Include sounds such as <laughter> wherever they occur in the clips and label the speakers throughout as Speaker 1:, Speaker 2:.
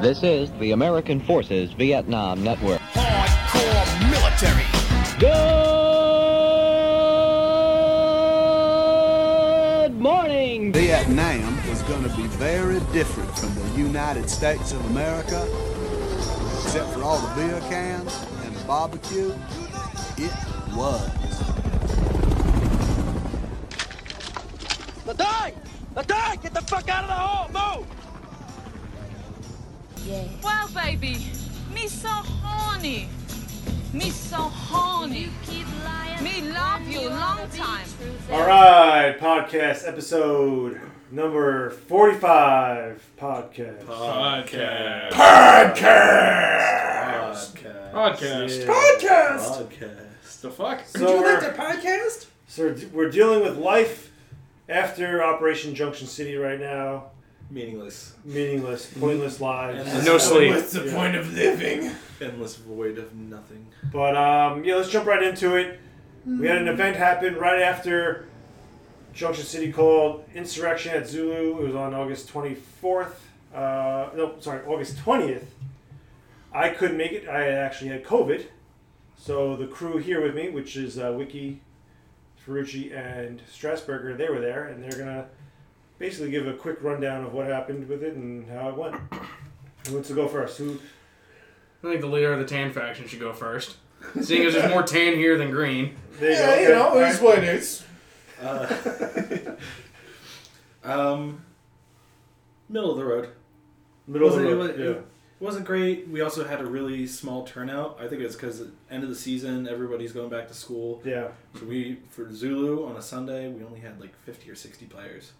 Speaker 1: This is the American Forces Vietnam Network.
Speaker 2: Hardcore military.
Speaker 1: Good morning.
Speaker 3: Vietnam was going to be very different from the United States of America, except for all the beer cans and the barbecue. It was.
Speaker 4: Ladai! Ladai! Get the fuck out of the hall! Move!
Speaker 5: Well, baby, me so horny. Me so horny. Me love you long time.
Speaker 6: All right, podcast episode number 45 podcast.
Speaker 7: Podcast. Podcast.
Speaker 6: Podcast.
Speaker 7: The fuck?
Speaker 6: So you like that podcast? So we're dealing with life after Operation Junction City right now.
Speaker 8: meaningless,
Speaker 6: Meaningless, pointless lives.
Speaker 7: No sleep.
Speaker 8: What's the point of living? Endless void of nothing.
Speaker 6: But um, yeah, let's jump right into it. We had an
Speaker 8: Hmm.
Speaker 6: event happen right after Junction City called Insurrection at Zulu. It was on August 24th. Uh, no, sorry, August 20th. I couldn't make it. I actually had COVID. So the crew here with me, which is uh, Wiki, Ferrucci, and Strasburger, they were there, and they're going to basically give a quick rundown of what happened with it and how it went. Who wants to go first? Who?
Speaker 7: I think the leader of the tan faction should go first. Seeing as there's more tan here than green.
Speaker 6: There you go. Good. All right.
Speaker 8: what it is. Uh, <laughs> um, middle of the road.
Speaker 6: Middle of the
Speaker 8: wasn't,
Speaker 6: road.
Speaker 8: It,
Speaker 6: yeah.
Speaker 8: wa- it wasn't great. We also had a really small turnout. I think it's because end of the season, everybody's going back to school.
Speaker 6: Yeah,
Speaker 8: So we for Zulu on a Sunday, we only had like fifty or sixty players,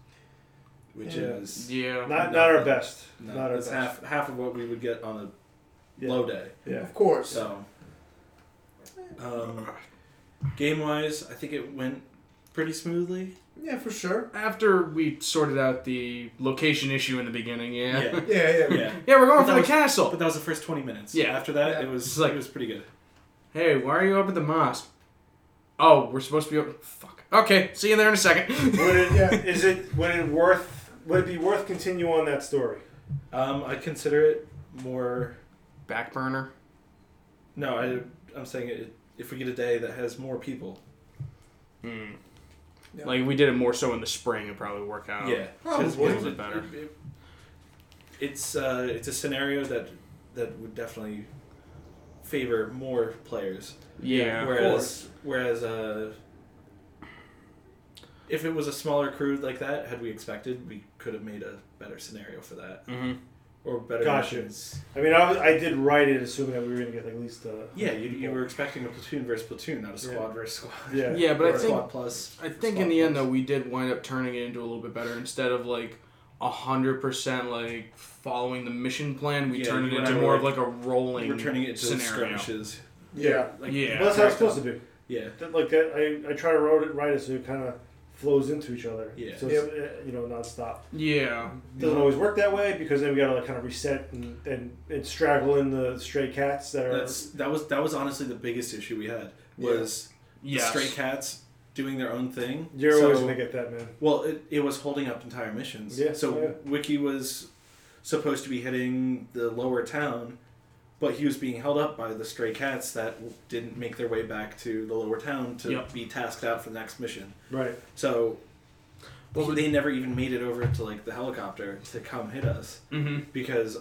Speaker 8: which
Speaker 6: Yeah.
Speaker 8: is
Speaker 7: Yeah.
Speaker 6: not not our best.
Speaker 8: no,
Speaker 6: not our
Speaker 8: that's
Speaker 6: best.
Speaker 8: half half of what we would get on a
Speaker 6: Yeah.
Speaker 8: low day.
Speaker 6: Yeah,
Speaker 9: course.
Speaker 8: So, um, game wise, I think it went pretty smoothly.
Speaker 9: Yeah, for sure.
Speaker 7: After we sorted out the location issue in the beginning, yeah. Yeah,
Speaker 8: Yeah,
Speaker 9: Yeah, yeah.
Speaker 8: yeah.
Speaker 7: we're going
Speaker 8: But
Speaker 7: for
Speaker 8: that
Speaker 7: the
Speaker 8: was-
Speaker 7: castle.
Speaker 8: But that was the first twenty minutes.
Speaker 7: Yeah.
Speaker 8: After that, it
Speaker 7: It's
Speaker 8: was
Speaker 7: like-
Speaker 8: it was pretty good.
Speaker 7: Hey, why are you up at the mosque? Oh, we're supposed to be up. Fuck. Okay, see you there in a second.
Speaker 6: Would it,
Speaker 9: Yeah.
Speaker 6: Is it would it worth would it be worth continue on that story?
Speaker 8: Um, I consider it more.
Speaker 7: Back burner.
Speaker 8: No, I I'm saying it. If we get a day that has more people,
Speaker 7: Like, if we did it more so in the spring, it'd probably work out.
Speaker 8: yeah,
Speaker 9: probably.
Speaker 8: 'Cause
Speaker 7: Feels
Speaker 8: it-
Speaker 7: Oh. it better.
Speaker 8: it- it- it's uh, it's a scenario that that would definitely favor more players.
Speaker 7: Yeah.
Speaker 8: Whereas, whereas, uh, if it was a smaller crew like that, had we expected, we could have made a better scenario for that,
Speaker 7: Mhm.
Speaker 8: or better
Speaker 6: Gotcha.
Speaker 8: missions.
Speaker 6: I mean, I, was, I did write it assuming that we were gonna get like, at least. Uh,
Speaker 8: Yeah, you, you were expecting a platoon versus platoon, not a squad versus squad. <laughs>
Speaker 6: Yeah.
Speaker 7: Yeah, but
Speaker 8: or
Speaker 7: I
Speaker 8: a
Speaker 7: think-
Speaker 8: squad plus.
Speaker 7: I
Speaker 8: or
Speaker 7: think
Speaker 8: squad
Speaker 7: in the end
Speaker 8: plus.
Speaker 7: though we did wind up turning it into a little bit better instead of like a hundred percent like following the mission plan we
Speaker 8: Yeah,
Speaker 7: turned
Speaker 8: you
Speaker 7: it
Speaker 8: and
Speaker 7: into
Speaker 8: I
Speaker 7: more
Speaker 8: were
Speaker 7: of like a rolling
Speaker 8: we're turning it to
Speaker 7: scenario.
Speaker 8: skirmishes.
Speaker 6: yeah.
Speaker 8: Like,
Speaker 7: Yeah.
Speaker 6: Well, that's how it's supposed to be.
Speaker 8: Yeah,
Speaker 6: That, like that, I, I try to wrote it right so it kind of flows into each other.
Speaker 8: Yeah. Mm-hmm.
Speaker 6: So it's, uh, you know, nonstop.
Speaker 7: Yeah.
Speaker 6: Doesn't always work that way because then we gotta like kind of reset and, and and straggle in the stray cats that are.
Speaker 8: that's that was that was honestly the biggest issue we had was the
Speaker 7: Yes.
Speaker 8: stray cats doing their own thing.
Speaker 6: you're
Speaker 8: So-
Speaker 6: always gonna get that man.
Speaker 8: Well, it, it was holding up entire missions.
Speaker 6: Yeah,
Speaker 8: so
Speaker 6: yeah.
Speaker 8: Wiki was supposed to be hitting the lower town, but he was being held up by the stray cats that w- didn't make their way back to the lower town to
Speaker 7: Yep.
Speaker 8: be tasked out for the next mission.
Speaker 6: Right.
Speaker 8: So
Speaker 7: Well,
Speaker 8: he-
Speaker 7: but-
Speaker 8: they never even made it over to like the helicopter to come hit us
Speaker 7: Mhm.
Speaker 8: because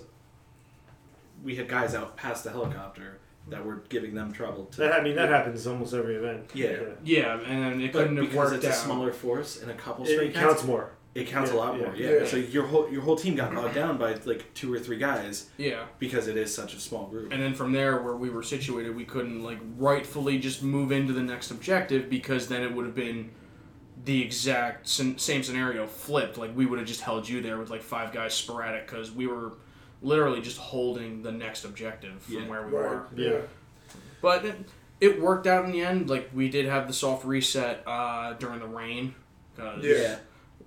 Speaker 8: we had guys out past the helicopter that were giving them trouble. To,
Speaker 6: That I mean that happens almost every event.
Speaker 8: Yeah.
Speaker 7: Yeah, and it
Speaker 8: But
Speaker 7: couldn't have
Speaker 8: because
Speaker 7: worked
Speaker 8: it's a
Speaker 7: out.
Speaker 8: smaller force and a couple
Speaker 6: It,
Speaker 8: stray
Speaker 6: it
Speaker 8: cats,
Speaker 6: counts more.
Speaker 8: it counts
Speaker 6: Yeah,
Speaker 8: a lot
Speaker 6: yeah.
Speaker 8: more. Yeah.
Speaker 9: Yeah.
Speaker 8: So your whole your whole team got bogged down by like two or three guys
Speaker 7: yeah.
Speaker 8: because it is such a small group.
Speaker 7: And then from there where we were situated we couldn't like rightfully just move into the next objective because then it would have been the exact sen- same scenario flipped like we would have just held you there with like five guys sporadic because we were literally just holding the next objective from
Speaker 8: Yeah.
Speaker 7: where we
Speaker 9: Right.
Speaker 7: were
Speaker 6: Yeah.
Speaker 7: But it, it worked out in the end. Like we did have the soft reset uh, during the rain, 'cause,
Speaker 9: Yeah.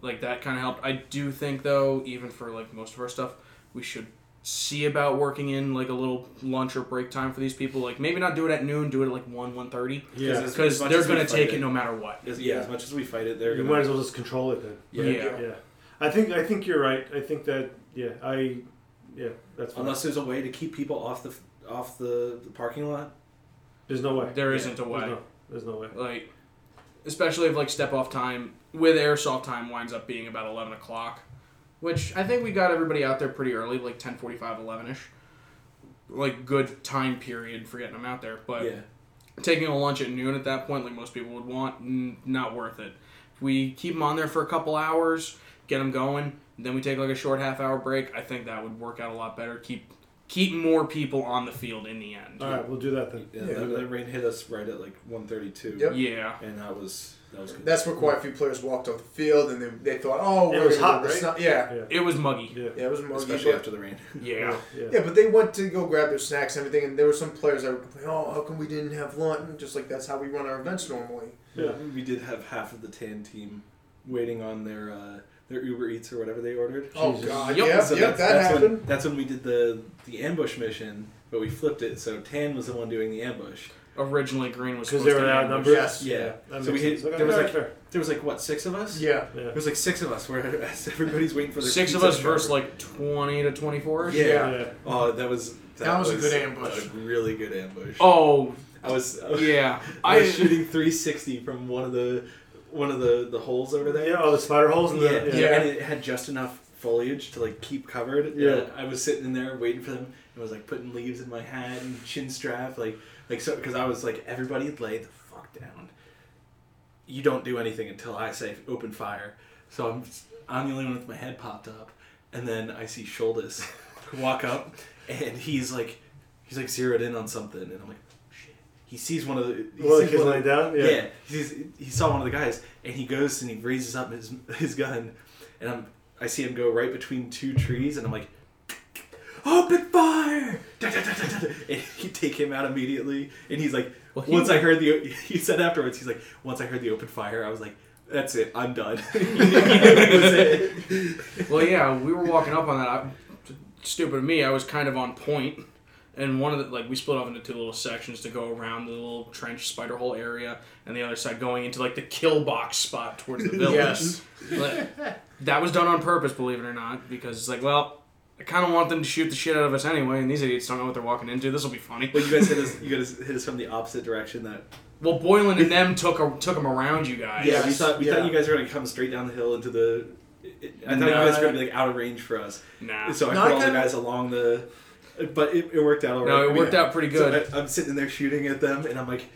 Speaker 7: like that kind of helped. I do think though, even for like most of our stuff, we should see about working in like a little lunch or break time for these people. Like maybe not do it at noon, do it at like one one thirty,
Speaker 6: Yeah.
Speaker 8: as-
Speaker 7: because
Speaker 8: as much
Speaker 7: they're
Speaker 8: as we
Speaker 7: gonna
Speaker 8: fight
Speaker 7: take it no matter what.
Speaker 8: as- yeah,
Speaker 9: Yeah.
Speaker 8: as much as we fight it, they're
Speaker 6: You
Speaker 8: gonna.
Speaker 6: might as well just control it then.
Speaker 7: Yeah.
Speaker 6: Yeah, I think I think you're right. I think that yeah, I Yeah, that's fine.
Speaker 8: Unless there's a way to keep people off the off the, the parking lot.
Speaker 6: there's no way.
Speaker 7: There isn't a
Speaker 6: There's
Speaker 7: way.
Speaker 6: no- There's no way.
Speaker 7: Like, especially if like step off time with airsoft time winds up being about eleven o'clock, which I think we got everybody out there pretty early, like 1045, 11 ish. Like good time period for getting them out there, but
Speaker 8: Yeah.
Speaker 7: taking a lunch at noon at that point, like most people would want, n- not worth it. If we keep them on there for a couple hours, get them going, then we take like a short half hour break. I think that would work out a lot better. Keep keep more people on the field in the end.
Speaker 6: All right, we'll do that then.
Speaker 8: Yeah, that, that rain hit us right at like 1:32.
Speaker 9: Yep.
Speaker 7: Yeah,
Speaker 8: And that was that was good.
Speaker 9: That's where quite a few players walked off the field, and they, they thought, oh,
Speaker 6: It
Speaker 9: we're
Speaker 6: was
Speaker 9: gonna
Speaker 6: hot,
Speaker 9: go to the
Speaker 6: right?
Speaker 9: sna- Yeah.
Speaker 6: Yeah.
Speaker 9: yeah,
Speaker 7: it was muggy.
Speaker 6: Yeah.
Speaker 9: it was muggy.
Speaker 8: especially
Speaker 9: but-
Speaker 8: after the rain.
Speaker 7: Yeah,
Speaker 6: Yeah.
Speaker 9: Yeah, but they went to go grab their snacks and everything, and there were some players that were complaining, "Oh, how come we didn't have lunch?" And Just like that's how we run our events normally.
Speaker 6: Yeah.
Speaker 8: We did have half of the tan team waiting on their uh, their Uber Eats or whatever they ordered.
Speaker 9: Oh
Speaker 6: Jesus.
Speaker 9: God,
Speaker 7: Yep,
Speaker 9: yep, yep,
Speaker 8: So
Speaker 9: that
Speaker 8: that's <laughs>
Speaker 9: happened.
Speaker 8: When, that's when we did the the ambush mission, but we flipped it. So Tan was the one doing the ambush.
Speaker 7: originally Green was
Speaker 6: Because
Speaker 7: supposed
Speaker 6: they
Speaker 7: to
Speaker 6: were
Speaker 7: be
Speaker 6: outnumbered.
Speaker 7: ambushed.
Speaker 9: Yes.
Speaker 8: Yeah.
Speaker 6: that
Speaker 8: So we
Speaker 6: makes
Speaker 8: hit.
Speaker 6: sense. Okay,
Speaker 8: There was
Speaker 6: all
Speaker 8: like
Speaker 6: right, fair.
Speaker 8: there was like what six of us.
Speaker 6: <laughs>
Speaker 9: Yeah,
Speaker 6: Yeah.
Speaker 8: There was like six of us. Where <laughs> everybody's waiting for their
Speaker 7: Six of
Speaker 8: pizza
Speaker 7: us
Speaker 8: to come.
Speaker 7: versus like twenty to twenty four.
Speaker 9: yeah.
Speaker 6: yeah.
Speaker 8: Oh, that was that,
Speaker 9: That was a good ambush.
Speaker 8: A really good ambush.
Speaker 7: Oh
Speaker 8: I was
Speaker 7: yeah,
Speaker 8: I was shooting 360 from one of the one of the the holes over there.
Speaker 6: Yeah, all the spider holes in the.
Speaker 8: yeah,
Speaker 6: Yeah.
Speaker 8: and it had just enough foliage to like keep covered.
Speaker 6: Yeah.
Speaker 8: And I was sitting in there waiting for them. and was like putting leaves in my hat and chin strap, like like so because I was like everybody lay the fuck down. You don't do anything until I say open fire. So I'm I'm the only one with my head popped up, and then I see Shoulders <laughs> walk up, and he's like he's like zeroed in on something, and I'm like. oh, shit. He sees one of the he
Speaker 6: Well, the
Speaker 8: sees
Speaker 6: kids
Speaker 8: one of
Speaker 6: laying down.
Speaker 8: yeah,
Speaker 6: Yeah.
Speaker 8: he sees- he saw one of the guys, and he goes and he raises up his his gun, and I'm I see him go right between two trees, and I'm like, open fire! Da, da, da, da, da. And you take him out immediately, and he's like,
Speaker 7: Well, he-
Speaker 8: once I heard the <laughs> he said afterwards, he's like, once I heard the open fire, I was like, that's it, I'm
Speaker 6: <laughs>
Speaker 8: done. <laughs> He knew it was it.
Speaker 7: Well, yeah, we were walking up on that. I, stupid me, I was kind of on point, and one of the like we split off into two little sections to go around the little trench spider hole area, and the other side going into like the kill box spot towards the village.
Speaker 9: Yes.
Speaker 7: Like, that was done on purpose, believe it or not, because it's like, well, I kind of want them to shoot the shit out of us anyway, and these idiots don't know what they're walking into. This will be funny.
Speaker 8: But you guys hit us. You guys hit us from the opposite direction. That
Speaker 7: well, Boylan and them took a, took them around you guys.
Speaker 8: yeah, we thought we
Speaker 9: yeah.
Speaker 8: thought you guys were gonna come straight down the hill into the. I thought you guys were gonna be like out of range for us.
Speaker 7: Nah.
Speaker 8: So I
Speaker 9: No,
Speaker 8: put
Speaker 9: I
Speaker 8: all the
Speaker 9: kinda-
Speaker 8: guys along the, but it, it worked out all right.
Speaker 7: No, it
Speaker 8: I mean,
Speaker 7: worked out pretty
Speaker 8: so uh,
Speaker 7: good.
Speaker 8: I, am sitting there shooting at them, and I'm like,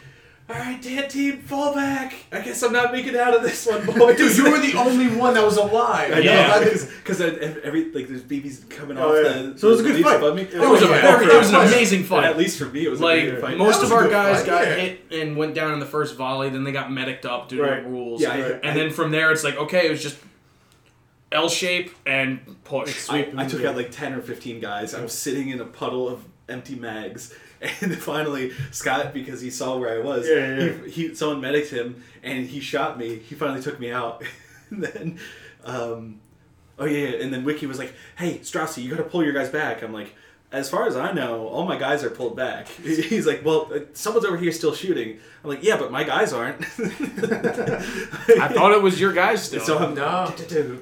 Speaker 8: "All right, Dan team, fall back. I guess I'm not making it out of this one, boys."
Speaker 9: Dude, you
Speaker 8: <laughs>
Speaker 9: were the only one that was alive.
Speaker 8: I know, <laughs>
Speaker 7: Yeah.
Speaker 8: because every like there's BBs coming
Speaker 6: Oh,
Speaker 8: off
Speaker 6: yeah.
Speaker 8: the.
Speaker 6: So it was a
Speaker 8: the
Speaker 6: good
Speaker 8: leaves
Speaker 6: fight.
Speaker 8: above me.
Speaker 6: It
Speaker 7: It was, a
Speaker 9: Yeah.
Speaker 7: very, it was an amazing
Speaker 8: And
Speaker 7: fight.
Speaker 8: at least for me, it was a good
Speaker 7: Like
Speaker 8: fight.
Speaker 7: most of
Speaker 9: That was a
Speaker 7: our
Speaker 9: good
Speaker 7: guys
Speaker 9: fight,
Speaker 7: got
Speaker 9: yeah.
Speaker 7: hit and went down in the first volley. Then they got medicked up due
Speaker 6: Right.
Speaker 7: to the rules.
Speaker 8: Yeah, I- I-
Speaker 7: and then from there it's like okay, it was just L shape and push.
Speaker 8: I, <laughs> I took out like 10 or 15 guys. I was sitting in a puddle of empty mags. <laughs> And finally, Scott, because he saw where I was,
Speaker 6: Yeah, yeah, yeah.
Speaker 8: He, he, someone medicked him and he shot me. He finally took me out. <laughs> and then, um, oh yeah, yeah, and then Wiki was like, hey, Strassi, you gotta pull your guys back. I'm like, as far as I know, all my guys are pulled back. <laughs> He's like, well, uh, someone's over here still shooting. I'm like, yeah, but my guys aren't. <laughs>
Speaker 7: I thought it was your guys still.
Speaker 8: so I'm
Speaker 9: No.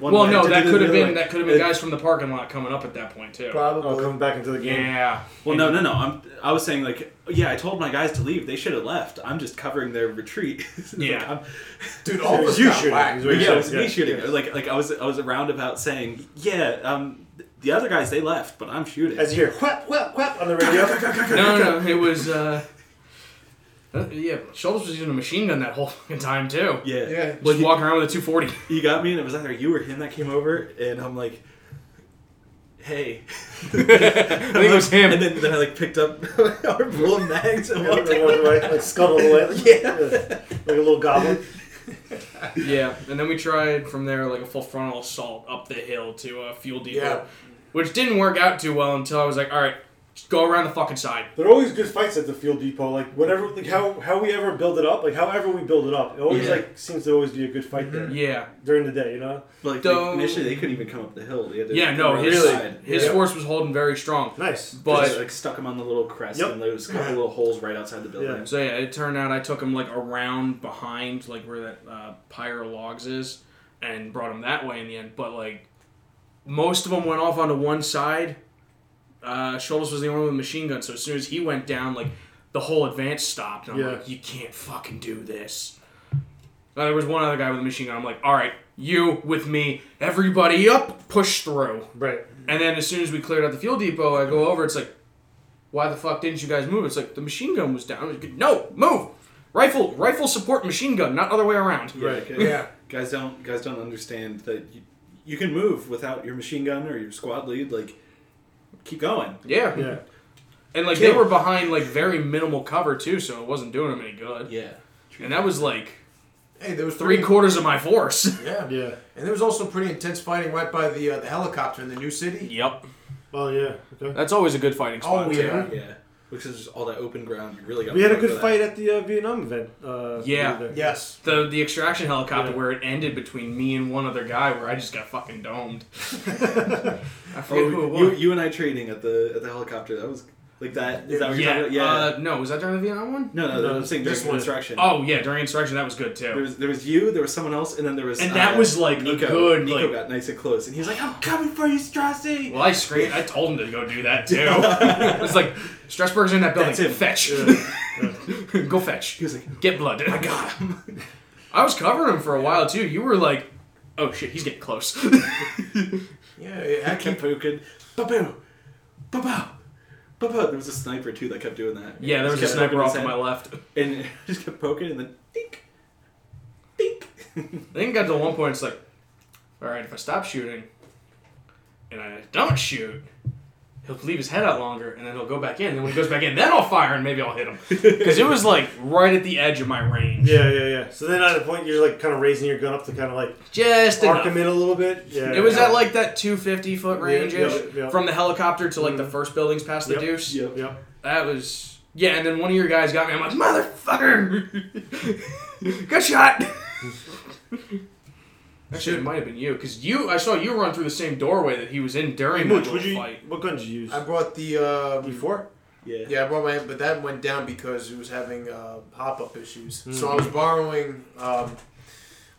Speaker 8: One
Speaker 7: well,
Speaker 8: man
Speaker 7: no,
Speaker 8: did
Speaker 7: that
Speaker 8: it,
Speaker 7: could have
Speaker 8: the
Speaker 7: been
Speaker 8: other
Speaker 7: that could have
Speaker 8: Uh,
Speaker 7: been guys from the parking lot coming up at that point too.
Speaker 6: Oh,
Speaker 9: Probably.
Speaker 6: coming back into the game.
Speaker 7: Yeah.
Speaker 8: Well,
Speaker 7: And-
Speaker 8: no, no, no. I'm. I was saying like, yeah. I told my guys to leave. They should have left. I'm just covering their retreat. <laughs> Like,
Speaker 7: Yeah.
Speaker 8: I'm-
Speaker 9: <laughs> Dude,
Speaker 6: It
Speaker 9: all of
Speaker 6: was
Speaker 9: us
Speaker 6: you
Speaker 9: got
Speaker 6: shooting.
Speaker 9: whacked.
Speaker 6: is what you
Speaker 8: yeah.
Speaker 6: said,
Speaker 8: It was me shooting.
Speaker 6: Yeah.
Speaker 8: Like, like I was. I was a roundabout saying, yeah. Um, the other guys they left, but I'm shooting.
Speaker 6: As you hear whap whap whap on the radio.
Speaker 7: no, no, no. It was. Uh, uh, yeah, Shoulders was using a machine gun that whole fucking time too.
Speaker 8: yeah.
Speaker 9: Yeah.
Speaker 8: Well,
Speaker 7: Just
Speaker 8: he,
Speaker 7: walking around with a 240.
Speaker 8: he got me, and it was either you or him that came over, and I'm like. Hey, <laughs>
Speaker 7: I think it was him.
Speaker 8: and then, then I like picked up <laughs> our bull of mags and
Speaker 7: <laughs>
Speaker 8: walked
Speaker 6: <laughs> Like, like, like, like scuttled away. Yeah. Like a little goblin.
Speaker 7: Yeah, and then we tried from there like a full frontal assault up the hill to a fuel depot,
Speaker 9: Yeah.
Speaker 7: which didn't work out too well until I was like, all right, just go around the fucking side.
Speaker 6: There are always good fights at the field depot. Like whatever, like how how we ever build it up, like however we build it up, it always
Speaker 7: Yeah.
Speaker 6: like seems to always be a good fight there
Speaker 7: Yeah,
Speaker 6: during the day. You know,
Speaker 8: Like
Speaker 7: Don't-
Speaker 8: initially, they couldn't even come up the hill. They had to
Speaker 7: yeah,
Speaker 8: come
Speaker 7: no,
Speaker 8: around
Speaker 7: his
Speaker 8: the side.
Speaker 7: his
Speaker 9: Yeah.
Speaker 7: force was holding very strong,
Speaker 6: nice.
Speaker 7: but
Speaker 8: Just, like stuck him on the little crest
Speaker 6: Yep.
Speaker 8: and there was a couple little holes right outside the building.
Speaker 6: Yeah.
Speaker 7: so yeah, it turned out I took him like around behind like where that uh, pyro logs is, and brought him that way in the end. But like most of them went off onto one side, uh, Shoulders was the only one with a machine gun. So as soon as he went down, like the whole advance stopped. And I'm
Speaker 6: Yeah.
Speaker 7: like, you can't fucking do this. Uh, there was one other guy with a machine gun. I'm like, all right, you with me, everybody up, push through.
Speaker 6: Right.
Speaker 7: And then as soon as we cleared out the fuel depot, I go over. It's like, why the fuck didn't you guys move? It's like the machine gun was down. I was like, no, move. Rifle, rifle support machine gun, not other way around.
Speaker 8: Right.
Speaker 9: Yeah.
Speaker 8: <laughs> Guys don't guys don't understand that you, you can move without your machine gun or your squad lead. Like, keep going.
Speaker 7: Yeah.
Speaker 6: Yeah.
Speaker 7: And like they were behind like very minimal cover too, so it wasn't doing them any good.
Speaker 8: Yeah.
Speaker 7: And that was like
Speaker 9: Hey, there was
Speaker 7: three
Speaker 9: quarters.
Speaker 7: quarters of my force. <laughs>
Speaker 9: Yeah.
Speaker 6: Yeah.
Speaker 9: And there was also pretty intense fighting right by the uh, the helicopter in the new city.
Speaker 7: yep.
Speaker 6: Well, yeah. Okay.
Speaker 7: That's always a good fighting spot.
Speaker 9: Oh
Speaker 7: too.
Speaker 9: yeah.
Speaker 8: uh, Yeah. Because there's all that open ground. You really got.
Speaker 6: We had a good fight at the uh, Vietnam event. Uh,
Speaker 7: Yeah.
Speaker 6: there.
Speaker 9: Yes.
Speaker 7: The the extraction helicopter
Speaker 6: Yeah.
Speaker 7: where it ended between me and one other guy where I just got fucking domed. I forget who
Speaker 6: oh
Speaker 7: it was.
Speaker 8: Oh, you, you and I trading at the at the helicopter. That was like that. Is that what you're
Speaker 7: yeah.
Speaker 8: talking about? Yeah.
Speaker 7: Uh, no, was that during the Vietnam one?
Speaker 8: no, no,
Speaker 6: no,
Speaker 8: I'm saying
Speaker 6: this
Speaker 8: this one
Speaker 6: one.
Speaker 8: instruction.
Speaker 7: Oh yeah, during insurrection that was good
Speaker 8: There
Speaker 7: too.
Speaker 8: was there was you, there was someone else, and then there was uh,
Speaker 7: And that was, like, a
Speaker 8: Nico.
Speaker 7: good,
Speaker 8: Nico
Speaker 7: like-
Speaker 8: got nice and close, and he was like, "I'm coming for you, Strassi."
Speaker 7: Well, I screamed. I told him to go do that too. <laughs> it's like Strasburg's in that building.
Speaker 8: That's him.
Speaker 7: Fetch. <laughs> go fetch.
Speaker 8: He was like,
Speaker 7: Get blood. I
Speaker 8: <laughs>
Speaker 7: got him. I was covering him for a while too. You were like, oh shit, he's getting close.
Speaker 8: <laughs>
Speaker 9: Yeah. yeah. I
Speaker 8: I kept
Speaker 9: keep-
Speaker 8: poking, ba-boo, ba-bow, ba-bow. There was a sniper too that kept doing that.
Speaker 7: yeah, there was a
Speaker 8: Just kept
Speaker 7: sniper off to
Speaker 8: poking
Speaker 7: my
Speaker 8: his
Speaker 7: left. I
Speaker 8: head, and <laughs> just kept poking, and then dink, dink. <laughs>
Speaker 7: think it got to one point. It's like, all right, if I stop shooting, and I don't shoot, he'll leave his head out longer, and then he'll go back in. And when he goes back in, then I'll fire, and maybe I'll hit him. Because it was like right at the edge of my range.
Speaker 6: Yeah, yeah, yeah. So then at a point you're like kind of raising your gun up to kind of like
Speaker 7: Just
Speaker 6: arc
Speaker 7: enough.
Speaker 6: him in a little bit. Yeah.
Speaker 7: It was at like that 250 foot range ish
Speaker 6: yeah, yeah. Mm-hmm.
Speaker 7: from the helicopter to like the first buildings past the
Speaker 6: Yep,
Speaker 7: deuce.
Speaker 8: Yep.
Speaker 6: Yep.
Speaker 7: That was yeah. And then one of your guys got me. I'm like motherfucker. <laughs>
Speaker 6: <laughs>
Speaker 7: Good shot. Actually, it might have been you because you. I saw you run through the same doorway that he was in during
Speaker 6: Mooch,
Speaker 7: the
Speaker 6: would you?
Speaker 7: fight.
Speaker 6: What gun did you use?
Speaker 9: I brought the. Uh,
Speaker 6: Before.
Speaker 8: Yeah.
Speaker 9: Yeah, I brought my, but that went down because it was having uh, hop-up issues. So I was borrowing um,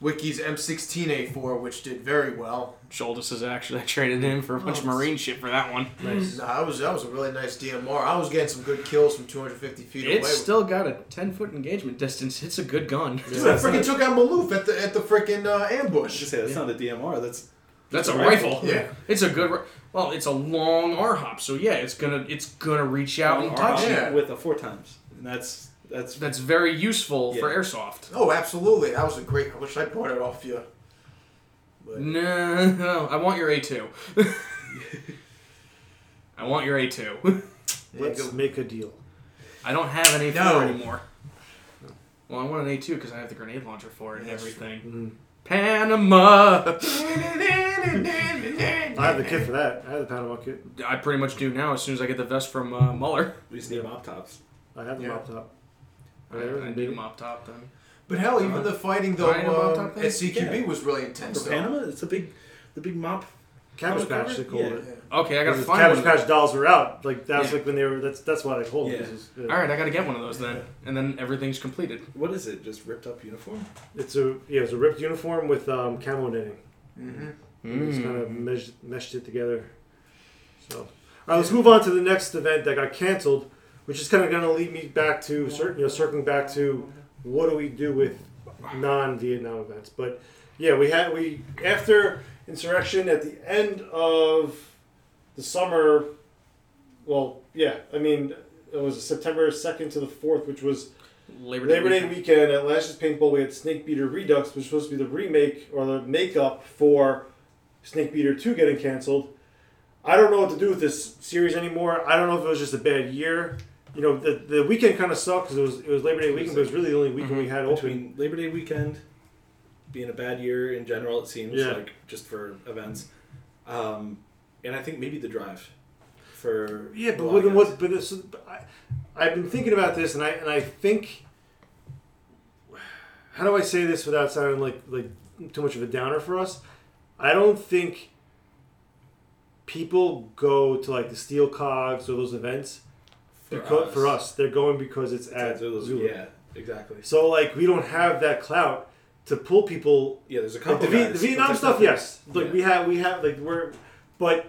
Speaker 9: Wiki's M16A4, which did very well.
Speaker 7: Shoulders is actually <laughs> I traded him for a bunch of
Speaker 9: Oh.
Speaker 7: marine shit for that one.
Speaker 9: Nah, I was that was a really nice DMR. I was getting some good kills from 250 feet away.
Speaker 7: It's still got a 10 foot engagement distance. It's a good gun.
Speaker 9: Dude, I freaking took out Maloof at the at the freaking uh, ambush.
Speaker 8: Just say that's not a DMR. That's
Speaker 7: That's a
Speaker 8: Rifle.
Speaker 7: rifle.
Speaker 9: Yeah.
Speaker 7: It's a good. Ri- well, it's a long R hop, so yeah, it's gonna it's gonna reach out and touch you.
Speaker 9: R-hop. Yeah.
Speaker 8: with a four times, and that's that's
Speaker 7: That's very useful for
Speaker 8: Yeah.
Speaker 7: airsoft.
Speaker 9: Oh, absolutely. That was a great. I wish I brought it off you.
Speaker 7: No, no, <laughs> I want your A two. I want your A two. <laughs>
Speaker 6: Let's make a deal.
Speaker 7: I don't have an A four
Speaker 9: No.
Speaker 7: anymore. Well, I want an A two because I have the grenade launcher for it and
Speaker 9: Yes.
Speaker 7: everything.
Speaker 9: Mm.
Speaker 7: Panama. <laughs>
Speaker 6: I have the kit for that. I have the Panama kit.
Speaker 7: I pretty much do now as soon as I get the vest from uh, Muller.
Speaker 8: we just need mop tops.
Speaker 6: I have the
Speaker 9: Yeah.
Speaker 6: mop top.
Speaker 7: I,
Speaker 6: Whatever,
Speaker 7: I need
Speaker 6: baby.
Speaker 7: a mop top then.
Speaker 9: But hell, even the fighting though
Speaker 7: Ryan about
Speaker 9: um,
Speaker 7: top
Speaker 9: at
Speaker 7: thing?
Speaker 9: CQB
Speaker 8: Yeah.
Speaker 9: was really intense.
Speaker 8: For
Speaker 9: Though.
Speaker 8: Panama, it's a big, the big mop.
Speaker 6: Cabbage
Speaker 8: Cabbage
Speaker 6: patch, they
Speaker 8: cover?
Speaker 6: called
Speaker 8: Yeah.
Speaker 6: it.
Speaker 7: Okay, I gotta
Speaker 6: Because
Speaker 7: find
Speaker 6: Cabbage
Speaker 7: one.
Speaker 6: Patch dolls were out. Like that was
Speaker 7: Yeah.
Speaker 6: like when they were. That's that's why they called it.
Speaker 8: Yeah.
Speaker 6: This is- yeah.
Speaker 7: All right, I gotta get one of those then, and then everything's completed.
Speaker 8: What is it? Just ripped up uniform.
Speaker 6: It's a yeah. It's a ripped uniform with um, camo knitting. Mm-hmm. It's kind of meshed, meshed it together. So, all right, let's move on to the next event that got canceled, which is kind of going to lead me back to cir- you know circling back to what do we do with non-Vietnam events? But yeah, we had we after insurrection at the end of the summer. Well, yeah, I mean it was September second to the fourth, which was
Speaker 7: Labor Day.
Speaker 6: Labor Day
Speaker 7: weekend.
Speaker 6: weekend at Lash's Paintball, we had Snake Beater Redux, which was supposed to be the remake or the makeup for Snake Beater 2 getting canceled. I don't know what to do with this series anymore. I don't know if it was just a bad year. You know, the, the weekend kind of sucked because it was, it was Labor Day weekend, but it was really the only weekend we had open.
Speaker 8: between Labor Day weekend being a bad year in general, it seems
Speaker 6: Yeah.
Speaker 8: like just for events, um, and I think maybe the drive for
Speaker 6: Yeah, but
Speaker 8: a lot of
Speaker 6: what,
Speaker 8: guys.
Speaker 6: what but this, but I, I've been thinking about this, and I and I think, how do I say this without sounding like like too much of a downer for us? I don't think people go to like the steel cogs or those events
Speaker 8: For
Speaker 6: because
Speaker 8: us.
Speaker 6: for us they're going because it's
Speaker 8: Yeah,
Speaker 6: at
Speaker 8: Zulu,
Speaker 6: Zulu.
Speaker 8: yeah, exactly.
Speaker 6: So like we don't have that clout to pull people
Speaker 8: Yeah, there's a couple.
Speaker 6: like the, V-
Speaker 8: guys,
Speaker 6: the
Speaker 8: but
Speaker 6: Vietnam
Speaker 8: there's
Speaker 6: stuff,
Speaker 8: nothing-
Speaker 6: yes. Like
Speaker 8: Yeah.
Speaker 6: we have, we have, like we're, but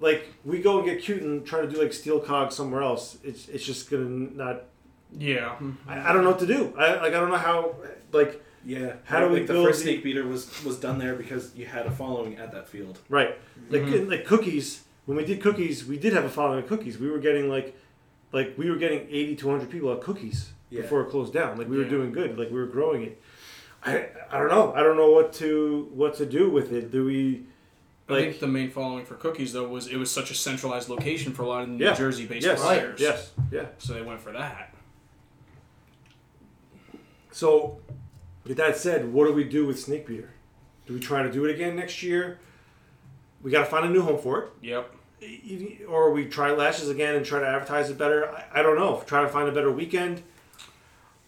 Speaker 6: like we go and get cute and try to do like steel cog somewhere else. It's it's just gonna not.
Speaker 7: Yeah.
Speaker 6: I, I don't know what to do. I like I don't know how like
Speaker 8: Yeah.
Speaker 6: How do we
Speaker 8: like the
Speaker 6: build
Speaker 8: first
Speaker 6: the-
Speaker 8: snake beater was was done there because you had a following at that field.
Speaker 6: right like like cookies. When we did cookies, we did have a following of cookies. We were getting like like we were getting eighty to hundred people at cookies
Speaker 8: Yeah.
Speaker 6: before it closed down. Like we were
Speaker 7: Yeah.
Speaker 6: doing good. Like we were growing it. I I don't know. I don't know what to what to do with it. Do we
Speaker 7: I
Speaker 6: like
Speaker 7: think the main following for cookies though was it was such a centralized location for a lot of New
Speaker 6: Yeah.
Speaker 7: Jersey based
Speaker 6: yes
Speaker 7: players.
Speaker 6: yes yeah.
Speaker 7: So they went for that.
Speaker 6: So, with that said, what do we do with Snake Beater? Do we try to do it again next year? We got to find a new home for
Speaker 7: Yep.
Speaker 6: it, or we try Lashes again and try to advertise it better. I, I don't know. Try to find a better weekend.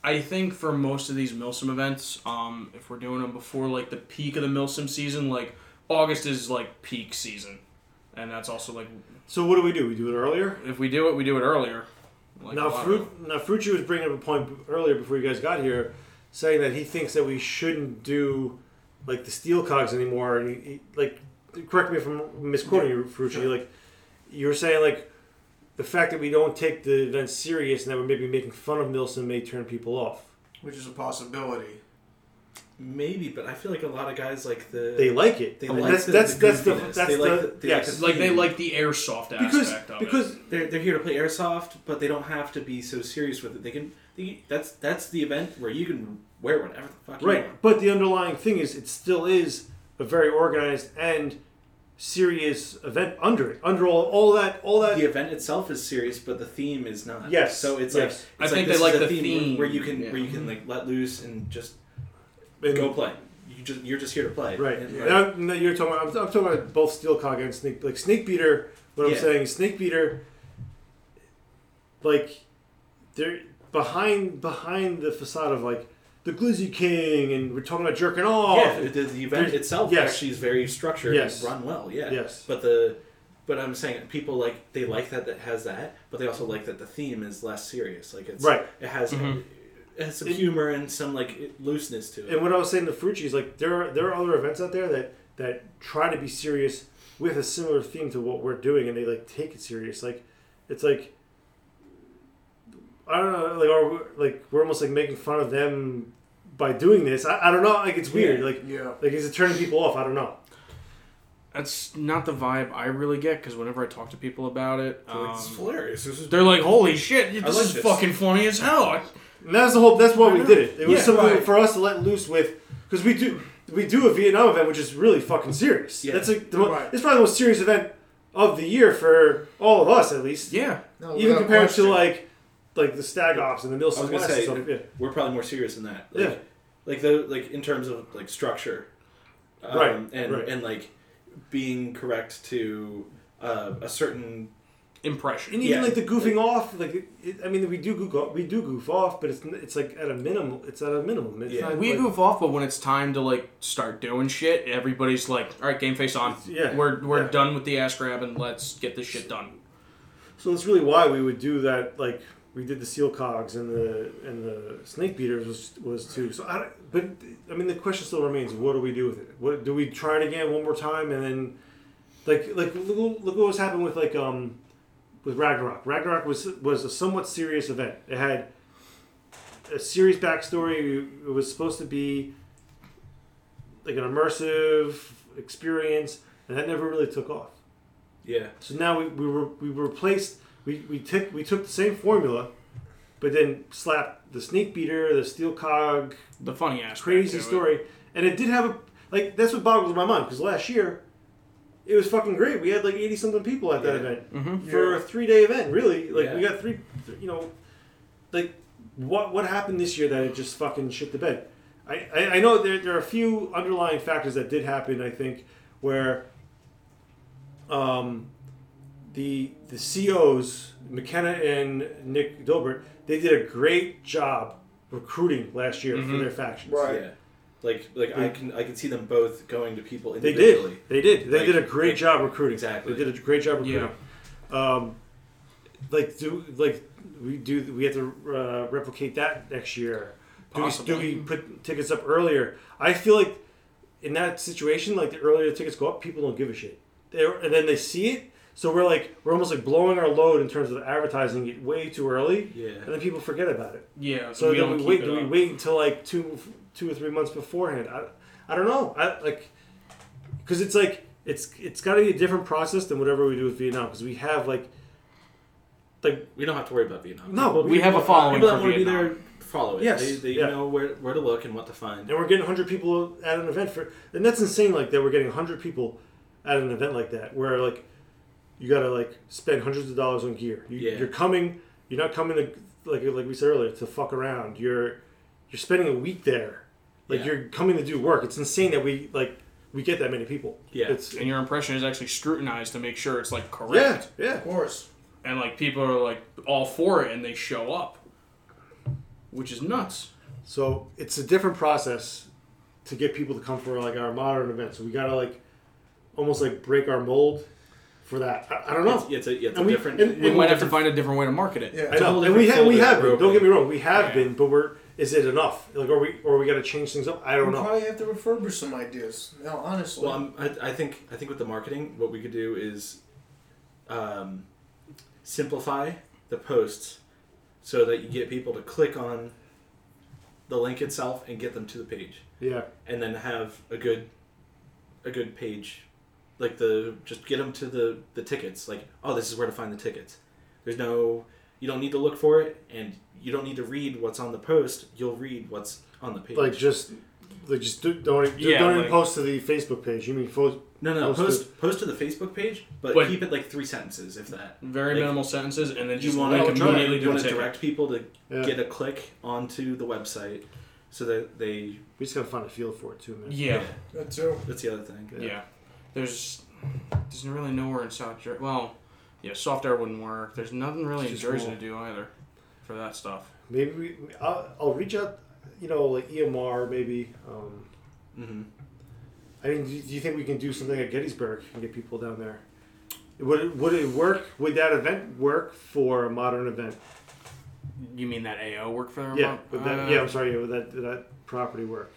Speaker 7: I think for most of these Milsim events, um, if we're doing them before like the peak of the Milsim season, like August is like peak season, and that's also like
Speaker 6: So what do we do? We do it earlier.
Speaker 7: if we do it, we do it earlier. Like a
Speaker 6: Now
Speaker 7: lot of-
Speaker 6: fruit. Now Frucci was bringing up a point earlier before you guys got here, saying that he thinks that we shouldn't do like the steel cogs anymore. And he, he, like, correct me if I'm misquoting you, Frucci. Like, you were saying like the fact that we don't take the event serious and that we're maybe making fun of Milson may turn people off.
Speaker 9: which is a possibility.
Speaker 8: Maybe, but I feel like a lot of guys like the
Speaker 6: They like it.
Speaker 8: They
Speaker 6: And
Speaker 8: like
Speaker 6: that's
Speaker 8: the-
Speaker 6: that's
Speaker 8: the
Speaker 6: that's the
Speaker 8: goofiness.
Speaker 6: that's
Speaker 8: They
Speaker 6: the,
Speaker 8: like the- they like
Speaker 6: yes.
Speaker 8: the-
Speaker 7: like they like the airsoft
Speaker 6: because
Speaker 7: aspect of it.
Speaker 6: because
Speaker 8: they're, they're here to play airsoft, but they don't have to be so serious with it. They can. They, that's that's the event where you can wear whatever the fuck you want.
Speaker 6: Right, but the underlying thing is it still is a very organized and serious event under it. Under all, all that, all that.
Speaker 8: The event itself is serious, but the theme is not.
Speaker 6: Yes,
Speaker 8: So it's
Speaker 6: yes.
Speaker 8: like it's
Speaker 7: I think
Speaker 8: this
Speaker 7: they like
Speaker 8: is a
Speaker 7: the theme,
Speaker 8: where, where you can
Speaker 7: yeah.
Speaker 8: where you can like let loose and just
Speaker 6: and-
Speaker 8: go play. You just you're just here to play.
Speaker 6: Right.
Speaker 8: And,
Speaker 6: And I'm, no, you're talking. About, I'm, I'm talking about both Steel Cog and Snake. Like Snake Beater. What I'm
Speaker 8: Yeah.
Speaker 6: saying, is Snake Beater. Like, they're behind behind the facade of like the Glizzy King, and we're talking about jerking off.
Speaker 8: yeah, the, the event
Speaker 6: Oh, There's-
Speaker 8: itself
Speaker 6: yes.
Speaker 8: actually is very structured
Speaker 6: Yes.
Speaker 8: and run well. Yeah.
Speaker 6: Yes.
Speaker 8: But the but I'm saying people like they like that that has that, but they also like that the theme is less serious. Like it's
Speaker 6: Right.
Speaker 8: It has it has some
Speaker 6: It-
Speaker 8: humor and some like looseness to it.
Speaker 6: And what I was saying to Frucci is like there are there are other events out there that that try to be serious with a similar theme to what we're doing, and they like take it serious. Like it's like I don't know, like are we, like we're almost like making fun of them by doing this. I, I don't know, like it's weird.
Speaker 8: Yeah.
Speaker 6: Like
Speaker 9: Yeah.
Speaker 6: like is it turning people off? I don't know.
Speaker 7: That's not the vibe I really get because whenever I talk to people about it, um,
Speaker 8: it's hilarious. This is
Speaker 7: they're like, "Holy shit, this
Speaker 8: like
Speaker 7: is
Speaker 8: this."
Speaker 7: fucking funny as hell." I-
Speaker 6: And that's the whole. That's why we
Speaker 7: know.
Speaker 6: did it. It was
Speaker 7: Yeah,
Speaker 6: something
Speaker 7: right.
Speaker 6: for us to let loose with, because we do we do a Vietnam event, which is really fucking serious.
Speaker 8: Yeah.
Speaker 6: That's like the mo-
Speaker 9: Right.
Speaker 6: it's probably the most serious event of the year for all of us, at least.
Speaker 7: Yeah,
Speaker 9: No,
Speaker 6: Even
Speaker 9: without
Speaker 6: compared
Speaker 9: question.
Speaker 6: to like like the Stag Ops and the
Speaker 8: I
Speaker 6: Milson
Speaker 8: was gonna
Speaker 6: West.
Speaker 8: say
Speaker 6: and stuff. Yeah.
Speaker 8: we're probably more serious than that. Like,
Speaker 6: Yeah.
Speaker 8: Like the like in terms of like structure, um,
Speaker 6: Right,
Speaker 8: And
Speaker 6: right.
Speaker 8: and like being correct to uh, a certain
Speaker 7: impression.
Speaker 6: And even
Speaker 8: Yeah.
Speaker 6: like the goofing off, like it, it, I mean, we do goof off, we do goof off, but it's n- it's like at a minimal. It's at a minimum. It's
Speaker 8: Yeah.
Speaker 6: not,
Speaker 7: We
Speaker 6: like,
Speaker 7: goof off, but when it's time to like start doing shit, everybody's like, "All right, game face on.
Speaker 6: Yeah.
Speaker 7: we're we're
Speaker 6: Yeah.
Speaker 7: done with the ass grab and let's get this shit done."
Speaker 6: So that's really why we would do that. Like we did the seal cogs and the and the snake beaters was was too. So I, don't- but I mean the question still remains: What do we do with it? What do we try it again one more time and then like like look, look what was happened with like um with Ragnarok. Ragnarok was was a somewhat serious event. It had a serious backstory. It was supposed to be like an immersive experience, and that never really took off.
Speaker 8: yeah.
Speaker 6: So now we, we were we replaced we, we took we took the same formula, but then slapped the snake beater, the steel cog,
Speaker 7: The funny ass
Speaker 6: crazy story, and it did have a like that's what boggles my mind because last year, it was fucking great. We had like eighty something people at that
Speaker 8: Yeah.
Speaker 6: event for a three day event. Really, like we
Speaker 8: Yeah.
Speaker 6: got three, th- you know, like what what happened this year that it just fucking shit the bed. I, I, I know there, there are a few underlying factors that did happen. I think where um, the the COs McKenna and Nick Dilbert they did a great job recruiting last year
Speaker 8: Mm-hmm.
Speaker 6: for their factions.
Speaker 9: Right.
Speaker 8: Yeah. Like like I can I can see them both going to people
Speaker 6: They
Speaker 8: individually.
Speaker 6: did. They did. They
Speaker 8: Like-
Speaker 6: did a great
Speaker 8: like-
Speaker 6: job recruiting.
Speaker 8: Exactly.
Speaker 6: They did a great job recruiting.
Speaker 7: Yeah.
Speaker 6: Um, like do like we do we have to uh, replicate that next year? Do we, do
Speaker 7: Possibly.
Speaker 6: we put tickets up earlier? I feel like in that situation, like the earlier the tickets go up, people don't give a shit. They and then they see it, So we're like we're almost like blowing our load in terms of advertising it way too early.
Speaker 8: Yeah.
Speaker 6: And then people forget about it.
Speaker 7: Yeah,
Speaker 6: So
Speaker 7: we
Speaker 6: do
Speaker 7: don't
Speaker 6: we
Speaker 7: keep
Speaker 6: wait?
Speaker 7: it
Speaker 6: Do we
Speaker 7: up.
Speaker 6: wait until like two, two or three months beforehand? I, I don't know. I like because it's like it's it's got to be a different process than whatever we do with Vietnam because we have like like
Speaker 8: We don't have to worry about Vietnam.
Speaker 6: no
Speaker 7: we have a following
Speaker 8: people
Speaker 7: for
Speaker 8: that want to be
Speaker 7: Vietnam.
Speaker 8: there follow it.
Speaker 6: Yes,
Speaker 8: They, they
Speaker 6: yeah.
Speaker 8: know where, where to look and what to find.
Speaker 6: and we're getting 100 people at an event for and that's insane like that we're getting 100 people at an event like that where like you gotta like spend hundreds of dollars on gear you,
Speaker 8: Yeah.
Speaker 6: you're coming you're not coming to like like we said earlier to fuck around you're you're spending a week there like
Speaker 8: Yeah.
Speaker 6: you're coming to do work it's insane that we like we get that many people
Speaker 8: Yeah.
Speaker 6: it's
Speaker 7: and your impression is actually scrutinized to make sure it's like
Speaker 6: yeah
Speaker 7: correct.
Speaker 6: yeah
Speaker 9: Of course.
Speaker 7: And like people are like all for it and they show up, which is nuts.
Speaker 6: So it's a different process to get people to come for like our modern events. We gotta like almost like break our mold for that. I, I don't know.
Speaker 8: It's, it's a, it's a
Speaker 6: And we-
Speaker 8: different.
Speaker 6: and-
Speaker 7: We
Speaker 6: and-
Speaker 7: might have to find a different way to market it.
Speaker 9: Yeah.
Speaker 6: I know,
Speaker 8: whole
Speaker 6: and we
Speaker 8: different
Speaker 6: have we
Speaker 8: folder
Speaker 6: have
Speaker 8: we're
Speaker 6: been. Don't get me
Speaker 8: opening.
Speaker 6: wrong, we have
Speaker 7: Yeah.
Speaker 6: been, but we're is it enough? Like, are we or we gotta change things up? I don't
Speaker 9: We'll
Speaker 6: know.
Speaker 9: probably have to refurbish some ideas. No, honestly.
Speaker 8: Well, I'm, I, I think I think with the marketing, what we could do is um, simplify the posts so that you get people to click on the link itself and get them to the page,
Speaker 6: Yeah,
Speaker 8: and then have a good a good page, like the just get them to the the tickets. Like, oh, this is where to find the tickets. There's no you don't need to look for it, and you don't need to read what's on the post. You'll read what's on the page.
Speaker 6: like just like just do, don't
Speaker 7: Yeah,
Speaker 6: don't
Speaker 7: like-
Speaker 6: even post to the Facebook page. You mean post?
Speaker 8: no, no,
Speaker 6: post it.
Speaker 8: post post, to the Facebook page, but,
Speaker 7: But-
Speaker 8: keep it like three sentences, if that.
Speaker 7: Very
Speaker 8: Like,
Speaker 7: minimal sentences and then
Speaker 8: you
Speaker 7: just
Speaker 8: want
Speaker 7: like
Speaker 8: to
Speaker 7: immediately
Speaker 8: immediately
Speaker 7: do a
Speaker 8: want to
Speaker 7: ticket.
Speaker 8: direct people to
Speaker 6: Yeah.
Speaker 8: get a click onto the website so that they
Speaker 6: We just gotta find a feel for it too, man.
Speaker 7: Yeah.
Speaker 9: that too.
Speaker 8: that's the other thing
Speaker 7: Yeah. There's there's really nowhere in South Jersey. Well, yeah, soft air wouldn't work. There's nothing really in
Speaker 6: Just
Speaker 7: Jersey
Speaker 6: won't.
Speaker 7: to do either for that stuff.
Speaker 6: Maybe we, I'll, I'll reach out. You know, like EMR maybe. Um,
Speaker 8: mm-hmm.
Speaker 6: I mean, do you do you think we can do something at Gettysburg and get people down there? Would it, would it work? Would that event work for a modern event?
Speaker 7: You mean that AO work for the remote?
Speaker 6: Yeah, would that,
Speaker 7: Uh,
Speaker 6: yeah. I'm sorry. Yeah, would that would that property work?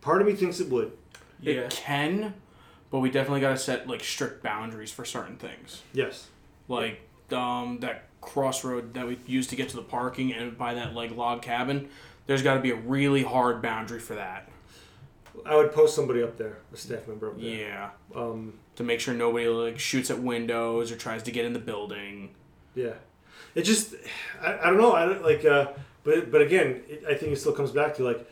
Speaker 6: Part of me thinks it would.
Speaker 7: It
Speaker 8: yeah
Speaker 7: can, but we definitely got to set like strict boundaries for certain things.
Speaker 6: Yes.
Speaker 7: Like um, that crossroad that we used to get to the parking and by that like log cabin. There's got to be a really hard boundary for that.
Speaker 6: I would post somebody up there, a staff member up there.
Speaker 7: Yeah.
Speaker 6: Um,
Speaker 7: To make sure nobody like shoots at windows or tries to get in the building.
Speaker 6: yeah. It just, I, I don't know. I don't like. Uh, but but again, it, I think it still comes back to like,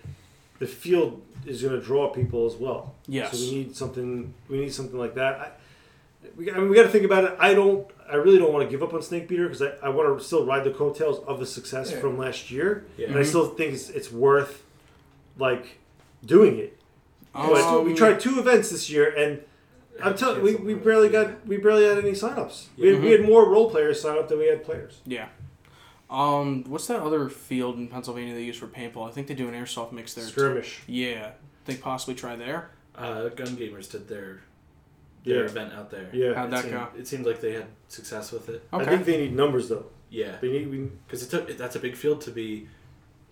Speaker 6: the field is going to draw people as well.
Speaker 7: Yes.
Speaker 6: So we need something. We need something like that. I, we, I mean, we got to think about it. I don't. I really don't want to give up on Snake Beater because I, I want to still ride the coattails of the success
Speaker 9: Yeah.
Speaker 6: from last year,
Speaker 8: Yeah.
Speaker 6: and I still think it's, it's worth like doing it. But
Speaker 7: Um,
Speaker 6: we tried two events this year, and I'm telling we, we barely got we barely had any signups. We had, we
Speaker 7: Mm-hmm.
Speaker 6: had more role players sign up than we had players.
Speaker 7: Yeah. Um, what's that other field in Pennsylvania they use for paintball? I think they do an airsoft mix there. too.
Speaker 6: Skirmish.
Speaker 7: Yeah. They possibly try there.
Speaker 8: uh, gun gamers did their
Speaker 6: Yeah.
Speaker 8: their event out there
Speaker 6: Yeah.
Speaker 7: How'd that
Speaker 8: it
Speaker 7: go? Oh.
Speaker 8: seemed, it seemed like they had success with it
Speaker 6: I think they need numbers though.
Speaker 8: yeah
Speaker 6: They need we,
Speaker 8: because it's a, that's a big field to be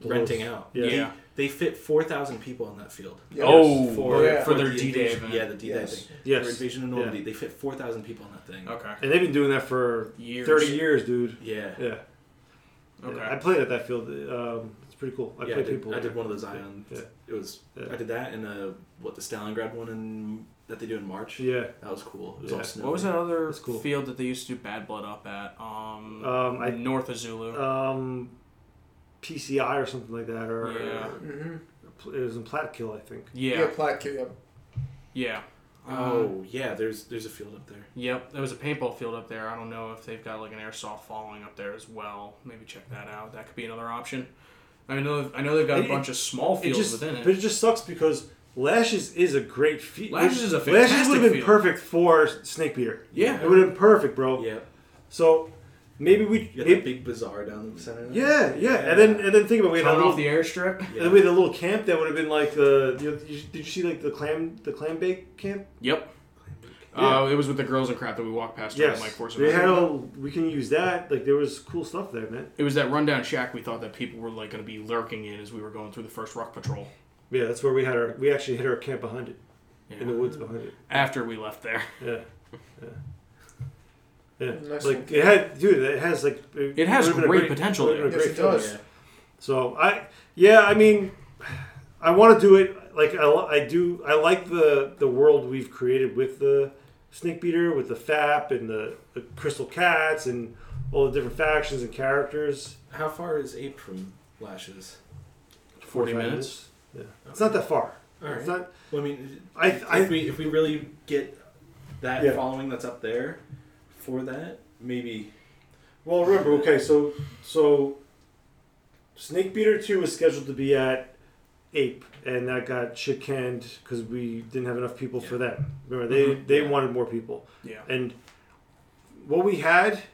Speaker 8: renting out
Speaker 6: Yeah.
Speaker 8: They-
Speaker 7: Yeah.
Speaker 8: they, fit 4000 people in that field
Speaker 9: Yeah.
Speaker 7: Oh,
Speaker 9: yeah.
Speaker 7: for their
Speaker 8: the
Speaker 7: D-Day
Speaker 8: invasion-
Speaker 7: event.
Speaker 8: yeah the d-day
Speaker 9: Yes.
Speaker 8: thing
Speaker 6: Yes.
Speaker 8: for invasion of
Speaker 6: Yeah.
Speaker 8: normandy they fit 4000 people in that thing
Speaker 7: Okay.
Speaker 6: and they've been doing that for
Speaker 7: Years.
Speaker 6: thirty years, dude.
Speaker 8: yeah
Speaker 6: Yeah.
Speaker 7: Okay.
Speaker 6: I played at that field. Um, it's pretty cool. I
Speaker 8: yeah, I
Speaker 6: played
Speaker 8: did,
Speaker 6: people.
Speaker 8: I did one of those ion.
Speaker 6: Yeah.
Speaker 8: It was
Speaker 6: Yeah.
Speaker 8: I did that and uh, what the Stalingrad one in that they do in March.
Speaker 6: Yeah.
Speaker 8: that was cool. It was
Speaker 6: Yeah.
Speaker 8: all snow.
Speaker 7: What was that other
Speaker 6: That's cool.
Speaker 7: field that they used to do Bad Blood up at? Um,
Speaker 6: Um, I-
Speaker 7: North of Zulu.
Speaker 6: Um, PCI or something like that, or
Speaker 7: Yeah.
Speaker 9: Mm-hmm.
Speaker 6: it was in Platkill, I think.
Speaker 9: Yeah.
Speaker 7: yeah.
Speaker 9: plaque yeah.
Speaker 7: Yeah. Uh,
Speaker 8: Oh yeah, there's there's a field up there.
Speaker 7: Yep. There was a paintball field up there. I don't know if they've got like an airsoft following up there as well. Maybe check that out. That could be another option. I know. I know they've got a
Speaker 6: It-
Speaker 7: bunch of small
Speaker 6: It
Speaker 7: fields
Speaker 6: just,
Speaker 7: within it.
Speaker 6: but it just sucks because Lashes is a great feat.
Speaker 7: Lashes is a
Speaker 6: Lashes
Speaker 7: fantastic
Speaker 6: would have been
Speaker 7: field.
Speaker 6: perfect for Snake Beater.
Speaker 7: Yeah.
Speaker 6: it would have been perfect, bro.
Speaker 8: Yeah,
Speaker 6: So maybe we.
Speaker 8: you got
Speaker 6: may-
Speaker 8: that big bazaar down the center.
Speaker 6: yeah, yeah, and then and then think about it, we had a
Speaker 7: Coming
Speaker 6: little,
Speaker 7: off the airstrip.
Speaker 6: and then we had a little camp that would have been like the. You know, you- did you see like the clam the clam bake camp?
Speaker 7: Yep. Uh, it was with the girls and crap that we walked past during
Speaker 6: Yes,
Speaker 7: Mike Force.
Speaker 6: they had all. We can use that. Like there was cool stuff there, man.
Speaker 7: It was that rundown shack we thought that people were like going to be lurking in as we were going through the first ruck patrol.
Speaker 6: Yeah, that's where we had our. We actually hit our camp behind it, in the woods behind it. <laughs>
Speaker 7: After we left there,
Speaker 6: Yeah. Yeah.
Speaker 9: Nice
Speaker 6: like
Speaker 9: one.
Speaker 6: it had, dude. It has like it,
Speaker 7: It has
Speaker 6: would've been a
Speaker 7: great potential
Speaker 6: would've been a
Speaker 9: Yes, it
Speaker 6: great film,
Speaker 9: does.
Speaker 6: yeah. So I, yeah, I mean, I want to do it. Like I, li- I do. I like the the world we've created with the Snake Beater, with the FAP and the, the Crystal Cats and all the different factions and characters.
Speaker 8: How far is Ape from Lashes?
Speaker 6: Forty
Speaker 7: minutes?
Speaker 6: Yeah, it's not that far.
Speaker 8: All
Speaker 6: It's not.
Speaker 8: Well, I mean,
Speaker 6: I-
Speaker 8: if
Speaker 6: I-
Speaker 8: we if we really get that
Speaker 6: Yeah.
Speaker 8: following that's up there for that, maybe
Speaker 6: Well, remember, okay, so so Snake Beater Two was scheduled to be at Ape, and that got shit canned because we didn't have enough people for that. Remember, they they wanted more people,
Speaker 7: Yeah.
Speaker 6: and what we had,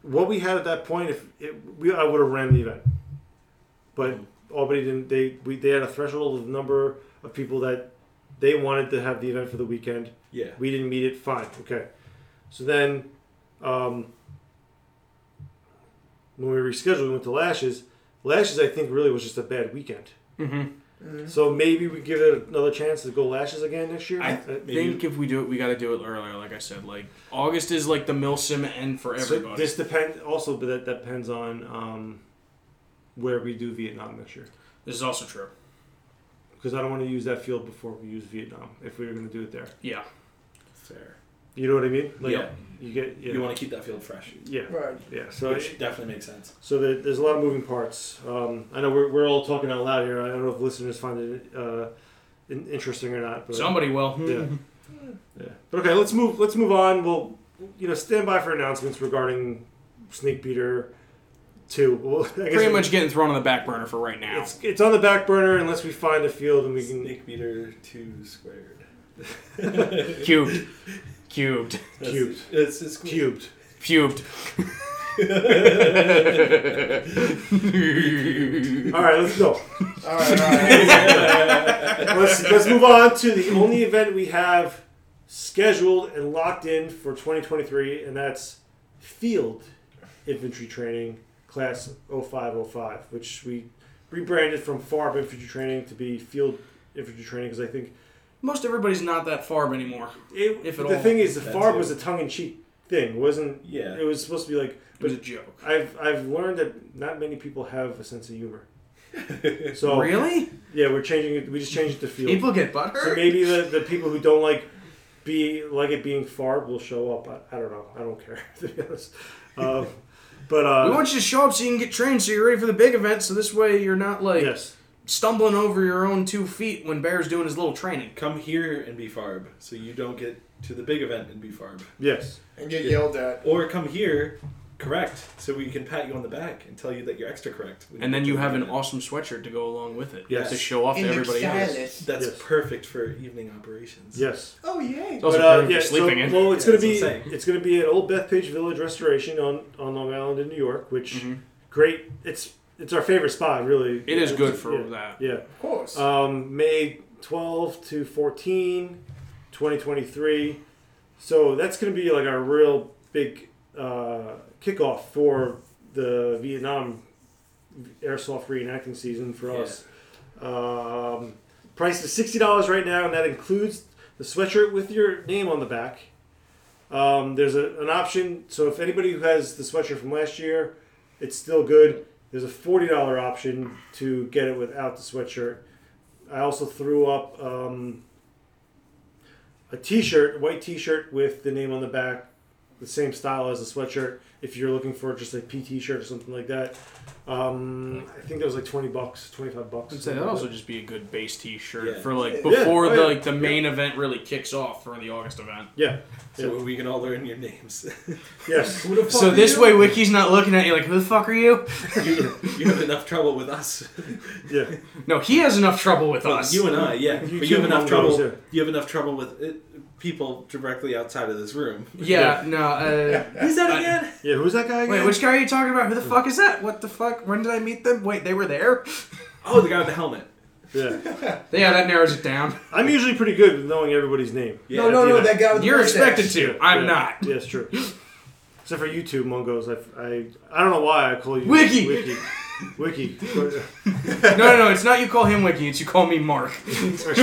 Speaker 6: what we had at that point, if it, we I would have ran the event, but Albany didn't. They we they had a threshold of number of people that they wanted to have the event for the weekend.
Speaker 8: yeah.
Speaker 6: We didn't meet it. Fine. Okay. So then, um, when we rescheduled, we went to Lashes. Lashes, I think, really was just a bad weekend. Mm-hmm. So maybe we give it another chance to go Lashes again next year.
Speaker 7: I
Speaker 6: Uh,
Speaker 7: think if we do it, we got to do it earlier. Like I said, like August is like the Milsim end for
Speaker 6: So
Speaker 7: everybody.
Speaker 6: this depends also, but that depends on um, where we do Vietnam next year.
Speaker 7: this is also true.
Speaker 6: Because I don't want to use that field before we use Vietnam if we were going to do it there.
Speaker 7: Yeah.
Speaker 8: Fair.
Speaker 6: You know what I mean?
Speaker 8: Yeah.
Speaker 6: You get yeah.
Speaker 8: You want to keep that field fresh,
Speaker 6: yeah.
Speaker 9: Right.
Speaker 6: Yeah. So it-
Speaker 8: which definitely makes sense.
Speaker 6: So there, there's a lot of moving parts. Um, I know we're, we're all talking out loud here. I don't know if listeners find it uh, in- interesting or not. But,
Speaker 7: Somebody will. <laughs>
Speaker 6: Yeah. yeah. But okay, let's move. Let's move on. We'll, you know, stand by for announcements regarding Snake Beater Two. Well, <laughs> I guess
Speaker 7: Pretty much getting thrown on the back burner for right now.
Speaker 6: It's, it's on the back burner unless we find a field and we can.
Speaker 8: Snake meter two squared.
Speaker 6: <laughs>
Speaker 7: Cubed. Cubed.
Speaker 6: Cubed.
Speaker 8: It's, it's cool.
Speaker 6: Cubed.
Speaker 7: Cubed.
Speaker 6: <laughs> All right, let's go.
Speaker 9: All right. All right.
Speaker 6: let's, let's move on to the only event we have scheduled and locked in for 2023, and that's Field Infantry Training Class 0505, which we rebranded from FARB Infantry Training to be Field Infantry Training because I think
Speaker 7: Most everybody's not that farb anymore.
Speaker 6: it,
Speaker 7: If at
Speaker 6: the
Speaker 7: all,
Speaker 6: thing is the
Speaker 8: that
Speaker 6: FARB
Speaker 8: too.
Speaker 6: was a tongue in cheek thing, it wasn't?
Speaker 8: <laughs> Yeah.
Speaker 6: It was supposed to be like,
Speaker 7: It was a
Speaker 6: but
Speaker 7: joke.
Speaker 6: I've I've learned that not many people have a sense of
Speaker 7: <laughs>
Speaker 6: humor. So
Speaker 7: Really?
Speaker 6: Oh, yeah, we're changing it. We just changed it to Field.
Speaker 7: People get butthurt?
Speaker 6: So maybe the, the people who don't like be like it being farb will show up. I, I don't know. I don't care <laughs> to be honest. Um, but
Speaker 7: we
Speaker 6: uh,
Speaker 7: want you to show up so you can get trained so you're ready for the big event so this way you're not like
Speaker 6: yes,
Speaker 7: stumbling over your own two feet when Bear's doing his little training.
Speaker 8: Come here and be farb, so you don't get to the big event and be farb.
Speaker 6: yes,
Speaker 9: And get yelled at.
Speaker 8: Or come here, correct, so we can pat you on the back and tell you that you're extra correct. when
Speaker 7: And then
Speaker 8: get to
Speaker 7: you
Speaker 8: the
Speaker 7: have
Speaker 8: big
Speaker 7: an
Speaker 8: event.
Speaker 7: awesome sweatshirt to go along with it.
Speaker 6: Yes.
Speaker 7: To show off to everybody else.
Speaker 8: That's
Speaker 6: Yes.
Speaker 8: perfect for evening operations.
Speaker 6: yes.
Speaker 9: Oh yay.
Speaker 7: It's also
Speaker 6: But, uh,
Speaker 7: perfect for
Speaker 6: yeah, so-
Speaker 7: sleeping in.
Speaker 6: well, it's
Speaker 8: Yeah,
Speaker 6: gonna
Speaker 8: that's
Speaker 6: be
Speaker 8: what I'm saying.
Speaker 6: it's gonna be at Old Bethpage Village Restoration on on Long Island in New York, which great. It's it's our favorite spot, really.
Speaker 7: Mm-hmm. It is good for
Speaker 6: yeah,
Speaker 7: that.
Speaker 6: Yeah.
Speaker 9: Of course.
Speaker 6: Um, May 12 to 14, 2023. So that's going to be like our real big uh, kickoff for the Vietnam airsoft reenacting season for us. Um, price is sixty dollars right now, and that includes the sweatshirt with your name on the back. Um, there's a, an option, so if anybody who has the sweatshirt from last year, it's still good. There's a forty dollar option to get it without the sweatshirt. I also threw up um, a T-shirt, white T-shirt with the name on the back, the same style as the sweatshirt. If you're looking for just a PT shirt or something like that, um, I think that was like twenty bucks, twenty five bucks.
Speaker 7: I'd say that'd also just be a good base T-shirt
Speaker 8: Yeah.
Speaker 7: for like
Speaker 6: Yeah.
Speaker 7: before
Speaker 6: Oh,
Speaker 7: the
Speaker 6: yeah.
Speaker 7: like the main event really kicks off for the August event.
Speaker 6: yeah,
Speaker 8: So we can all learn your names. <laughs>
Speaker 6: yes.
Speaker 9: Who the fuck
Speaker 7: So
Speaker 9: are
Speaker 7: this
Speaker 9: you?
Speaker 7: way, Wiki's not looking at you like, "Who the fuck are <laughs> you?"
Speaker 8: you, <laughs> you have enough trouble with us.
Speaker 6: Yeah,
Speaker 7: No, he has enough trouble with us.
Speaker 8: You and I, yeah.
Speaker 6: You
Speaker 8: but you have
Speaker 6: two
Speaker 8: enough
Speaker 6: mongrels,
Speaker 8: trouble.
Speaker 6: yeah.
Speaker 8: You have enough trouble with it, people directly outside of this room.
Speaker 7: yeah, no.
Speaker 6: <laughs>
Speaker 7: Uh,
Speaker 8: Who's that again?
Speaker 6: yeah. Who's that guy again?
Speaker 7: wait, which guy are you talking about? Who the fuck is that? What the fuck? When did I meet them? Wait, they were there.
Speaker 8: Oh, the guy with the helmet.
Speaker 6: Yeah,
Speaker 7: Yeah, that narrows it <laughs> down.
Speaker 6: I'm usually pretty good with knowing everybody's name.
Speaker 8: Yeah.
Speaker 9: no, no, no,
Speaker 6: yeah.
Speaker 9: that guy with the
Speaker 7: You're
Speaker 9: mustache.
Speaker 7: expected to. I'm
Speaker 6: Yeah.
Speaker 7: <laughs> not.
Speaker 6: Yeah, it's true. Except for you two mongos, I, I, I don't know why I call you
Speaker 7: Wiki.
Speaker 6: Wiki,
Speaker 9: <laughs>
Speaker 6: Wiki,
Speaker 7: No, no, no. It's not you call him Wiki. It's you call me
Speaker 6: <laughs>
Speaker 7: Mark. You're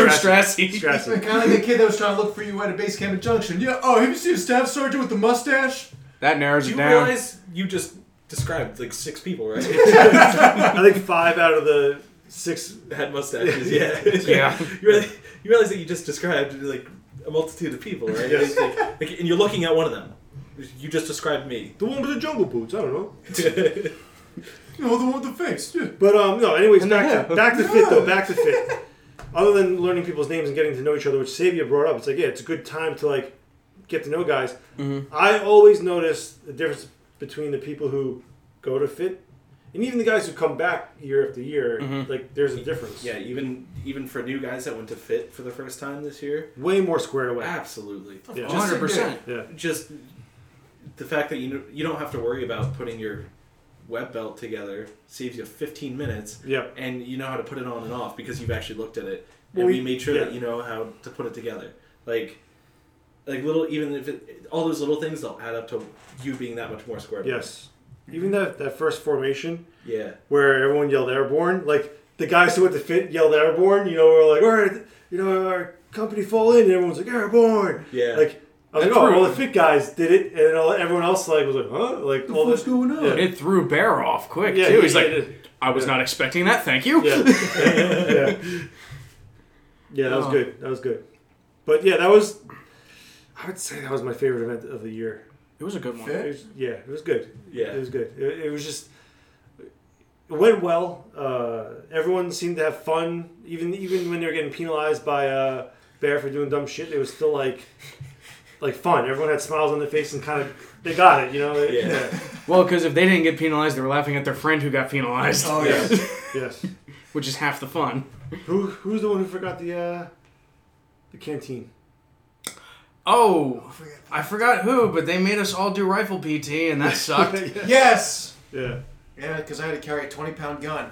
Speaker 7: Strassi.
Speaker 9: It's like
Speaker 6: Strassi.
Speaker 9: kind of like the kid that was trying to look for you at a base camp at Junction. Yeah. Oh, have you seen a staff sergeant with the mustache?
Speaker 7: That narrows
Speaker 8: Do
Speaker 7: it
Speaker 8: you
Speaker 7: down.
Speaker 8: realize you just described like six people, right? <laughs>
Speaker 6: I think five out of the six.
Speaker 8: Had mustaches, yeah. <laughs>
Speaker 7: Yeah.
Speaker 8: you, realize, you realize that you just described like a multitude of people, right?
Speaker 6: Yes.
Speaker 8: Like, like, and you're looking at one of them. You just described me.
Speaker 6: The one with the jungle boots. I don't know.
Speaker 9: You know, the one with the face. Yeah.
Speaker 6: But um, no. Anyways,
Speaker 7: And the
Speaker 6: back to,
Speaker 7: hair.
Speaker 6: back to fit though.
Speaker 9: Yeah.
Speaker 6: Back to fit.
Speaker 7: <laughs>
Speaker 6: Other than learning people's names and getting to know each other, which Sabia brought up, it's like yeah, it's a good time to like get to know guys.
Speaker 7: Mm-hmm.
Speaker 6: I always notice the difference between the people who go to fit and even the guys who come back year after year.
Speaker 7: Mm-hmm.
Speaker 6: Like there's a difference.
Speaker 8: Yeah, even even for new guys that went to fit for the first time this year,
Speaker 6: way more squared away.
Speaker 7: Ah.
Speaker 8: absolutely.
Speaker 6: Yeah.
Speaker 8: Just-
Speaker 7: 100%.
Speaker 6: Yeah.
Speaker 8: just the fact that you know, you don't have to worry about putting your web belt together saves you 15 minutes
Speaker 6: Yeah.
Speaker 8: and you know how to put it on and off because you've actually looked at it
Speaker 6: Well,
Speaker 8: and we
Speaker 6: we-
Speaker 8: made sure that
Speaker 6: yeah.
Speaker 8: you know how to put it together like like little even if it, all those little things they'll add up to you being that much more squared away.
Speaker 6: Yes. Even that that first formation
Speaker 8: yeah
Speaker 6: where everyone yelled airborne, like the guys who went to fit yelled airborne. You know, we're like, all right, you know, our company fall in, and everyone's like airborne.
Speaker 8: Yeah.
Speaker 6: Like I was
Speaker 7: That's
Speaker 6: like, oh,
Speaker 7: true.
Speaker 6: well, the fit guys did it, and then all, everyone else like was like, huh, like all this
Speaker 9: fuck's going on?
Speaker 6: Yeah.
Speaker 7: It threw Bear off quick,
Speaker 6: Yeah,
Speaker 7: too.
Speaker 6: he-
Speaker 7: He's
Speaker 6: he
Speaker 7: like,
Speaker 6: did.
Speaker 7: I was not expecting that. Thank you.
Speaker 6: Yeah.
Speaker 7: <laughs>
Speaker 6: yeah. Yeah, that was
Speaker 7: Oh.
Speaker 6: good. That was good. But yeah, that was. I would say that was my favorite event of the year.
Speaker 7: It was a good one.
Speaker 6: It was, yeah, it was good.
Speaker 8: yeah
Speaker 6: It was good. It, it was just it went well. Uh, everyone seemed to have fun, even even when they were getting penalized by uh, Bear for doing dumb shit. It was still like like fun. Everyone had smiles on their face and kind of they got it, you know. They-
Speaker 8: Yeah.
Speaker 7: Well, because if they didn't get penalized, they were laughing at their friend who got penalized,
Speaker 9: Oh, yeah.
Speaker 6: yes.
Speaker 7: <laughs> which is half the fun.
Speaker 6: Who who's the one who forgot the uh, the canteen?
Speaker 7: Oh, I forgot who, but they made us all do rifle PT, <laughs> and that sucked.
Speaker 9: yes!
Speaker 6: Yeah.
Speaker 9: Yeah, because I had to carry a 20 pound gun.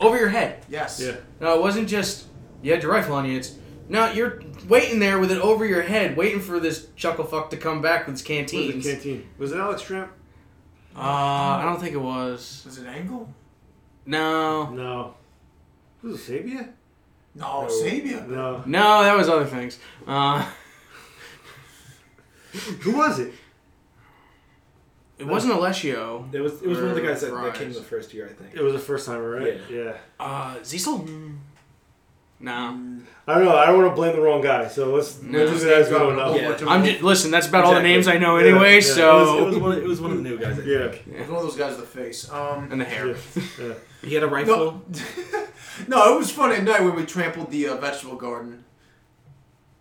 Speaker 7: Over your head.
Speaker 9: Yes.
Speaker 6: Yeah.
Speaker 7: No, it wasn't just you had your rifle on you. It's no, you're waiting there with it over your head, waiting for this chuckle fuck to come back with his
Speaker 6: Who was
Speaker 7: canteens.
Speaker 6: the canteen? Was it Alex Tramp?
Speaker 7: uh, I don't think it was.
Speaker 9: Was it Angle?
Speaker 7: No,
Speaker 6: No. Was it Sabia?
Speaker 9: No, Sabia.
Speaker 6: No.
Speaker 7: no, that was other things. Uh,
Speaker 6: Who was it?
Speaker 7: it wasn't Alessio.
Speaker 8: it was it was one of the
Speaker 7: Or
Speaker 8: guys that, that came
Speaker 7: fries.
Speaker 8: the first year i think
Speaker 6: It was the first time, right? yeah.
Speaker 7: Uh, Ziesel. No,
Speaker 6: I don't know. I don't want to blame the wrong guy. So let's
Speaker 7: No.
Speaker 6: let's do that as we don't know.
Speaker 9: Oh,
Speaker 8: Yeah.
Speaker 9: what-
Speaker 7: I'm just listen. That's about all the
Speaker 8: Exactly.
Speaker 7: names I know
Speaker 6: Yeah,
Speaker 7: anyway.
Speaker 6: yeah.
Speaker 7: So
Speaker 8: it was one of, it was one of the new guys I
Speaker 6: Yeah.
Speaker 8: think.
Speaker 9: It was one of those guys with the face. Um,
Speaker 7: and the hair.
Speaker 6: Yeah. yeah.
Speaker 8: he had a rifle
Speaker 9: no, <laughs> no, it was fun at night when we trampled the uh, vegetable garden.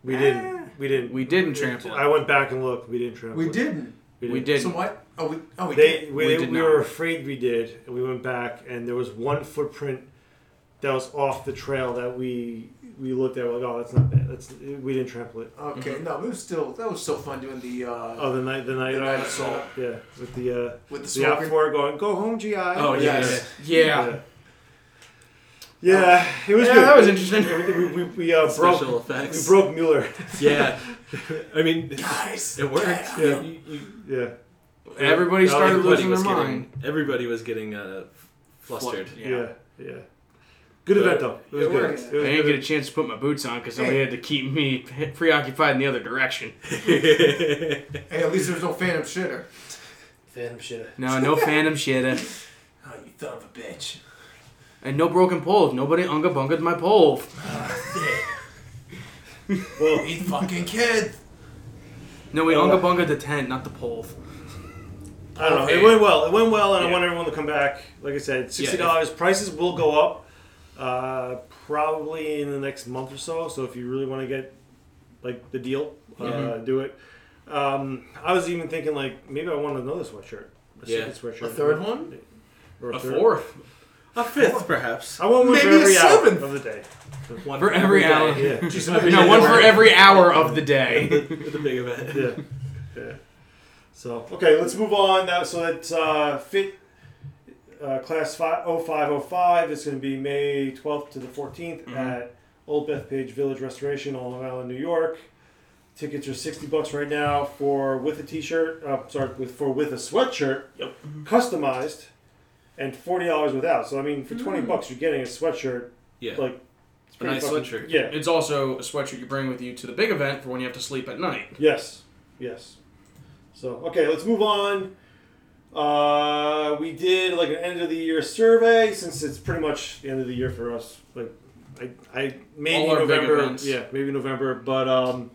Speaker 6: We didn't. We didn't.
Speaker 7: We didn't trample.
Speaker 6: I
Speaker 7: it.
Speaker 6: went back and looked. We didn't trample.
Speaker 9: We
Speaker 6: it.
Speaker 9: didn't.
Speaker 7: We did.
Speaker 9: So what? Oh, we, oh, we
Speaker 6: They,
Speaker 9: did.
Speaker 6: we, we,
Speaker 7: We did not.
Speaker 6: were afraid we did, and we went back, and there was one footprint that was off the trail that we we looked at. We're like, oh, that's not bad. That's we didn't trample it.
Speaker 9: Okay, no, it was still, that was still fun doing the, uh,
Speaker 6: Oh, the night, the night,
Speaker 9: The night
Speaker 6: uh,
Speaker 9: assault.
Speaker 6: Yeah, with the uh,
Speaker 9: with the
Speaker 6: the
Speaker 9: smoker.
Speaker 6: outdoor going, go home, GI.
Speaker 8: oh yeah,
Speaker 9: Yes.
Speaker 8: yeah.
Speaker 7: Yeah.
Speaker 6: yeah. Yeah, it was
Speaker 7: Yeah,
Speaker 6: good.
Speaker 7: that was interesting.
Speaker 6: We, we, we, uh,
Speaker 8: special
Speaker 6: broke, we
Speaker 8: effects
Speaker 6: broke Mueller. <laughs>
Speaker 8: yeah i mean
Speaker 9: Guys,
Speaker 8: It worked.
Speaker 6: Yeah.
Speaker 8: You- you-
Speaker 6: yeah.
Speaker 7: Everybody
Speaker 6: No,
Speaker 7: started
Speaker 8: everybody
Speaker 7: losing their
Speaker 8: was getting.
Speaker 7: mind.
Speaker 8: Everybody was getting uh, flustered. <laughs>
Speaker 7: Flustered,
Speaker 6: Yeah, yeah.
Speaker 8: But
Speaker 6: Good event though. It was
Speaker 9: it
Speaker 6: good.
Speaker 9: worked.
Speaker 6: It was
Speaker 7: I didn't
Speaker 6: good.
Speaker 7: get a chance to put my boots on because somebody had to keep me <laughs> preoccupied in the other direction.
Speaker 9: hey, at least there was no phantom shitter.
Speaker 8: Phantom shit.
Speaker 7: No, no phantom shit.
Speaker 9: Oh, you son of a bitch.
Speaker 7: And no broken pole. Nobody unga bungaed my pole.
Speaker 6: Oh.
Speaker 9: You fucking kid.
Speaker 7: No, we unga bungaed the tent, not the pole.
Speaker 6: I don't know. It
Speaker 7: Okay.
Speaker 6: went well. It went well, and I
Speaker 7: Yeah.
Speaker 6: want everyone to come back. Like I said, sixty dollars. Prices will go up, uh, probably in the next month or so. So if you really want to get like the deal, uh, do it. Um, I was even thinking like maybe I want another sweatshirt, a
Speaker 8: Yeah.
Speaker 6: second sweatshirt,
Speaker 9: A third one?
Speaker 6: or
Speaker 7: A
Speaker 6: third.
Speaker 7: fourth
Speaker 8: A fifth, perhaps.
Speaker 6: I want one for
Speaker 9: Maybe a
Speaker 6: every hour
Speaker 9: seventh.
Speaker 6: of the day.
Speaker 8: One
Speaker 7: for every hour.
Speaker 6: Yeah,
Speaker 8: <laughs>
Speaker 7: No,
Speaker 6: <laughs>
Speaker 7: one for <laughs> every hour of the day.
Speaker 8: The big event.
Speaker 6: yeah, yeah. So okay, let's move on. Now, so that's uh, fit uh, class five oh five oh five. It's going to be May twelfth to the 14th
Speaker 8: Mm-hmm.
Speaker 6: at Old Bethpage Village Restoration on Long Island, New York. Tickets are sixty bucks right now for with a t-shirt. Uh, sorry, with for with a sweatshirt, yep. customized, and forty dollars without. So I mean, for twenty bucks, you're getting a sweatshirt.
Speaker 8: Mm. Yeah.
Speaker 6: Like it's
Speaker 8: a nice
Speaker 6: fucking-
Speaker 8: sweatshirt.
Speaker 6: Yeah.
Speaker 7: It's also a sweatshirt you bring with you to the big event for when you have to sleep at night.
Speaker 6: Yes. Yes. So okay, let's move on. Uh, we did like an end of the year survey since it's pretty much the end of the year for us. Like, I, I maybe
Speaker 7: All our big
Speaker 6: November,
Speaker 7: events.
Speaker 6: yeah, maybe November, but um,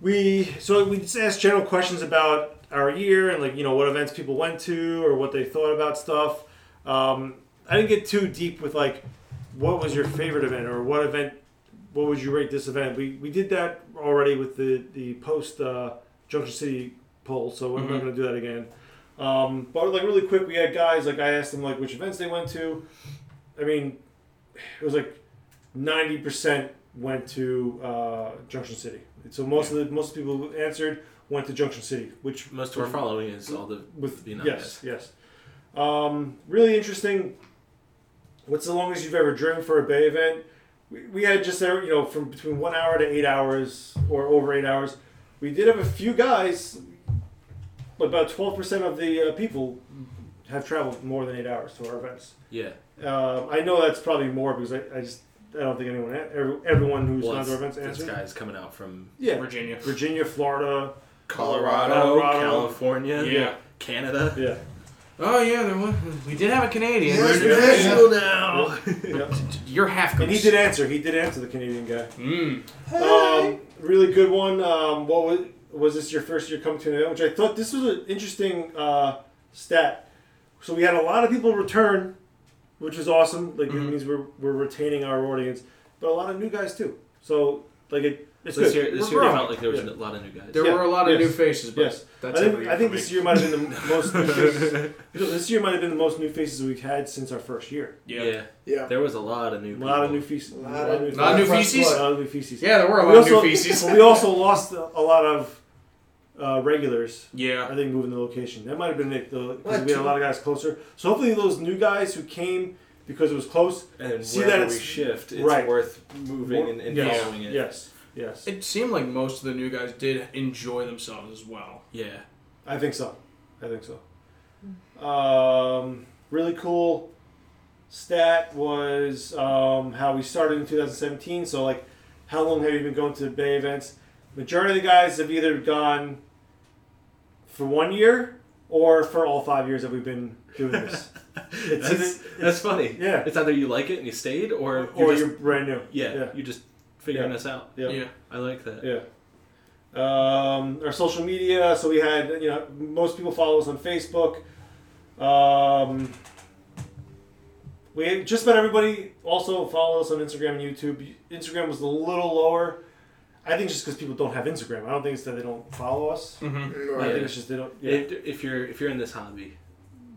Speaker 6: we so we just asked general questions about our year and like you know what events people went to or what they thought about stuff. Um, I didn't get too deep with like what was your favorite event or what event what would you rate this event? We, we did that already with the the post uh, Junction City poll, so I'm not going to do that again. Um, but like really quick, we had guys like I asked them like which events they went to. I mean, it was like ninety percent went to uh, Junction City. So most of the most people who answered went to Junction City, which
Speaker 8: Most of our following is all the
Speaker 6: with
Speaker 8: Vietnam
Speaker 6: yes yes. Um, really interesting. What's the longest you've ever driven for a bay event? We, we had just there, you know, from between one hour to eight hours or over eight hours. We did have a few guys, but about twelve percent of the uh, people have traveled more than eight hours to our events.
Speaker 8: Yeah.
Speaker 6: Uh, I know that's probably more because I, I just I don't think anyone e-, every, everyone who's
Speaker 8: Well,
Speaker 6: gone to our
Speaker 8: it's-
Speaker 6: events
Speaker 8: this
Speaker 6: answered.
Speaker 8: guy's coming out from
Speaker 6: Yeah,
Speaker 7: Virginia.
Speaker 6: Virginia, Florida.
Speaker 8: Colorado,
Speaker 6: Colorado.
Speaker 8: California,
Speaker 7: Yeah.
Speaker 8: Canada.
Speaker 6: Yeah,
Speaker 7: Oh yeah, there was. We did have a Canadian.
Speaker 8: International now. <laughs>
Speaker 6: yeah.
Speaker 7: You're half.
Speaker 6: and he did answer. He did answer the Canadian guy.
Speaker 7: Mm.
Speaker 6: Um, really good one. Um, what was, was this your first year coming to an event? Which I thought this was an interesting uh, stat. So we had a lot of people return, which was awesome. Like
Speaker 8: Mm-hmm.
Speaker 6: it means we're, we're retaining our audience, but a lot of new guys too. So like it, it's
Speaker 8: this
Speaker 6: good.
Speaker 8: year, this
Speaker 6: We're
Speaker 8: year
Speaker 6: growing.
Speaker 8: felt like there was a
Speaker 6: Yeah.
Speaker 8: lot of new guys.
Speaker 7: There
Speaker 6: Yeah,
Speaker 7: were a lot of
Speaker 6: yes,
Speaker 7: new faces, but
Speaker 6: yes.
Speaker 7: that's
Speaker 6: I
Speaker 7: every
Speaker 6: think,
Speaker 7: year
Speaker 6: I think
Speaker 7: for
Speaker 6: this
Speaker 7: me.
Speaker 6: year might have been the
Speaker 8: <laughs>
Speaker 6: most. New faces. This year might have been the most new faces we've had since our first year.
Speaker 7: Yeah.
Speaker 8: Yeah.
Speaker 7: yeah.
Speaker 9: Yeah.
Speaker 8: There was a lot of new
Speaker 6: A
Speaker 8: people.
Speaker 6: lot of new feces. A lot of new,
Speaker 7: Lot of new
Speaker 9: Front
Speaker 7: feces?
Speaker 9: foot.
Speaker 6: A lot of new feces.
Speaker 7: there were a
Speaker 6: We
Speaker 7: lot
Speaker 6: also-
Speaker 7: of new feces.
Speaker 6: but <laughs> we also lost a a lot of uh, regulars. I
Speaker 7: yeah.
Speaker 6: think moving the location. That might have been it. The, 'cause
Speaker 9: What?
Speaker 6: we had a lot of guys closer. So hopefully those new guys who came because it was close.
Speaker 8: And
Speaker 6: See
Speaker 8: wherever
Speaker 6: that it's-
Speaker 8: we shift, it's
Speaker 6: right.
Speaker 8: worth moving and, and
Speaker 6: yes,
Speaker 8: following it.
Speaker 6: Yes. Yes.
Speaker 7: It seemed like most of the new guys did enjoy themselves as well.
Speaker 8: Yeah.
Speaker 6: I think so. I think so. Um, really cool stat was um, how we started in 2017. So, like, how long have you been going to the Bay events? Majority of the guys have either gone for one year or for all five years that we've been
Speaker 8: <laughs>
Speaker 6: doing this. It's-
Speaker 8: that's,
Speaker 6: it's-
Speaker 8: that's funny.
Speaker 6: yeah.
Speaker 8: It's either you like it and you stayed, or you
Speaker 6: or
Speaker 8: just,
Speaker 6: you're brand new.
Speaker 8: yeah,
Speaker 6: Yeah.
Speaker 8: you're just figuring
Speaker 6: Yeah.
Speaker 8: us out.
Speaker 6: Yeah.
Speaker 7: Yeah.
Speaker 8: I like that.
Speaker 6: Yeah. Um, our social media. So we had, you know, most people follow us on Facebook. Um, we had just about everybody also follow us on Instagram and YouTube. Instagram was a little lower. I think just because people don't have Instagram. I don't think it's that they don't follow us. I
Speaker 9: Right.
Speaker 6: think it's just they don't. Yeah,
Speaker 8: If, if you're if you're in this hobby,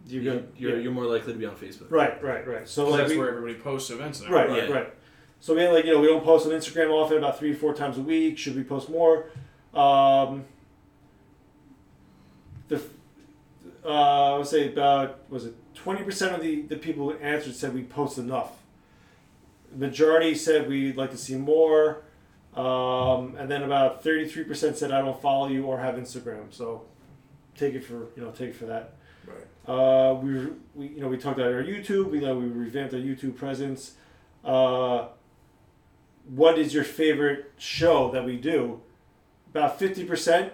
Speaker 6: you
Speaker 8: you
Speaker 6: go.
Speaker 8: you're,
Speaker 6: yeah.
Speaker 8: you're more likely to be on Facebook.
Speaker 6: right, right, right. So
Speaker 7: 'Cause
Speaker 6: like
Speaker 7: that's
Speaker 6: we-
Speaker 7: where everybody posts events. Now.
Speaker 6: Right,
Speaker 8: Yeah.
Speaker 6: right. So we had like you know we don't post on Instagram often, about three or four times a week. Should we post more? Um, the uh, I would say about was it twenty percent of the the people who answered said we post enough. Majority said we'd like to see more, um, and then about thirty three percent said I don't follow you or have Instagram. So take it for you know take it for that. Uh, we, we you know we talked about our YouTube. We know we revamped our YouTube presence. Uh, what is your favorite show that we do? About fifty percent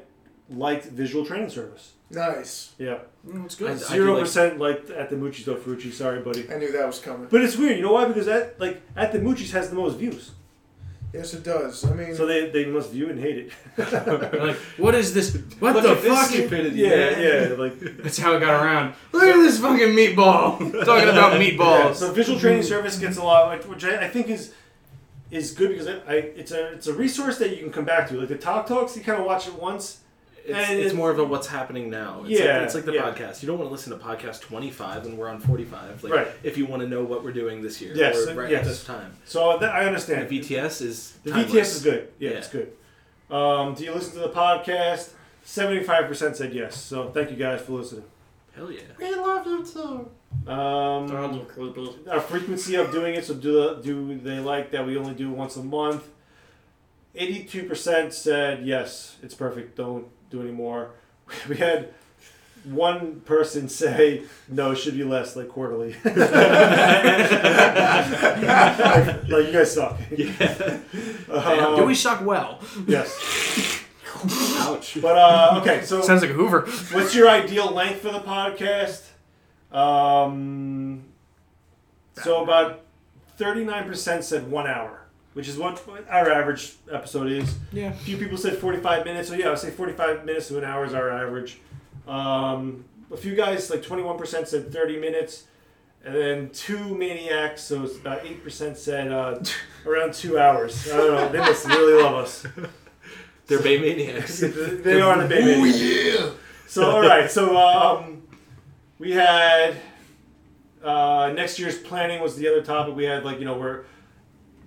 Speaker 6: liked Visual Training Service.
Speaker 9: Nice.
Speaker 6: Yeah,
Speaker 7: Mm, it's good.
Speaker 8: I do
Speaker 6: zero
Speaker 8: like-
Speaker 6: percent liked at the Moochies though Ferrucci. Sorry, buddy.
Speaker 9: I knew that was coming.
Speaker 6: But it's weird, you know why? Because that like at the Moochies has the most views,
Speaker 9: Yes, it does. I mean,
Speaker 6: so they, they must view and hate it.
Speaker 7: They're like, what is this? What
Speaker 6: <laughs>
Speaker 8: Look
Speaker 7: the
Speaker 8: at this
Speaker 7: fuck?
Speaker 8: stupidity.
Speaker 6: yeah,
Speaker 8: man.
Speaker 6: yeah, like
Speaker 7: That's how it got around. Look at this fucking meatball. <laughs> Talking about
Speaker 6: Yeah,
Speaker 7: meatballs.
Speaker 6: so Oh, visual training service gets a lot, like, which I, I think is is good because I, I it's a it's a resource that you can come back to. Like the talk talks, you kind of watch it once.
Speaker 8: It's,
Speaker 6: And
Speaker 8: it's
Speaker 6: it-
Speaker 8: more of a what's happening now. It's
Speaker 6: Yeah,
Speaker 8: like, it's like the
Speaker 6: yeah.
Speaker 8: podcast. You don't want to listen to podcast 25 when we're on 45. Like,
Speaker 6: Right.
Speaker 8: If you want to know what we're doing this year,
Speaker 6: Yes,
Speaker 8: or right
Speaker 6: yes.
Speaker 8: at this time.
Speaker 6: So uh, that, I
Speaker 8: The
Speaker 6: understand.
Speaker 8: VTS is
Speaker 6: The
Speaker 8: timeless.
Speaker 6: VTS is good. Yeah,
Speaker 8: Yeah.
Speaker 6: it's good. Um, do you listen to the podcast? Seventy-five percent said yes. So thank you guys for listening.
Speaker 8: Hell yeah.
Speaker 6: Um, our frequency of doing it. So do do they like that we only do once a month? Eighty-two percent said yes. It's perfect. Don't do any more. <laughs> We had one person say no. It should be less, like quarterly. <laughs> like you guys suck.
Speaker 8: Yeah.
Speaker 6: <laughs> Um,
Speaker 7: Do we suck well?
Speaker 6: Yes.
Speaker 8: <laughs> Ouch.
Speaker 6: But uh, okay, so
Speaker 7: Sounds like a Hoover.
Speaker 6: what's your ideal length for the podcast? Um, so about thirty-nine percent said one hour, which is what our average episode is.
Speaker 7: Yeah.
Speaker 6: A few people said forty-five minutes, so yeah, I would say forty-five minutes to an hour is our average. Um, a few guys, like twenty-one percent, said thirty minutes. And then two maniacs, so it's about eight percent said uh, around two hours. I don't know. They must really love us.
Speaker 8: They're Bay Maniacs.
Speaker 6: <laughs> They are the baby. Oh yeah. So all right. So um, we had uh, next year's planning was the other topic. We had like you know we're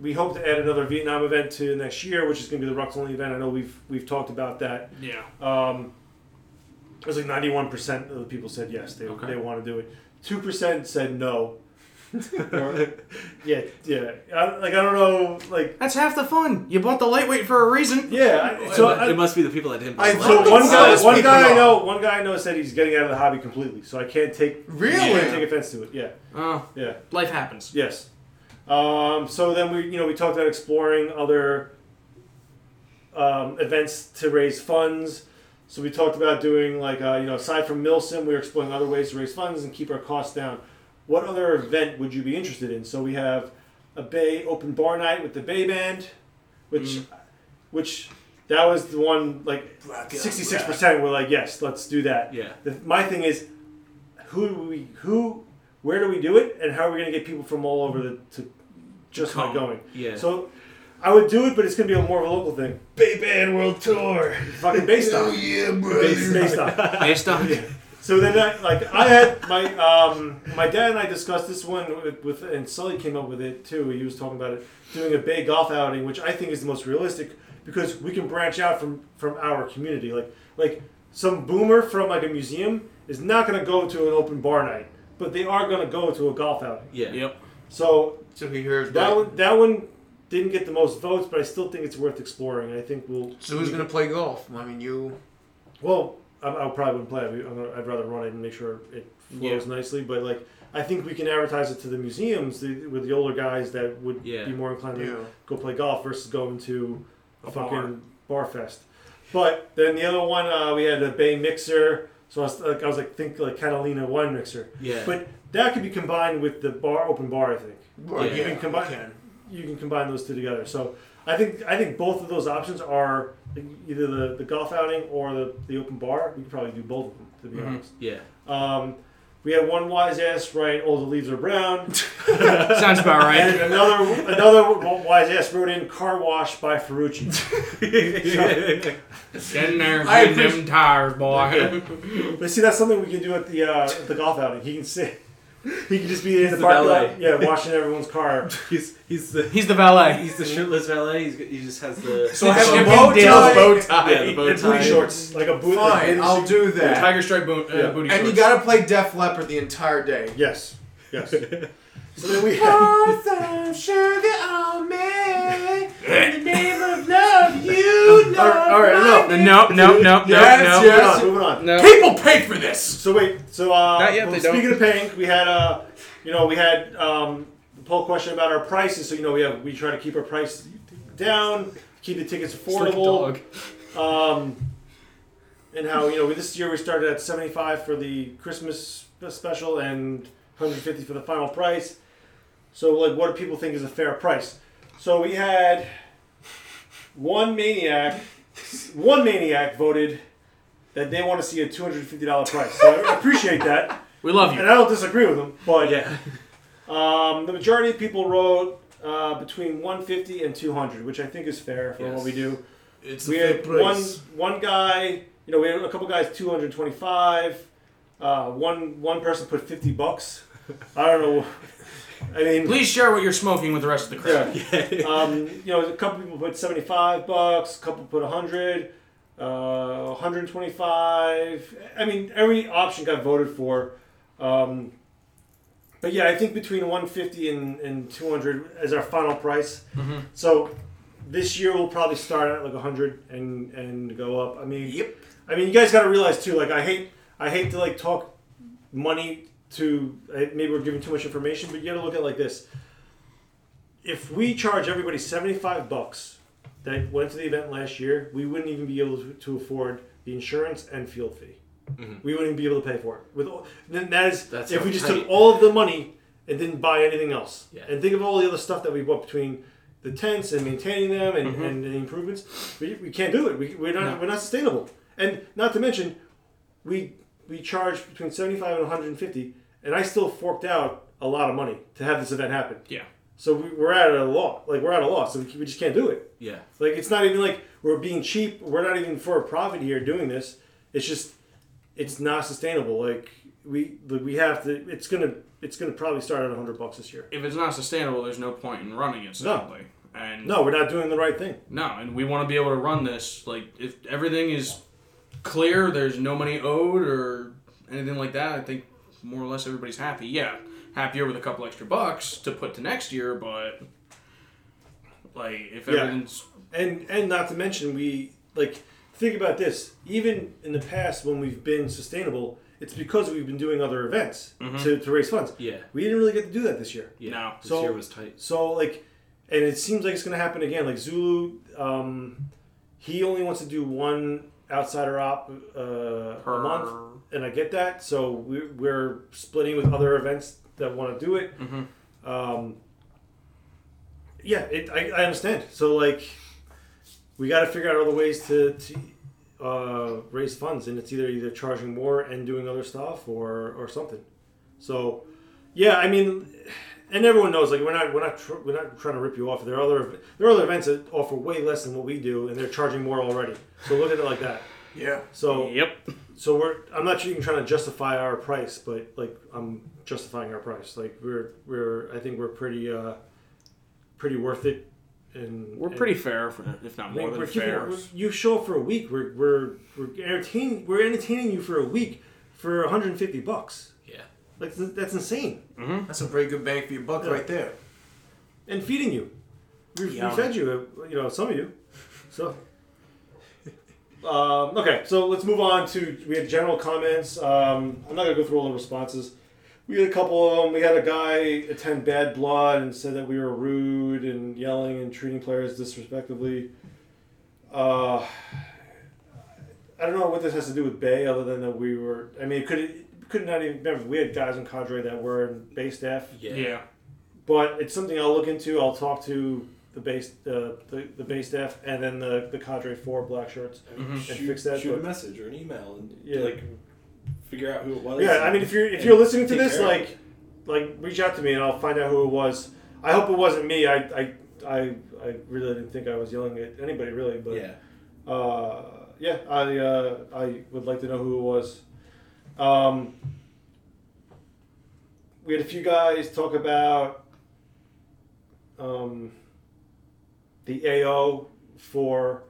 Speaker 6: we hope to add another Vietnam event to next year, which is going to be the Rux only event. I know we've we've talked about that.
Speaker 7: Yeah.
Speaker 6: Um, it was like ninety-one percent of the people said yes. They,
Speaker 8: Okay.
Speaker 6: they want to do it. Two percent said no. Or- yeah, yeah. I, like I don't know, like
Speaker 7: That's half the fun. You bought the lightweight for a reason.
Speaker 6: yeah. I-
Speaker 8: so
Speaker 6: So
Speaker 8: it, mu-
Speaker 6: I-
Speaker 8: it must be the people that didn't.
Speaker 6: I,
Speaker 8: buy
Speaker 6: so
Speaker 8: it. <laughs>
Speaker 6: one guy,
Speaker 9: Silas
Speaker 6: one
Speaker 9: people
Speaker 6: guy I
Speaker 9: are.
Speaker 6: know, one guy I know said he's getting out of the hobby completely, so I can't take
Speaker 9: Really?
Speaker 6: I can't take offense to it. Yeah,
Speaker 7: Oh,
Speaker 6: yeah,
Speaker 7: life happens.
Speaker 6: yes. Um, so then we, you know, we talked about exploring other um, events to raise funds. So we talked about doing like, uh, you know, aside from Milsim, we were exploring other ways to raise funds and keep our costs down. What other event would you be interested in? So we have a Bay open bar night with the Bay Band, which, which that was the one like
Speaker 9: Rock on,
Speaker 6: sixty-six percent were like, yes, let's do that.
Speaker 8: Yeah.
Speaker 6: The, my thing is, who do we who where do we do it, and how are we going to get people from all over the to just by
Speaker 7: come.
Speaker 6: going?
Speaker 8: Yeah.
Speaker 6: So I would do it, but it's going to be a more of a local thing.
Speaker 9: Bay Band World Tour.
Speaker 6: Fucking based on
Speaker 9: <laughs> yeah,
Speaker 6: based,
Speaker 9: brother.
Speaker 6: based on.
Speaker 7: Based on
Speaker 6: So then, I, like I had my um, my dad and I discussed this one with, with and Sully came up with it too. He was talking about it doing a bay golf outing, which I think is the most realistic because we can branch out from from our community. Like like some boomer from like a museum is not going to go to an open bar night, but they are going to go to a golf outing.
Speaker 8: Yeah.
Speaker 7: Yep.
Speaker 6: So
Speaker 9: So he heard
Speaker 6: that
Speaker 9: that.
Speaker 6: one that one didn't get the most votes, but I still think it's worth exploring. I think we'll.
Speaker 9: So who's gonna play golf? I mean, you.
Speaker 6: Well, I, I probably wouldn't play. it. I'm gonna, I'd rather run it and make sure it flows nicely. But like, I think we can advertise it to the museums the, with the older guys that would
Speaker 8: Yeah.
Speaker 6: be more inclined
Speaker 9: Yeah.
Speaker 6: to go play golf versus going to a,
Speaker 7: bar.
Speaker 6: fucking bar. fest. But then the other one, uh, we had a Bay mixer. So I was like, I was like, think like Catalina wine mixer.
Speaker 8: Yeah.
Speaker 6: But that could be combined with the bar open bar. I think
Speaker 9: Well,
Speaker 8: Yeah.
Speaker 9: yeah,
Speaker 6: you can combine
Speaker 9: you can.
Speaker 6: you can combine those two together. So I think I think both of those options are either the, the golf outing or the, the open bar. We could probably do both of them to be honest.
Speaker 8: Yeah.
Speaker 6: Um, we had one wise ass write all the leaves are brown,
Speaker 7: Sounds about
Speaker 6: and
Speaker 7: right.
Speaker 6: another <laughs> another wise ass wrote in car wash by Ferrucci. <laughs>
Speaker 7: Getting there,
Speaker 9: I
Speaker 7: getting them tires, boy.
Speaker 6: But see, that's something we can do at the uh, at the golf outing. He can sit. <laughs> He can just be in the,
Speaker 8: the
Speaker 6: parking
Speaker 8: valet.
Speaker 6: lot, yeah, washing everyone's car.
Speaker 8: He's he's the
Speaker 7: He's the valet.
Speaker 8: he's the shirtless valet. He's, he just has the
Speaker 9: So I
Speaker 8: the
Speaker 9: have
Speaker 8: bow-
Speaker 9: to
Speaker 7: Chippendales
Speaker 9: bow tie.
Speaker 7: bow tie.
Speaker 8: yeah the bow
Speaker 6: And booty
Speaker 8: tie.
Speaker 6: shorts, like a boot. like
Speaker 9: Fine,
Speaker 6: a
Speaker 9: I'll do that.
Speaker 7: Tiger stripe boot, uh,
Speaker 6: Yeah.
Speaker 7: booty
Speaker 9: And you
Speaker 7: shorts.
Speaker 9: gotta play Def Leppard the entire day.
Speaker 6: Yes,
Speaker 9: <laughs>
Speaker 6: yes. so then <laughs> we had,
Speaker 9: Pour some sugar on me. In the name of love, you know.
Speaker 6: <laughs> all right, no.
Speaker 7: No, no, no, no, no.
Speaker 9: Yes, yes.
Speaker 6: Moving on, moving on.
Speaker 7: No.
Speaker 9: People paid for this.
Speaker 6: So wait, so uh,
Speaker 7: Not yet,
Speaker 6: well,
Speaker 7: they don't.
Speaker 6: speaking of paying, we had uh, you know, we had um, the poll question about our prices. So you know, we have we try to keep our price down, keep the tickets
Speaker 7: Slick
Speaker 6: affordable,
Speaker 7: dog.
Speaker 6: um, and how you know we- this year we started at seventy five for the Christmas special and one hundred fifty for the final price. So like, what do people think is a fair price? So we had one maniac, one maniac voted that they want to see a two hundred fifty dollar price. So I appreciate that,
Speaker 7: We love
Speaker 6: and
Speaker 7: you.
Speaker 6: I don't disagree with them. But
Speaker 7: <laughs>
Speaker 8: Yeah.
Speaker 6: um, the majority of people wrote uh, between one fifty and two hundred, which I think is fair for what
Speaker 8: Yes.
Speaker 6: we do.
Speaker 9: It's
Speaker 6: we had one one guy, you know, we had a couple guys two hundred twenty five. Uh, one one person put fifty bucks. I don't know. I mean,
Speaker 7: Please share what you're smoking with the rest of the crowd.
Speaker 6: yeah. um, you know, a couple people put 75 bucks, a couple put 100, uh, 125. I mean, every option got voted for. Um, but yeah, I think between 150 and, and 200 as our final price. So this year we'll probably start at like 100 and and go up. I mean,
Speaker 9: Yep.
Speaker 6: I mean, you guys got to realize too. Like, I hate I hate to like talk money to uh, maybe we're giving too much information, but you got to look at it like this. If we charge everybody seventy five bucks that went to the event last year, we wouldn't even be able to, to afford the insurance and field fee. We wouldn't be able to pay for it. With all, then that is
Speaker 8: Mm-hmm. That's
Speaker 6: if
Speaker 8: how
Speaker 6: we just
Speaker 8: tight.
Speaker 6: took all of the money and didn't buy anything else.
Speaker 8: Yeah.
Speaker 6: And think of all the other stuff that we bought between the tents and maintaining them and,
Speaker 8: Mm-hmm.
Speaker 6: and, the improvements. We, we can't do it. We, we're not we're not sustainable. And not to mention, we we charge between seventy five and one hundred and fifty, and I still forked out a lot of money to have this event happen.
Speaker 7: Yeah.
Speaker 6: So we, we're at a loss. Like we're at a loss, and we, we just can't do it.
Speaker 8: Yeah.
Speaker 6: Like it's not even like we're being cheap. We're not even for a profit here doing this. It's just it's not sustainable. Like we like, we have to. It's gonna it's gonna probably start at hundred bucks this year.
Speaker 7: If it's not sustainable, there's no point in running it. Sadly. And
Speaker 6: No, we're not doing the right thing.
Speaker 7: No, and we want to be able to run this. Like, if everything is clear, there's no money owed or anything like that, I think more or less everybody's happy. Yeah, happier with a couple extra bucks to put to next year, but, like, if
Speaker 6: Yeah.
Speaker 7: everything's.
Speaker 6: And and not to mention we like think about this. Even in the past when we've been sustainable, it's because we've been doing other events to, to raise funds.
Speaker 8: Yeah.
Speaker 6: We didn't really get to do that this year.
Speaker 8: Yeah.
Speaker 7: No.
Speaker 8: This
Speaker 6: So-
Speaker 8: year was tight.
Speaker 6: So like, and it seems like it's gonna happen again. Like Zulu, um, he only wants to do one outsider op uh, a
Speaker 7: Per-
Speaker 6: month, and I get that. So we're, we're splitting with other events that want to do it. Um, yeah, it, I, I understand. So like, we got to figure out other ways to. to uh, raise funds and it's either either charging more and doing other stuff or or something so yeah i mean and everyone knows like we're not we're not tr- we're not trying to rip you off. There are other there are other events that offer way less than what we do, and they're charging more already. So look at it like that.
Speaker 9: Yeah.
Speaker 6: So
Speaker 7: Yep.
Speaker 6: so we're I'm not even trying to justify our price, but like I'm justifying our price. Like we're we're I think we're pretty uh pretty worth it, and
Speaker 7: We're
Speaker 6: and-
Speaker 7: pretty fair, for, if
Speaker 6: I
Speaker 7: not
Speaker 6: mean,
Speaker 7: more
Speaker 6: we're
Speaker 7: than
Speaker 6: keeping-
Speaker 7: fair.
Speaker 6: we're- you show up for a week. We're we're we're entertaining we're entertaining you for a week for 150 bucks.
Speaker 8: Yeah.
Speaker 6: Like that's insane.
Speaker 9: That's a pretty good bang for your buck
Speaker 6: Yeah.
Speaker 9: right there.
Speaker 6: and feeding you. We, we
Speaker 9: Yeah.
Speaker 6: fed you, uh, you know, some of you. So, um, okay, so let's move on to we had general comments. Um, I'm not gonna go through all the responses. We had a couple of them. We had a guy attend Bad Blood and said that we were rude and yelling and treating players disrespectfully. Uh, I don't know what this has to do with Bay, other than that we were. I mean, it could it could not even remember. We had guys in cadre that were in Bay staff
Speaker 8: Yeah.
Speaker 7: yeah.
Speaker 6: but it's something I'll look into. I'll talk to the base, uh, the the base staff, and then the the cadre for black shirts.
Speaker 8: Mm-hmm. Shoot,
Speaker 6: fix that,
Speaker 8: shoot a
Speaker 6: but-
Speaker 8: message or an email and
Speaker 6: Yeah.
Speaker 8: like figure out who it was.
Speaker 6: Yeah, I
Speaker 8: and-
Speaker 6: mean, if you're if
Speaker 8: and
Speaker 6: you're listening to
Speaker 8: take
Speaker 6: this,
Speaker 8: care of it.
Speaker 6: like, like reach out to me and I'll find out who it was. I hope it wasn't me. I I, I, I really didn't think I was yelling at anybody really, but
Speaker 8: yeah,
Speaker 6: uh, yeah, I uh, I would like to know who it was. Um, we had a few guys talk about um, the AO for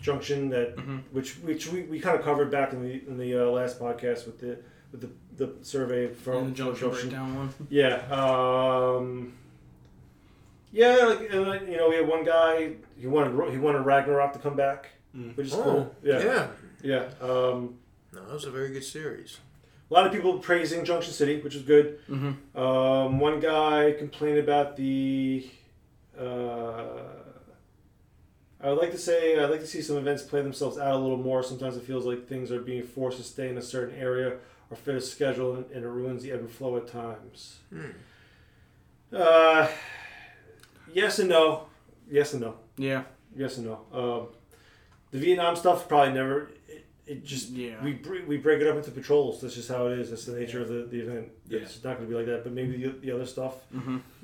Speaker 6: Junction that
Speaker 7: Mm-hmm.
Speaker 6: which which we, we kind of covered back in the in the uh, last podcast with the with the, the survey
Speaker 7: And
Speaker 6: from
Speaker 7: the junction breakdown one.
Speaker 6: yeah. Um, yeah, like, and like, you know, we had one guy. He wanted he wanted Ragnarok to come back, which is
Speaker 9: Oh,
Speaker 6: cool. Yeah, yeah. Um,
Speaker 9: No, that was a very good series.
Speaker 6: a lot of people praising Junction City, which is good. Um, one guy complained about the. Uh, I would like to say I'd like to see some events play themselves out a little more. Sometimes it feels like things are being forced to stay in a certain area or fit a schedule, and, and it ruins the ebb and flow at times. Uh, yes and no. Yes and no.
Speaker 7: Yeah.
Speaker 6: Yes and no. Um, the Vietnam stuff probably never. It, it just
Speaker 7: Yeah.
Speaker 6: we br- we break it up into patrols. That's just how it is. That's the nature of the, the event.
Speaker 8: Yeah. Mm-hmm.
Speaker 6: It's not going to be like that. But maybe the, the other stuff.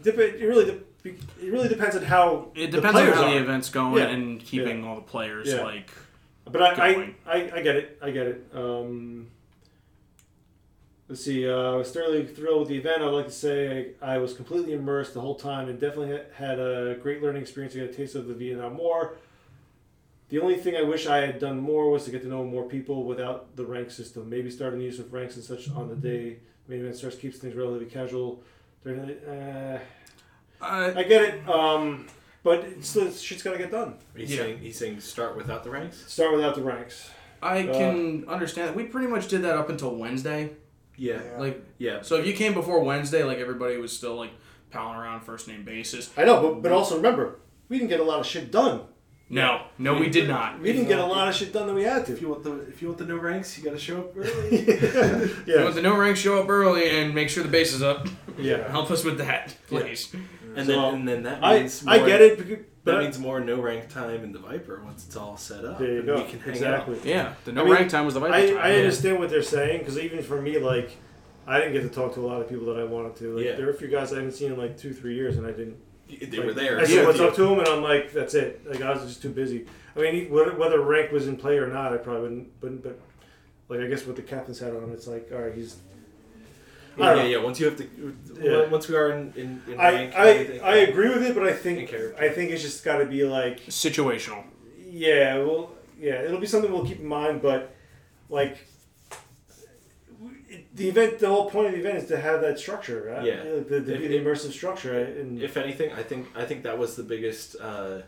Speaker 6: Dep- it really de- it really depends on how
Speaker 7: It
Speaker 6: the
Speaker 7: depends on
Speaker 6: players
Speaker 7: how
Speaker 6: are.
Speaker 7: the event's going
Speaker 6: Yeah.
Speaker 7: and keeping all the players,
Speaker 6: Yeah.
Speaker 7: like,
Speaker 6: But I, I,
Speaker 7: going.
Speaker 6: I, I get it. I get it. Um, let's see. Uh, I was thoroughly thrilled with the event. I'd like to say I was completely immersed the whole time and definitely ha- had a great learning experience. I got a taste of the Vietnam War. The only thing I wish I had done more was to get to know more people without the rank system. Maybe starting the use of ranks and such on the day main event starts keeps things relatively casual. During the, uh,
Speaker 7: uh,
Speaker 6: I get it. Um, but it's, it's, shit's got to get done.
Speaker 8: he's
Speaker 7: Yeah.
Speaker 8: saying he's saying start without the ranks.
Speaker 6: Start without the ranks.
Speaker 7: I
Speaker 6: uh,
Speaker 7: can understand that. We pretty much did that up until Wednesday.
Speaker 8: Yeah,
Speaker 9: Yeah.
Speaker 7: Like,
Speaker 8: yeah.
Speaker 7: So if you came before Wednesday, like everybody was still like palling around first name basis.
Speaker 6: I know, but, but also remember, we didn't get a lot of shit done
Speaker 7: No, no, we did not.
Speaker 6: We didn't get a lot of shit done that we
Speaker 8: <laughs>
Speaker 6: had
Speaker 8: If
Speaker 6: to.
Speaker 8: you want the if you want the no ranks, you got to show up early.
Speaker 7: We want the no rank show up early and make sure the base is up.
Speaker 6: yeah.
Speaker 7: Help us with that, please.
Speaker 8: <laughs> and
Speaker 6: So,
Speaker 8: then and then that
Speaker 6: I,
Speaker 8: means
Speaker 6: I
Speaker 8: more-
Speaker 6: get it, becau- but
Speaker 8: That means more no rank time in the Viper once it's all set up.
Speaker 6: there you
Speaker 8: and
Speaker 6: go.
Speaker 8: We can hang
Speaker 6: exactly.
Speaker 7: Yeah, the no
Speaker 6: I mean,
Speaker 7: rank time was the vital
Speaker 6: I,
Speaker 7: time.
Speaker 6: I
Speaker 7: Yeah.
Speaker 6: understand what they're saying because even for me, like, I didn't get to talk to a lot of people that I wanted to. Like,
Speaker 8: Yeah.
Speaker 6: there were a few guys I hadn't seen in like two, three years, and I didn't.
Speaker 8: out. They
Speaker 6: like,
Speaker 8: were there.
Speaker 6: I
Speaker 8: Yeah.
Speaker 6: said what's up to them, and I'm like, that's it. Like, I was just too busy. I mean, e, whether, whether rank was in play or not, I probably wouldn't. Wouldn't, but like, I guess with the captain's hat on, it's like, all right, he's. I
Speaker 8: Yeah,
Speaker 6: don't
Speaker 8: yeah,
Speaker 6: know.
Speaker 8: yeah. Once you have to,
Speaker 6: Yeah.
Speaker 8: once we are in, in, in rank,
Speaker 6: I,
Speaker 8: everything-
Speaker 6: I, I agree with it, but I
Speaker 8: In
Speaker 6: think
Speaker 8: character.
Speaker 6: I think it's just got to be like
Speaker 7: situational.
Speaker 6: Yeah, well, yeah, it'll be something we'll keep in mind, but like w- it- the event, the whole point of the event is to have that structure, right?
Speaker 8: Yeah.
Speaker 6: the, the,
Speaker 8: If-
Speaker 6: the immersive structure, right? and
Speaker 8: If anything, I think I think that was the biggest uh,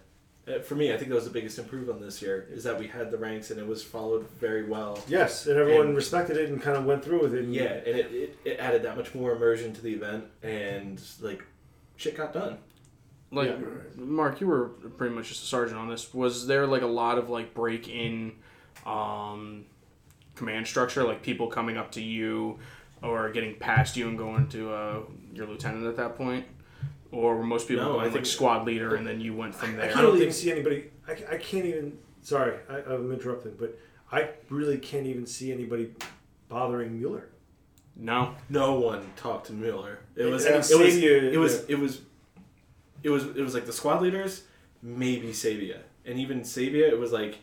Speaker 8: uh, for me. I think that was the biggest improvement this year is that we had the ranks and it was followed very well.
Speaker 6: yes, and everyone
Speaker 8: and-
Speaker 6: respected it and kind of went through with it. And,
Speaker 8: Yeah, and it, it, it added that much more immersion to the event, and like shit got done.
Speaker 7: Like
Speaker 6: Yeah.
Speaker 7: Mark, you were pretty much just a sergeant on this. Was there like a lot of like break in um, command structure, like people coming up to you or getting past you and going to uh, your lieutenant at that point? Or were most people
Speaker 8: No,
Speaker 7: going
Speaker 8: I
Speaker 7: like
Speaker 8: think-
Speaker 7: squad leader and then you went from
Speaker 6: I
Speaker 7: there?
Speaker 6: can't even see anybody. I, ca- I can't even. Sorry, I, I'm interrupting, but I really can't even see anybody bothering Mueller.
Speaker 7: No.
Speaker 8: No one talked to Mueller. It was
Speaker 6: And
Speaker 8: it, was
Speaker 6: Sabia-
Speaker 8: it was
Speaker 6: yeah.
Speaker 8: it was it was it was like the squad leaders, maybe Sabia, and even Sabia. It was like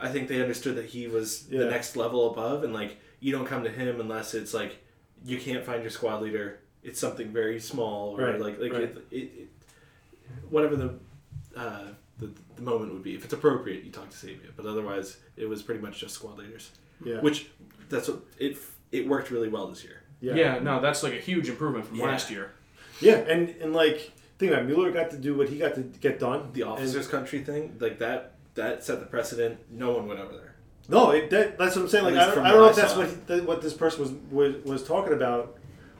Speaker 8: I think they understood that he was
Speaker 6: Yeah.
Speaker 8: the next level above, and like you don't come to him unless it's like you can't find your squad leader. It's something very small, or
Speaker 6: Right,
Speaker 8: like like
Speaker 6: right.
Speaker 8: It, it, it, whatever the. Uh, the, the moment would be if it's appropriate you talk to Sabia, but otherwise it was pretty much just squad leaders,
Speaker 6: Yeah.
Speaker 8: which that's what it it worked really well this year.
Speaker 7: Yeah. no, that's like a huge improvement from
Speaker 8: Yeah.
Speaker 7: last year.
Speaker 6: Yeah, and and like think about it, Mueller got to do what he got to get done.
Speaker 8: the
Speaker 6: and-
Speaker 8: officers country thing like that that set the precedent no one went over there
Speaker 6: No, it, that, that's what I'm saying.
Speaker 8: At
Speaker 6: Like,
Speaker 8: least
Speaker 6: I don't,
Speaker 8: from
Speaker 6: I don't know
Speaker 8: what
Speaker 6: if
Speaker 8: I
Speaker 6: that's
Speaker 8: saw.
Speaker 6: what he, that, what this person was, was was talking about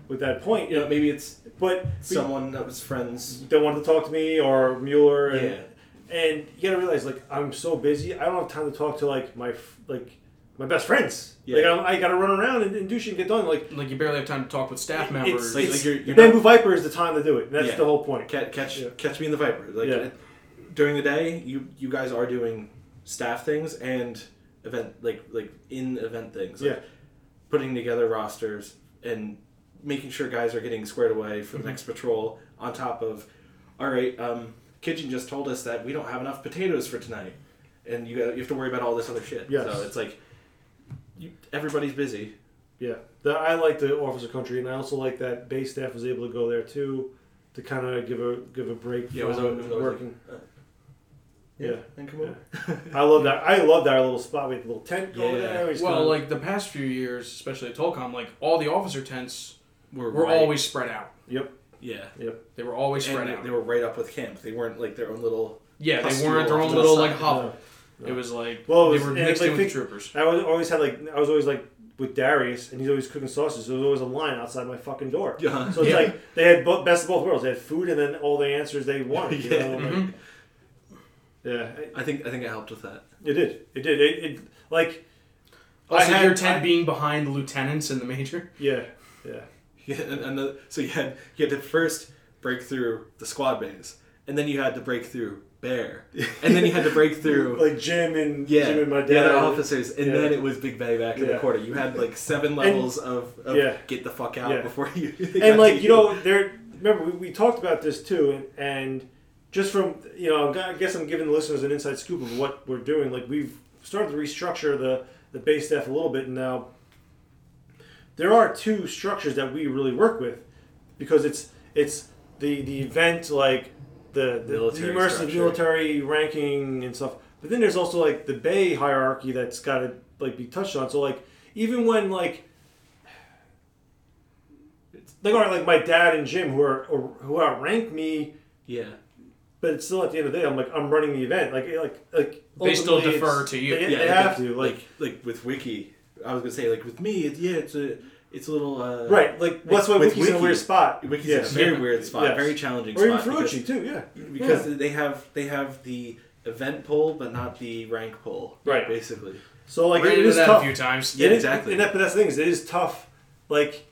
Speaker 6: with that point.
Speaker 8: you know maybe it's
Speaker 6: But
Speaker 8: someone that was friends
Speaker 6: they wanted to talk to me or Mueller, and,
Speaker 8: Yeah.
Speaker 6: and you gotta realize like I'm so busy, I don't have time to talk to like my f- like my best friends. Like
Speaker 8: Yeah.
Speaker 6: I'm, I gotta run around and, and do shit and get done. Like
Speaker 7: Like you barely have time to talk with staff
Speaker 6: it's,
Speaker 7: members.
Speaker 8: like-
Speaker 6: it's-
Speaker 8: like you're- you're
Speaker 6: Bamboo
Speaker 8: not-
Speaker 6: Viper is the time to do it. and that's
Speaker 8: Yeah.
Speaker 6: the whole point.
Speaker 8: catch catch,
Speaker 6: Yeah.
Speaker 8: catch me in the viper like
Speaker 6: Yeah.
Speaker 8: during the day you you guys are doing staff things and event like like in event things like
Speaker 6: Yeah.
Speaker 8: putting together rosters and making sure guys are getting squared away for the
Speaker 6: Mm-hmm.
Speaker 8: next patrol on top of all right um kitchen just told us that we don't have enough potatoes for tonight and you, got, you have to worry about all this other shit
Speaker 6: Yes.
Speaker 8: so it's like you, everybody's busy
Speaker 6: Yeah, the, I like the officer country, and I also like that base staff was able to go there too, to kind of give a give a break
Speaker 8: Yeah, it was
Speaker 6: from
Speaker 8: always- it was always
Speaker 6: working. yeah.
Speaker 8: and come over
Speaker 6: I love that. I love that little spot with the little tent going
Speaker 8: Yeah.
Speaker 6: there. We just
Speaker 7: well,
Speaker 6: kinda-
Speaker 7: like the past few years, especially at Tolcom, like all the officer tents
Speaker 8: we're,
Speaker 7: were
Speaker 8: right-
Speaker 7: always spread out.
Speaker 6: yep,
Speaker 8: yeah
Speaker 6: yep.
Speaker 7: They were always spread
Speaker 8: and
Speaker 7: out.
Speaker 8: they were right up with camp they weren't like their own little
Speaker 7: Yeah, they
Speaker 8: Hustle
Speaker 7: weren't their own
Speaker 8: to the
Speaker 7: little
Speaker 8: side.
Speaker 7: like hovel.
Speaker 6: No.
Speaker 7: It was like
Speaker 6: Well, it was-
Speaker 7: they were
Speaker 6: and,
Speaker 7: mixed
Speaker 6: like,
Speaker 7: in with
Speaker 6: think-
Speaker 7: troopers.
Speaker 6: I was always had like I was always like with Darius, and he's always cooking sausages. So there was always a line outside my fucking door.
Speaker 8: Yeah.
Speaker 6: So it's
Speaker 7: Yeah.
Speaker 6: like they had bo- best of both worlds. They had food and then all the
Speaker 8: <laughs>
Speaker 6: answers they wanted. You
Speaker 8: Yeah.
Speaker 6: know? like-
Speaker 7: Mm-hmm.
Speaker 6: yeah, it-
Speaker 8: i think i think it helped with that
Speaker 6: it did. It did. It, it like
Speaker 7: Also,
Speaker 6: had-
Speaker 7: your tent
Speaker 6: I-
Speaker 7: being behind the lieutenants and the major.
Speaker 6: yeah, yeah.
Speaker 8: Yeah, and another, so you had you had to first break through the squad base, and then you had to break through Bear, and then you had to
Speaker 6: <laughs>
Speaker 8: break through
Speaker 6: like Jim and
Speaker 8: yeah
Speaker 6: Jim and my dad.
Speaker 8: the other officers, and
Speaker 6: Yeah.
Speaker 8: then it was Big Bay back in
Speaker 6: Yeah.
Speaker 8: the quarter. You had like seven levels of, of
Speaker 6: yeah.
Speaker 8: get the fuck out
Speaker 6: Yeah.
Speaker 8: before you <laughs>
Speaker 6: and like you know, there. Remember, we, we talked about this too, and, and just from you know, I guess I'm giving the listeners an inside scoop of what we're doing. Like we've started to restructure the the base staff a little bit, and now there are two structures that we really work with because it's it's the the event like the the,
Speaker 8: Military
Speaker 6: the immersive
Speaker 8: structure.
Speaker 6: military ranking and stuff. But then there's also like the Bay hierarchy that's got to like be touched on. So like even when like like all right, like my dad and Jim who are or, who outrank me,
Speaker 8: yeah
Speaker 6: but it's still at the end of the day I'm like I'm running the event. Like like like
Speaker 7: They still
Speaker 6: ultimately it's-
Speaker 7: defer to you.
Speaker 6: They,
Speaker 8: yeah
Speaker 6: they have to like.
Speaker 8: like like with Wiki. I was gonna say like with me, it, yeah, it's a it's a little uh,
Speaker 6: Right, like what's what
Speaker 8: with
Speaker 6: Wiki's in a
Speaker 8: Wiki.
Speaker 6: weird spot.
Speaker 8: Wiki's in a
Speaker 6: Yes.
Speaker 8: very weird spot,
Speaker 6: Yes.
Speaker 8: very challenging
Speaker 6: Or even
Speaker 8: spot. because-
Speaker 6: Ferrucci too, yeah.
Speaker 8: because
Speaker 6: Yeah.
Speaker 8: they have they have the event poll, but not the rank poll.
Speaker 6: Right.
Speaker 8: Basically.
Speaker 6: So like
Speaker 7: Ran
Speaker 6: it
Speaker 7: into
Speaker 6: is
Speaker 7: that
Speaker 6: tough.
Speaker 7: a few times.
Speaker 8: Yeah,
Speaker 6: It is-
Speaker 8: exactly.
Speaker 6: And that, but that's the thing is, it is tough. Like,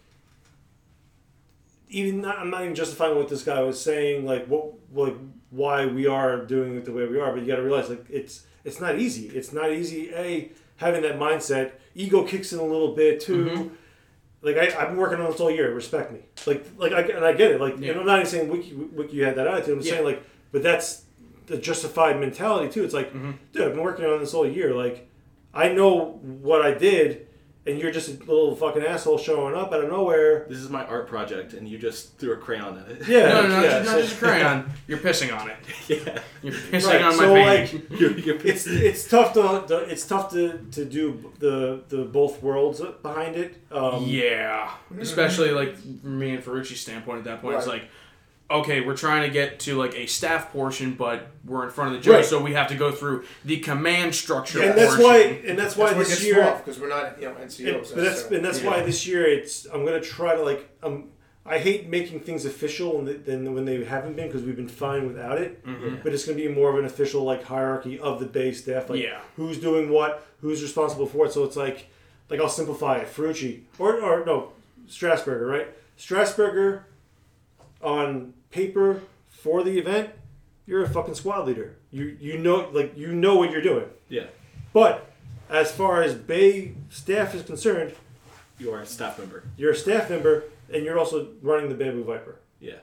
Speaker 6: even not, I'm not even justifying what this guy was saying. Like, what, like, why we are doing it the way we are. But you got to realize, like, it's it's not easy. It's not easy. A having that mindset, ego kicks in a little bit too.
Speaker 7: Mm-hmm.
Speaker 6: Like I, I've been working on this all year. Respect me. Like, like I, and I get it. Like, and
Speaker 7: Yeah.
Speaker 6: I'm not even saying Wiki, Wiki had that attitude. I'm
Speaker 7: Yeah.
Speaker 6: saying like, but that's the justified mentality too. It's like,
Speaker 7: Mm-hmm.
Speaker 6: dude, I've been working on this all year. Like, I know what I did, and you're just a little fucking asshole showing up out of nowhere.
Speaker 8: This is my art project, and you just threw a crayon at it.
Speaker 6: Yeah,
Speaker 7: No, no, no,
Speaker 6: yeah,
Speaker 7: just,
Speaker 6: so-
Speaker 7: not just a crayon. You're pissing on it.
Speaker 8: <laughs> yeah.
Speaker 7: You're pissing
Speaker 6: Right,
Speaker 7: on my
Speaker 6: so,
Speaker 7: paint.
Speaker 6: like,
Speaker 8: You're, you're
Speaker 6: it's it's tough to to- it's tough to, to do the the both worlds behind it. Um,
Speaker 7: yeah, especially like from me and Ferrucci's standpoint at that point, it's
Speaker 9: Right.
Speaker 7: like, okay, we're trying to get to like a staff portion, but we're in front of the judge,
Speaker 6: Right.
Speaker 7: so we have to go through the command structure.
Speaker 6: and that's
Speaker 7: portion.
Speaker 6: why and that's why
Speaker 9: That's where
Speaker 6: this
Speaker 9: it gets
Speaker 6: year.
Speaker 9: because we're not you know NCOs.
Speaker 6: It- but that's
Speaker 9: necessarily.
Speaker 6: and that's why this year it's I'm gonna try to like um I hate making things official and th- than when they haven't been because we've been fine without it. But it's gonna be more of an official like hierarchy of the base staff, like
Speaker 7: Yeah.
Speaker 6: who's doing what, who's responsible for it. So it's like like I'll simplify it. Ferrucci or or no Strasburger, right? Strasburger on paper for the event, you're a fucking squad leader. You you know like you know what you're doing.
Speaker 8: yeah.
Speaker 6: But as far as Bay staff is concerned,
Speaker 8: You are a staff member.
Speaker 6: you're a staff member and you're also running the Bamboo Viper.
Speaker 8: Yeah.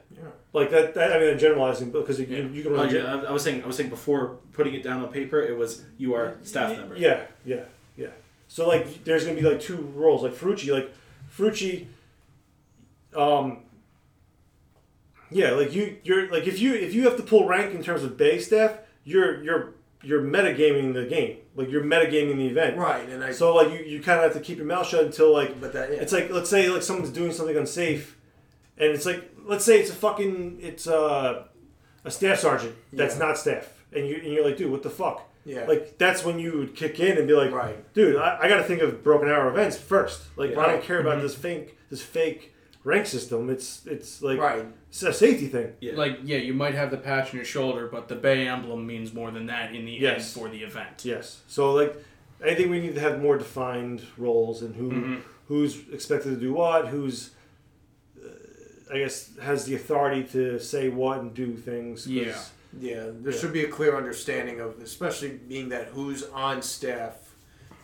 Speaker 6: Like that, that I mean, I'm generalizing because you, you, can
Speaker 8: Oh,
Speaker 6: run.
Speaker 8: yeah. I, I was saying. I was saying before putting it down on paper, it was you are staff member.
Speaker 6: yeah, yeah, yeah. So like, there's gonna be like two roles, like Ferrucci, like Ferrucci. Um. Yeah, like you, you're like if you if you have to pull rank in terms of Bay staff, you're you're you're metagaming the game, like you're metagaming the event.
Speaker 9: right, and I
Speaker 6: So like you, you kind of have to keep your mouth shut until like
Speaker 9: But that- yeah.
Speaker 6: it's like let's say like someone's doing something unsafe, and it's like let's say it's a fucking it's a a staff sergeant that's
Speaker 9: Yeah.
Speaker 6: not staff, and you and you're like dude what the fuck
Speaker 9: Yeah.
Speaker 6: like that's when you would kick in and be like
Speaker 9: Right.
Speaker 6: dude I, I got to think of broken arrow events first like I
Speaker 9: Right.
Speaker 6: don't care about this fake this fake rank system it's it's like
Speaker 9: Right.
Speaker 6: it's a safety thing
Speaker 8: Yeah.
Speaker 7: like yeah, you might have the patch on your shoulder, but the Bay emblem means more than that in the
Speaker 6: Yes.
Speaker 7: end for the event.
Speaker 6: Yes. So like, I think we need to have more defined roles and who who's expected to do what, who's uh, I guess has the authority to say what and do things. 'cause-
Speaker 7: Yeah.
Speaker 9: Yeah, there should be a clear understanding of, especially being that who's on staff,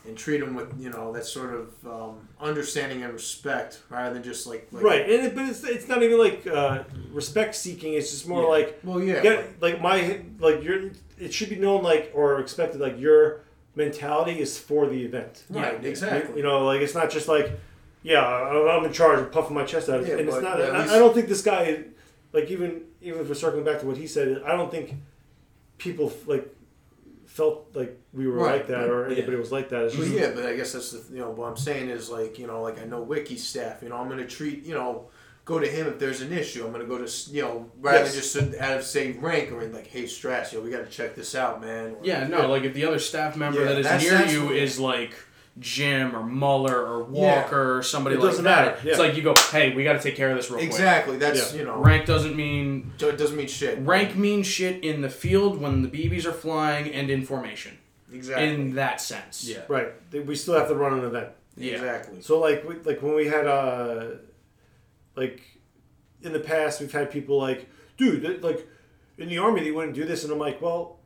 Speaker 9: and treat them with you know that sort of um, understanding and respect rather than just like, like
Speaker 6: Right, and it, but it's, it's not even like uh, respect seeking. It's just more like
Speaker 9: Well, yeah,
Speaker 6: get- like my like your it should be known like or expected like your mentality is for the event.
Speaker 9: right, exactly.
Speaker 6: You know, like it's not just like, yeah, I- I'm in charge of puffing my chest out.
Speaker 9: Yeah,
Speaker 6: and it's
Speaker 9: but
Speaker 6: not.
Speaker 9: at
Speaker 6: I,
Speaker 9: least-
Speaker 6: I don't think this guy, like even even if we're circling back to what he said, I don't think people like felt like we were
Speaker 9: Right,
Speaker 6: like that or anybody was like that. It's
Speaker 9: Well,
Speaker 6: just-
Speaker 9: yeah, but I guess that's the you know what I'm saying is like you know like I know Wiki staff. You know I'm gonna treat you know go to him if there's an issue. I'm gonna go to you know rather than
Speaker 6: Yes.
Speaker 9: just out of say rank or like hey Strass, yo we gotta check this out, man. Or-
Speaker 7: Yeah, no, like if the other staff member
Speaker 9: Yeah,
Speaker 7: that is
Speaker 9: that's-
Speaker 7: near
Speaker 9: that's-
Speaker 7: you is like Jim or Muller or Walker or somebody
Speaker 6: It
Speaker 7: like
Speaker 6: doesn't
Speaker 7: that,
Speaker 6: matter,
Speaker 7: it's
Speaker 6: yeah.
Speaker 7: like you go, hey, we got to take care of this real
Speaker 9: exactly. That's
Speaker 6: Yeah.
Speaker 9: you know
Speaker 7: quick. Rank doesn't mean
Speaker 9: it doesn't mean shit.
Speaker 7: rank means shit in the field when the BBs are flying and in formation.
Speaker 9: Exactly.
Speaker 7: In that sense,
Speaker 8: Yeah.
Speaker 6: right. Th- We still have to run an event.
Speaker 7: yeah.
Speaker 9: Exactly.
Speaker 6: So like we, like when we had uh, like in the past we've had people like, dude, that- like in the army they wouldn't do this, and I'm like, well,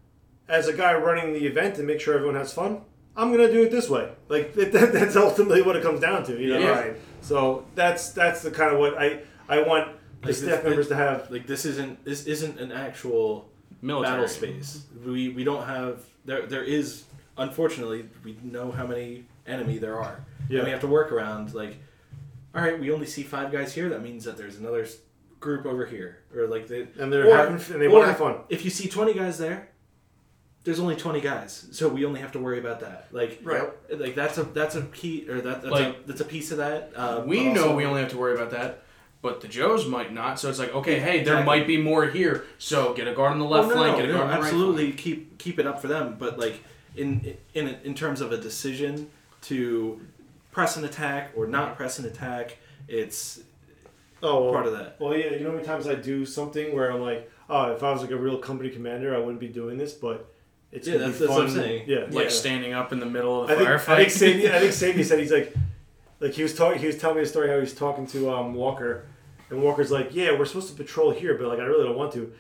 Speaker 6: as a guy running the event to make sure everyone has fun, I'm gonna do it this way. Like <laughs> that, that- that's ultimately what it comes down to, you know.
Speaker 7: Yeah.
Speaker 6: Right. So that's that's the kind of what I I want the
Speaker 8: Like,
Speaker 6: staff
Speaker 8: this-
Speaker 6: members to have.
Speaker 8: Like this isn't this isn't an actual
Speaker 7: Military.
Speaker 8: battle space. We we don't have there there is unfortunately we know how many enemy there are. Yeah.
Speaker 6: Yeah.
Speaker 8: And we have to work around like all right, we only see five guys here. That means that there's another s- group over here or like they
Speaker 6: And they're
Speaker 8: or-
Speaker 6: having f- and they wanna
Speaker 8: or
Speaker 6: have fun.
Speaker 8: If you see 20 guys there, there's only 20 guys. So we only have to worry about that. Like
Speaker 9: Right.
Speaker 8: like that's a that's a key or that that's, a,
Speaker 7: Like-
Speaker 8: that's a piece of that.
Speaker 6: Uh,
Speaker 8: Um,
Speaker 7: We
Speaker 8: but
Speaker 7: know
Speaker 8: also-
Speaker 7: we only have to worry about that, but the Joes might not. So it's like, okay, hey, there
Speaker 8: Exactly.
Speaker 7: might be more here. So get a guard on the left
Speaker 8: Oh, no,
Speaker 7: flank,
Speaker 8: no,
Speaker 7: get a
Speaker 8: no,
Speaker 7: guard on the
Speaker 8: absolutely keep keep it up for them. But like in in in terms of a decision to press an attack or not press an attack, it's
Speaker 6: Oh, well,
Speaker 8: part of that.
Speaker 6: Well, yeah, you know how many times I do something where I'm like, oh, if I was like a real company commander, I wouldn't be doing this, but It's
Speaker 8: Yeah,
Speaker 6: gonna
Speaker 8: that's-
Speaker 6: be
Speaker 8: that's what I'm
Speaker 6: fun.
Speaker 8: saying.
Speaker 6: Yeah,
Speaker 7: like
Speaker 6: yeah.
Speaker 7: standing up in the middle of the
Speaker 6: I think, I think
Speaker 7: firefight.
Speaker 6: Sadie. I think Sadie said he's like, like he was talking. He was telling me a story how he's talking to um, Walker, and Walker's like, "Yeah, we're supposed to patrol here, but like I really don't want to,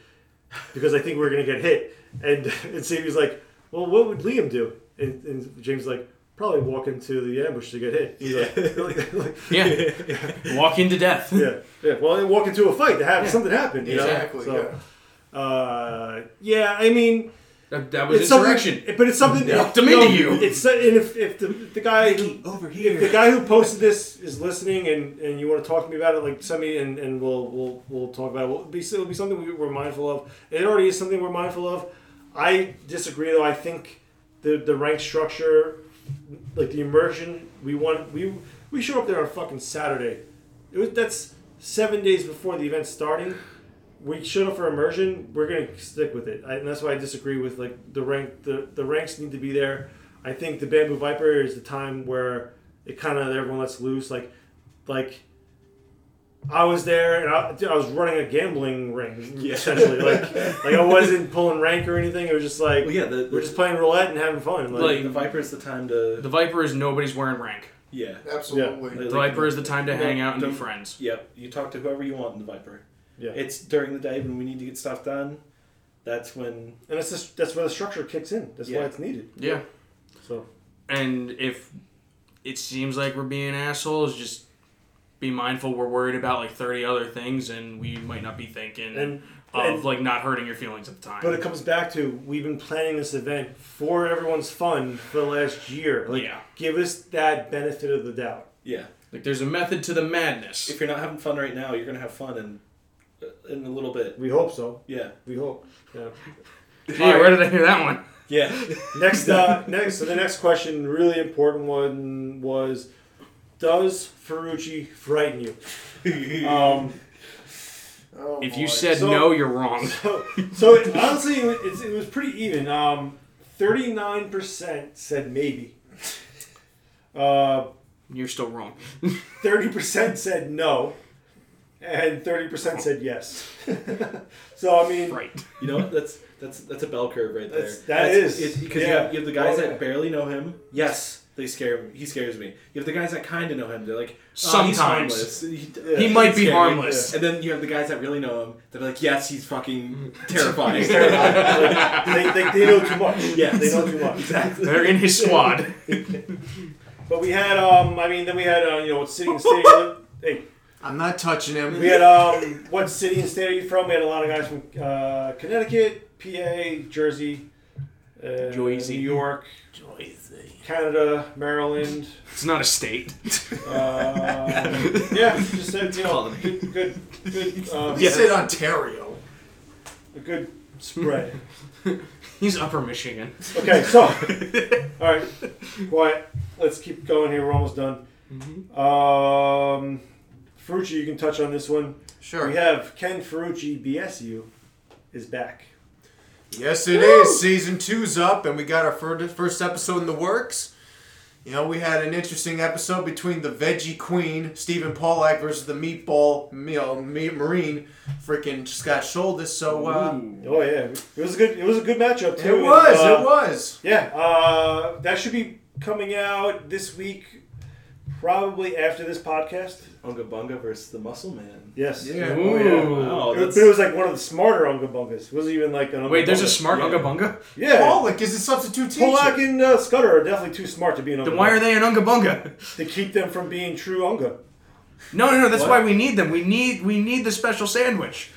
Speaker 6: because I think we're gonna get hit." And <laughs> and Sadie's like, "Well, what would Liam do?" And, and James is like, "Probably walk into the ambush to get hit." He's like, <laughs> like, like-
Speaker 7: <laughs>
Speaker 6: <laughs>
Speaker 7: yeah, walking to death.
Speaker 6: yeah, yeah. Well, and walk into a fight to have something happen. You
Speaker 9: Exactly,
Speaker 6: Know? So, Uh, yeah, I mean.
Speaker 7: That, that was
Speaker 6: something-
Speaker 7: insurrection.
Speaker 6: But it's something.
Speaker 7: Locked them into you.
Speaker 6: It's and if, if the, the guy who,
Speaker 8: over
Speaker 6: if the guy who posted this is listening and, and you want to talk to me about it, like send me and, and we'll we'll we'll talk about it. We'll be, it'll be something we- we're mindful of. It already is something we're mindful of. I disagree though. I think the the rank structure, like the immersion, we want we we show up there on fucking Saturday. It was that's seven days before the event starting we showed up for immersion. We're gonna stick with it, I, and that's why I disagree with like the rank. The, the ranks need to be there. I think the Bamboo Viper is the time where it kind of everyone lets loose. Like, like I was there and I, dude, I was running a
Speaker 8: <laughs>
Speaker 6: gambling ring essentially. Like, like I wasn't pulling rank or anything. It was just like
Speaker 8: Well, yeah, the-
Speaker 6: we're just playing roulette and having fun. Like,
Speaker 7: Like-
Speaker 8: The Viper is the time to.
Speaker 7: The Viper is nobody's wearing rank.
Speaker 8: yeah.
Speaker 9: Absolutely.
Speaker 7: The
Speaker 8: Like-
Speaker 7: Viper is the time to hang out and be
Speaker 8: Don't-
Speaker 7: friends.
Speaker 8: Yep. You talk to whoever you want in the Viper.
Speaker 6: yeah,
Speaker 8: It's during the day when we need to get stuff done. That's when.
Speaker 6: and it's just that's where the structure kicks in. That's why
Speaker 8: Yeah.
Speaker 6: it's needed.
Speaker 7: Yeah.
Speaker 6: So
Speaker 7: And if it seems like we're being assholes, just be mindful we're worried about like 30 other things and we might not be thinking
Speaker 6: And-
Speaker 7: of
Speaker 6: and-
Speaker 7: like not hurting your feelings at the time.
Speaker 6: But it comes back to we've been planning this event for everyone's fun for the last year. Like,
Speaker 7: Yeah.
Speaker 6: give us that benefit of the doubt.
Speaker 8: Yeah.
Speaker 7: like there's a method to the madness.
Speaker 8: If you're not having fun right now, you're gonna have fun in in a little bit.
Speaker 6: We hope so.
Speaker 7: <laughs>
Speaker 8: Yeah.
Speaker 6: We hope. Yeah.
Speaker 7: Gee, where did I hear that one?
Speaker 8: Yeah.
Speaker 6: Next, uh, next. So the next question, really important one, was, does Ferrucci frighten you? Um,
Speaker 9: Oh,
Speaker 7: If you
Speaker 9: boy.
Speaker 7: said
Speaker 6: So-
Speaker 7: no, you're wrong. <laughs>
Speaker 6: so, so it, honestly, it was, it was pretty even. Um, Thirty-nine percent said maybe. Uh,
Speaker 7: You're still wrong.
Speaker 6: thirty percent said no, and thirty percent said yes. <laughs> so I mean,
Speaker 7: right.
Speaker 8: You
Speaker 6: <laughs>
Speaker 8: know what? That's that's that's a bell curve right there.
Speaker 6: That's- that is.
Speaker 8: because
Speaker 6: Yeah.
Speaker 8: you, have, you have the guys
Speaker 6: Well, yeah.
Speaker 8: that barely know him. Yes, they scare him. He scares me. You have the guys that kind of know him. They're like "Oh, he's
Speaker 7: Sometimes.
Speaker 8: harmless. he,
Speaker 7: He
Speaker 8: he's
Speaker 7: might be
Speaker 8: scary."
Speaker 7: harmless.
Speaker 8: And then you have the guys that really know him. They're like, yes, he's
Speaker 6: <laughs>
Speaker 8: fucking terrifying. <laughs>
Speaker 6: like, they, they, they know too much.
Speaker 8: Yes.
Speaker 6: they know too much.
Speaker 8: exactly.
Speaker 7: They're in his squad.
Speaker 6: <laughs> But we had, um, I mean, then we had, uh, you know, what city and state. hey,
Speaker 9: I'm not touching him.
Speaker 6: we had, um, what city and state are you from? We had a lot of guys from uh, Connecticut, PA, Jersey, uh,
Speaker 7: Jersey.
Speaker 6: New York, Canada, Maryland.
Speaker 7: It's not
Speaker 6: <laughs>
Speaker 7: a state.
Speaker 6: Uh, yeah, just said, you know,
Speaker 8: colony.
Speaker 6: good, good, good, uh,
Speaker 9: You said Ontario.
Speaker 6: a good spread.
Speaker 7: He's Upper Michigan.
Speaker 6: Okay, so all right, quiet. Let's keep going here. We're almost done. Um, Ferrucci, you can touch on this one.
Speaker 9: Sure.
Speaker 6: We have Ken Ferrucci, BSU, is back.
Speaker 9: Yes, it is. Season two's up, and we got our fir- first episode in the works. You know, we had an interesting episode between the Veggie Queen, Stephen Pollack, versus the Meatball, you know, meat Marine, freaking Scott Shoulders. So, uh,
Speaker 6: Oh yeah, it was a good. It was a good matchup too.
Speaker 9: it
Speaker 6: And,
Speaker 9: was,
Speaker 6: uh,
Speaker 9: it was.
Speaker 6: Yeah, uh, that should be coming out this week, probably after this podcast.
Speaker 8: Unga Bunga versus the Muscle Man.
Speaker 6: Yes.
Speaker 9: Yeah.
Speaker 7: Ooh.
Speaker 9: Oh, yeah.
Speaker 8: Wow,
Speaker 6: It was,
Speaker 8: that's,
Speaker 6: but it was like one of the smarter Unga Bungas. It wasn't even like an Unga
Speaker 7: Wait, there's a
Speaker 6: Bunga.
Speaker 7: smart
Speaker 8: Yeah.
Speaker 7: Unga Bunga?
Speaker 6: Yeah.
Speaker 9: Pollack is a substitute teacher.
Speaker 6: Polak and uh, Scudder are definitely too smart to be an Unga
Speaker 7: Then why are they an Unga Bunga?
Speaker 6: to keep them from being true unga.
Speaker 7: No, no, no. That's
Speaker 8: What?
Speaker 7: why we need them. We need we need the special sandwich.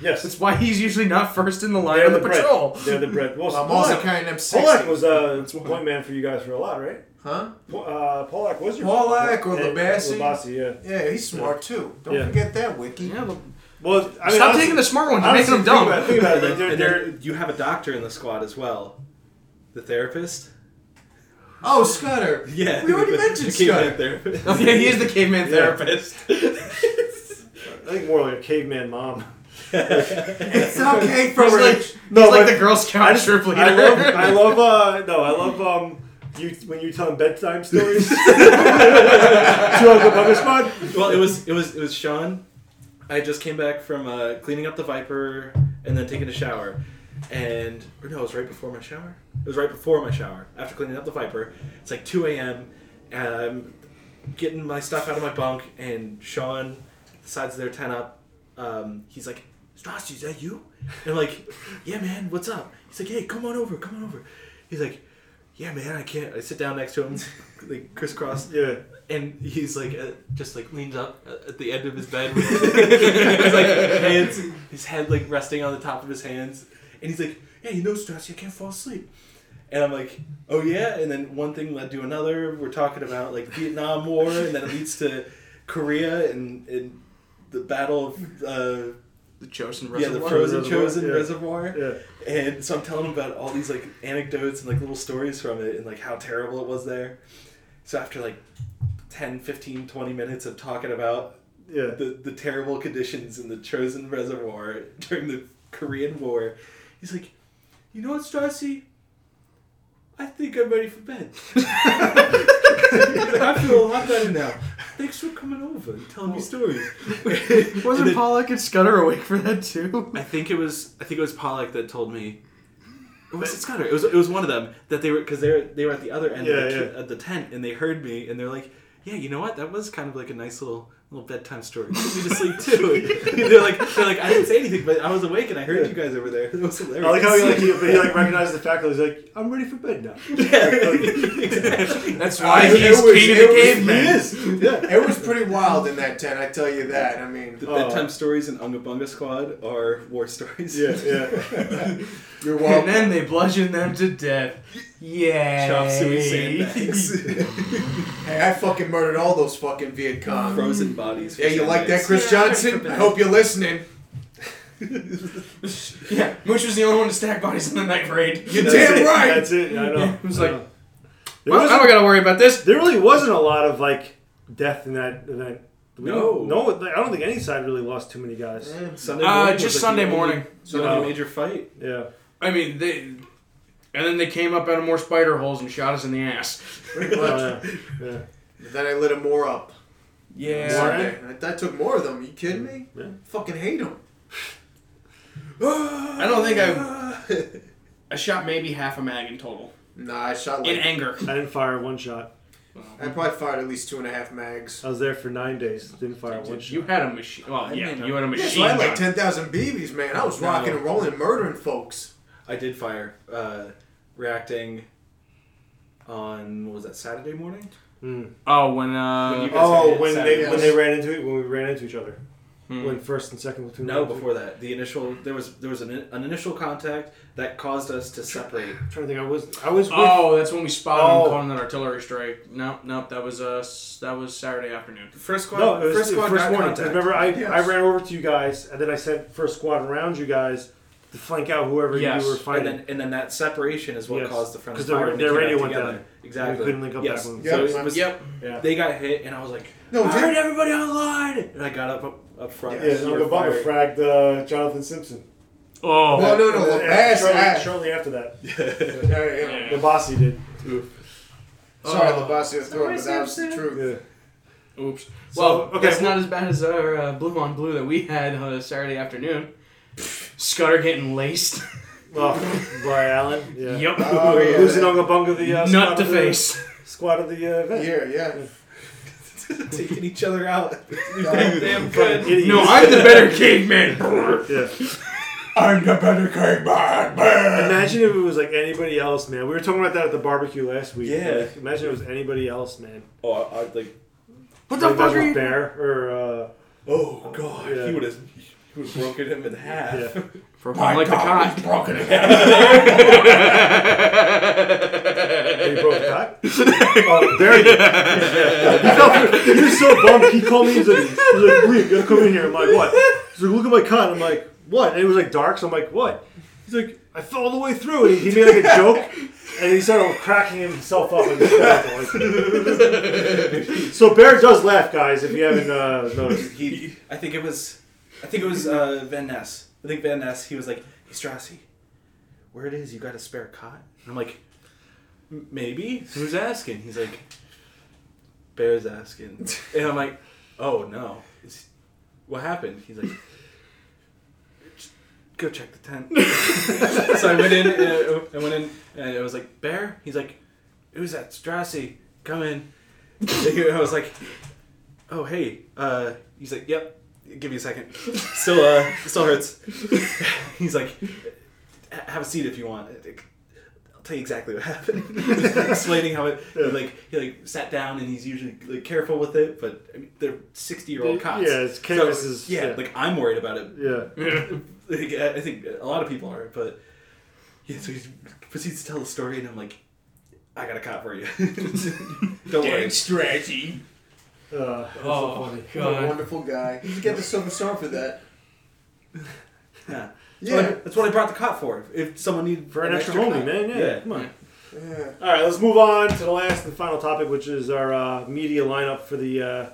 Speaker 6: Yes,
Speaker 7: That's why he's usually not first in the line
Speaker 6: they're
Speaker 7: on
Speaker 6: the,
Speaker 7: the,
Speaker 6: bread.
Speaker 7: patrol.
Speaker 6: They're the bread. <laughs> Well,
Speaker 9: I'm also
Speaker 6: Polak,
Speaker 9: carrying them
Speaker 6: Polak
Speaker 9: 60.
Speaker 6: was a point man for you guys for a lot, right?
Speaker 9: huh?
Speaker 6: Po- Uh, Polak was your
Speaker 9: Polak or
Speaker 6: Eh,
Speaker 9: Labassi?
Speaker 6: Labassi, yeah.
Speaker 9: Yeah, he's smart too. Don't
Speaker 6: Yeah.
Speaker 9: forget that, Wiki.
Speaker 7: Yeah, look-
Speaker 6: Well, I mean,
Speaker 7: Stop
Speaker 6: honestly-
Speaker 7: taking the smart ones. You're
Speaker 6: honestly,
Speaker 7: making
Speaker 6: think
Speaker 7: them dumb.
Speaker 6: about it, Think about it. Like,
Speaker 8: and
Speaker 6: they're,
Speaker 8: then
Speaker 6: they're,
Speaker 8: you have a doctor in the squad as well. The therapist. <laughs>
Speaker 9: Oh, <laughs> Scudder.
Speaker 8: Yeah,
Speaker 9: We already
Speaker 8: the-
Speaker 9: mentioned <laughs>
Speaker 8: the caveman
Speaker 9: Scudder.
Speaker 8: therapist.
Speaker 7: <laughs> Oh, yeah, he is the caveman
Speaker 6: Yeah.
Speaker 7: therapist.
Speaker 6: I think more like a caveman <laughs> mom.
Speaker 8: <laughs>
Speaker 9: It's okay for
Speaker 7: He's like,
Speaker 9: Rich.
Speaker 6: No,
Speaker 7: he's like
Speaker 6: but
Speaker 7: the Girl Scout
Speaker 6: I, just,
Speaker 7: troop leader.
Speaker 6: I <laughs> love, I love, uh, no, I love, um, you when you tell them bedtime <laughs> stories. to Uncle Bubba Spot.
Speaker 8: well, it was it was it was Sean. I just came back from uh, cleaning up the Viper and then taking a shower, and or no, it was right before my shower. It was right before my shower after cleaning up the Viper. It's like 2 a.m. and I'm getting my stuff out of my bunk, and Sean decides they're ten up. Um, he's like, "Strassi, is that you?" And I'm like, "Yeah, man, what's up?" He's like, "Hey, come on over, come on over." He's like, "Yeah, man, I can't." I sit down next to him, like crisscross.
Speaker 6: Yeah.
Speaker 8: And he's like, uh, just like leans up uh, at the end of his bed <laughs> with his like hands, his head like resting on the top of his hands, and he's like, "Yeah, you know, Strassi, I can't fall asleep." And I'm like, oh yeah. And then one thing led to another. We're talking about like Vietnam War, and then it leads to Korea and, and the Battle of uh,
Speaker 7: <laughs> The Chosen
Speaker 8: yeah, the
Speaker 7: Reservoir.
Speaker 8: Frozen
Speaker 6: Reservoir,
Speaker 8: Chosen
Speaker 6: yeah.
Speaker 8: Reservoir.
Speaker 6: Yeah.
Speaker 8: And so I'm telling him about all these like anecdotes and like little stories from it and like how terrible it was there. So after like 10, 15, 20 minutes of talking about
Speaker 6: Yeah.
Speaker 8: the, the terrible conditions in the Chosen Reservoir during the Korean War, he's like, you know what, Strassi? I think I'm ready for bed. <laughs> I feel a lot better now. Thanks for coming over and telling me stories. And
Speaker 7: Wasn't
Speaker 8: then-
Speaker 7: Pollock and Scudder awake for that too?
Speaker 8: I think it was I think it was Pollock that told me. Or was it Scudder? It was it was one of them that they were because they were they were at the other end
Speaker 6: Yeah,
Speaker 8: of, the,
Speaker 6: yeah.
Speaker 8: of the tent and they heard me and they're like, yeah, you know what? That was kind of like a nice little little bedtime story. You put me to sleep
Speaker 6: <laughs>
Speaker 8: too. they're like they're like I didn't say anything, but I was awake and I heard you guys over there. <laughs> It was hilarious.
Speaker 6: I like how he like he, he like recognizes the fact that he's like, I'm ready for bed now.
Speaker 8: <laughs> yeah,
Speaker 6: <laughs>
Speaker 8: <laughs> exactly.
Speaker 7: That's why
Speaker 9: it
Speaker 7: he's
Speaker 9: was-
Speaker 7: King of
Speaker 9: it
Speaker 7: the
Speaker 9: was-
Speaker 7: Cavemen.
Speaker 9: he
Speaker 6: Yeah.
Speaker 9: It was pretty wild in that tent, I tell you that. I mean,
Speaker 8: The
Speaker 6: Oh.
Speaker 8: bedtime stories in Unga Bunga Squad are war stories.
Speaker 6: Yeah, yeah.
Speaker 9: you're
Speaker 7: And
Speaker 9: welcome.
Speaker 7: then they bludgeon them to death. Yay.
Speaker 8: <laughs> Chop suey
Speaker 9: <laughs>
Speaker 8: sandbags.
Speaker 9: Hey, I fucking murdered all those fucking Viet Cong.
Speaker 8: Frozen bodies. for
Speaker 9: Yeah, you like that,
Speaker 8: sandbags.
Speaker 9: Chris
Speaker 7: Yeah, <laughs>
Speaker 9: Johnson? I hope you're listening.
Speaker 7: <laughs> yeah, Mooch was the only one to stack bodies in the night raid.
Speaker 9: You're
Speaker 6: That's
Speaker 9: damn
Speaker 6: it.
Speaker 9: right.
Speaker 6: That's it. I know.
Speaker 7: It was
Speaker 6: I
Speaker 7: like,
Speaker 6: know. there,
Speaker 7: Well, I
Speaker 6: wasn't,
Speaker 7: don't gotta worry about this.
Speaker 6: there really wasn't a lot of like death in that. In that we
Speaker 8: No.
Speaker 6: don't- no. like, I don't think any side really lost too many guys.
Speaker 8: Sunday morning
Speaker 7: Uh,
Speaker 8: was,
Speaker 7: just
Speaker 8: like,
Speaker 7: Sunday
Speaker 8: the only-
Speaker 7: morning.
Speaker 8: the only
Speaker 6: No.
Speaker 8: major fight.
Speaker 6: Yeah.
Speaker 7: I mean, they. And then they came up out of more spider holes and shot us in the ass.
Speaker 9: Pretty much.
Speaker 6: Uh, yeah.
Speaker 9: Then I lit them more up.
Speaker 7: Yeah.
Speaker 6: More?
Speaker 9: Sunday. I, I took more of them. you kidding me?
Speaker 6: Yeah.
Speaker 9: Fucking hate them.
Speaker 7: I don't think I. I shot maybe half a mag in total.
Speaker 9: <sighs> Nah, I shot
Speaker 7: In
Speaker 9: like
Speaker 7: anger.
Speaker 6: I didn't fire one shot.
Speaker 9: I probably fired at least two and a half mags.
Speaker 6: I was there for nine days. Didn't fire one shot.
Speaker 7: You had a machine. Well, yeah,
Speaker 8: mean,
Speaker 7: you had a
Speaker 9: Yeah,
Speaker 7: machine.
Speaker 9: so I had like
Speaker 7: gun.
Speaker 9: ten thousand BBs, man. I was
Speaker 8: No.
Speaker 9: rocking and rolling, murdering folks.
Speaker 8: I did fire uh, reacting on what was that Saturday morning?
Speaker 6: Mm.
Speaker 7: Oh, when uh,
Speaker 8: When you guys-
Speaker 6: Oh,
Speaker 8: Saturday-
Speaker 6: when they
Speaker 8: Saturday.
Speaker 6: when they ran into it when we ran into each other, when first and second platoon.
Speaker 8: No,
Speaker 6: ran into-
Speaker 8: before that, the initial there was there was an, an initial contact that caused us to separate.
Speaker 6: I'm trying to think, I was I was with.
Speaker 7: oh, that's when we spotted him
Speaker 6: Oh.
Speaker 7: calling that artillery strike. No, no, that was us. That was Saturday afternoon.
Speaker 8: First squad,
Speaker 6: No, it was
Speaker 8: first
Speaker 6: the
Speaker 8: squad
Speaker 6: first
Speaker 8: got
Speaker 6: one.
Speaker 8: contact.
Speaker 6: Remember, I,
Speaker 9: Yes.
Speaker 6: I ran over to you guys, and then I sent first squad around you guys to flank out whoever
Speaker 7: Yes,
Speaker 6: you were
Speaker 8: and
Speaker 7: and
Speaker 6: fighting.
Speaker 8: then and then that separation is what
Speaker 6: Yes.
Speaker 8: caused the friendly
Speaker 6: 'Cause their-
Speaker 8: fire. and they
Speaker 6: their
Speaker 8: came
Speaker 6: radio
Speaker 8: back
Speaker 6: went
Speaker 8: together.
Speaker 6: down.
Speaker 8: Exactly.
Speaker 6: We couldn't link up
Speaker 8: yes.
Speaker 6: back with them.
Speaker 8: So
Speaker 9: Yeah.
Speaker 8: it was,
Speaker 7: Yep.
Speaker 6: yeah.
Speaker 8: They got hit, and I was like,
Speaker 9: No,
Speaker 8: "All
Speaker 9: did-
Speaker 8: right, everybody online!" And I got up up, up front.
Speaker 9: Yeah,
Speaker 8: and
Speaker 6: yeah,
Speaker 8: you
Speaker 6: Uncle
Speaker 8: were
Speaker 6: Bubba
Speaker 8: fired.
Speaker 6: fragged uh, Jonathan Simpson.
Speaker 7: Oh,
Speaker 9: Well, no, no,
Speaker 6: And then
Speaker 9: Labass.
Speaker 6: shortly,
Speaker 9: Sorry,
Speaker 6: shortly after that,
Speaker 9: Labassi
Speaker 6: the bossy did. Oh.
Speaker 9: the throat, but that was the truth.
Speaker 6: Yeah.
Speaker 7: Oops.
Speaker 6: So,
Speaker 7: well,
Speaker 6: okay,
Speaker 7: that's
Speaker 6: well-
Speaker 7: not as bad as our uh, blue on blue that we had uh, Saturday afternoon. Scudder getting laced.
Speaker 6: <laughs> Well, Brian Allen. Yeah.
Speaker 7: <laughs> yep.
Speaker 9: Oh yeah,
Speaker 6: Losing Uncle Bung of the uh,
Speaker 7: Nut
Speaker 6: squad
Speaker 7: to
Speaker 6: of the-
Speaker 7: face.
Speaker 6: squad of the uh, event.
Speaker 9: yeah, yeah.
Speaker 8: <laughs> taking each other out.
Speaker 7: Damn good.
Speaker 6: Idiots.
Speaker 7: No, I'm the better <laughs> caveman.
Speaker 6: Yeah.
Speaker 9: I'm the better king, man, man.
Speaker 6: Imagine if it was like anybody else, man. We were talking about that at the barbecue last week.
Speaker 8: Yeah.
Speaker 6: Like, imagine if it was anybody else, man.
Speaker 8: oh, I, I like
Speaker 7: what the
Speaker 6: Like that
Speaker 7: fuck are
Speaker 6: was
Speaker 7: you?
Speaker 6: Bear or uh,
Speaker 8: Oh god,
Speaker 6: Yeah.
Speaker 8: he would have he would have broken him in half.
Speaker 7: <laughs>
Speaker 6: yeah.
Speaker 7: For one like the cock.
Speaker 9: broken again.
Speaker 6: He broke that? oh, there you go. He was so bummed. He called me. He's like, he's like "Lee, you gotta come in here." I'm like, "What?" He's like, "Look at my cut." I'm like, "What?" And it was like dark, so I'm like, "What?" He's like, "I fell all the way through." And he, he made like a joke, and he started cracking himself up. And just laughed, like- so Bear does laugh, guys. If you haven't uh, noticed,
Speaker 8: He, I think it was, I think it was uh, Van Ness. I think Van Ness. He was like, "Hey Strassi, where it is? You got a spare cot?" And I'm like, "M- "Maybe." Who's asking? He's like, "Bear's asking," and I'm like, "Oh no, is, what happened?" He's like, go check the tent. so I went in. Uh, I went in, and I was like, "Bear." He's like, "Who's that? Strassi, come in." <laughs> I was like, "Oh hey." Uh, he's like, "Yep." Give me a second. Still, uh, still hurts. he's like, "Ha- "Have a seat if you want." I'll tell you exactly what happened. <laughs> Just explaining how it he, like he like sat down and he's usually like careful with it, but I mean, they're sixty year old
Speaker 6: Yeah,
Speaker 8: cops.
Speaker 6: it's chaos is-
Speaker 8: yeah,
Speaker 6: yeah.
Speaker 8: like I'm worried about it <laughs>
Speaker 6: Yeah.
Speaker 8: like, I I think a lot of people are, but yeah, so he proceeds to tell the story, and I'm like, I got a cop for you. <laughs> Don't worry.
Speaker 7: Strategy.
Speaker 6: Uh, that's so
Speaker 7: Oh,
Speaker 6: funny.
Speaker 9: What a
Speaker 7: God.
Speaker 9: wonderful guy. You should get the Silver Star for that.
Speaker 8: Yeah.
Speaker 9: Yeah.
Speaker 8: That's what I- that's what I brought the cop for. If someone needed
Speaker 6: For an extra homie,
Speaker 8: cop.
Speaker 6: man. Yeah,
Speaker 8: Yeah.
Speaker 6: come on.
Speaker 9: Yeah.
Speaker 6: All right, let's move on to the last and final topic, which is our uh, media lineup for the uh,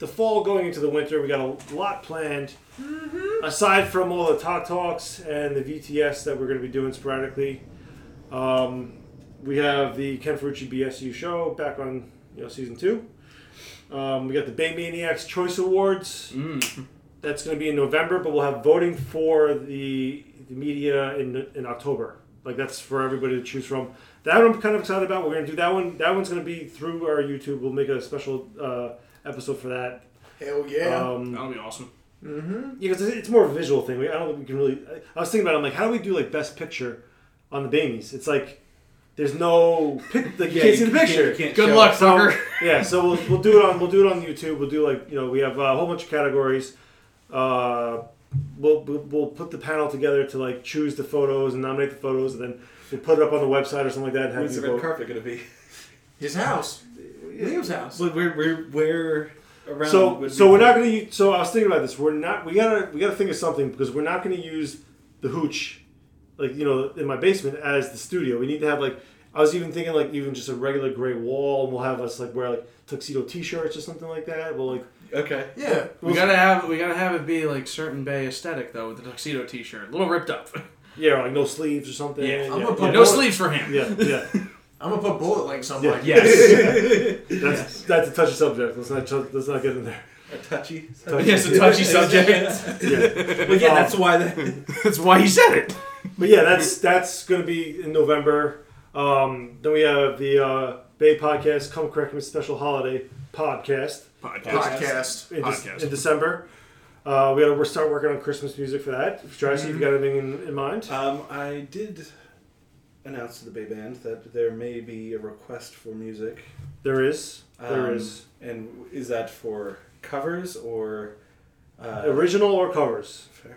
Speaker 6: the fall going into the winter. We got a lot planned. Aside from all the talk talks and the VTS that we're going to be doing sporadically, um, we have the Ken Ferrucci BSU show back on you know season two. Um, we got the Bay Maniacs Choice Awards. That's going to be in November, but we'll have voting for the, the media in in October. Like that's for everybody to choose from. That one I'm kind of excited about. We're going to do that one. That one's going to be through our YouTube. We'll make a special uh, episode for that.
Speaker 9: Hell yeah.
Speaker 6: Um,
Speaker 7: That'll be awesome.
Speaker 6: yeah, 'cause it's it's more of a visual thing. We, I don't think we can really. I, I was thinking about. It, I'm like, how do we do like best picture on the Bamies? It's like there's no pic. Like you can't see the picture.
Speaker 8: you can't
Speaker 7: Good
Speaker 8: show
Speaker 7: luck,
Speaker 8: it.
Speaker 7: sucker.
Speaker 6: yeah, so we'll, we'll do it on we'll do it on YouTube. We'll do like you know we have uh, a whole bunch of categories. Uh, we'll, we'll we'll put the panel together to like choose the photos and nominate the photos, and then we'll put it up on the website or something like that. And have
Speaker 8: Where's the
Speaker 6: you
Speaker 8: red
Speaker 6: vote.
Speaker 8: carpet gonna be?
Speaker 9: His house. Liam's house.
Speaker 8: So we're we're we're around.
Speaker 6: So
Speaker 8: would
Speaker 6: so
Speaker 8: be-
Speaker 6: we're not gonna. Use, so I was thinking about this. We're not. We gotta we gotta think of something because we're not gonna use the hooch, like you know, in my basement as the studio. We need to have like. I was even thinking like even just a regular gray wall, and we'll have us like wear like tuxedo T-shirts or something like that. We'll like
Speaker 8: Okay.
Speaker 9: Yeah.
Speaker 7: We gotta have we gotta have it be like certain Bay aesthetic though with the tuxedo T-shirt, a little ripped up.
Speaker 6: yeah, or, like no sleeves or something.
Speaker 7: Yeah.
Speaker 9: I'm gonna put
Speaker 7: no
Speaker 9: bullet-
Speaker 7: sleeves for him.
Speaker 6: Yeah, yeah.
Speaker 9: I'm gonna put bullet links on my
Speaker 7: <laughs> Yes.
Speaker 6: That's that's a touchy subject. Let's not tou- let's not get in there.
Speaker 8: A touchy.
Speaker 6: Touchy.
Speaker 7: <laughs> yes, a touchy subject.
Speaker 6: Yeah.
Speaker 8: But yeah, that's why. The,
Speaker 7: That's why he said it.
Speaker 6: But yeah, that's that's gonna be in November. Um, then we have the uh, Bay Podcast Come Correct Me Special Holiday Podcast
Speaker 7: Podcast.
Speaker 9: podcast.
Speaker 6: in, Dec-
Speaker 7: Podcast.
Speaker 6: in December. Uh, we gotta we're start working on Christmas music for that. Tracy, if you got
Speaker 8: Mm-hmm.
Speaker 6: anything in, in mind?
Speaker 8: um, I did announce to the Bay Band that there may be a request for music.
Speaker 6: There is, there
Speaker 8: Um,
Speaker 6: is
Speaker 8: And is that for covers or uh,
Speaker 6: original or covers. Uh,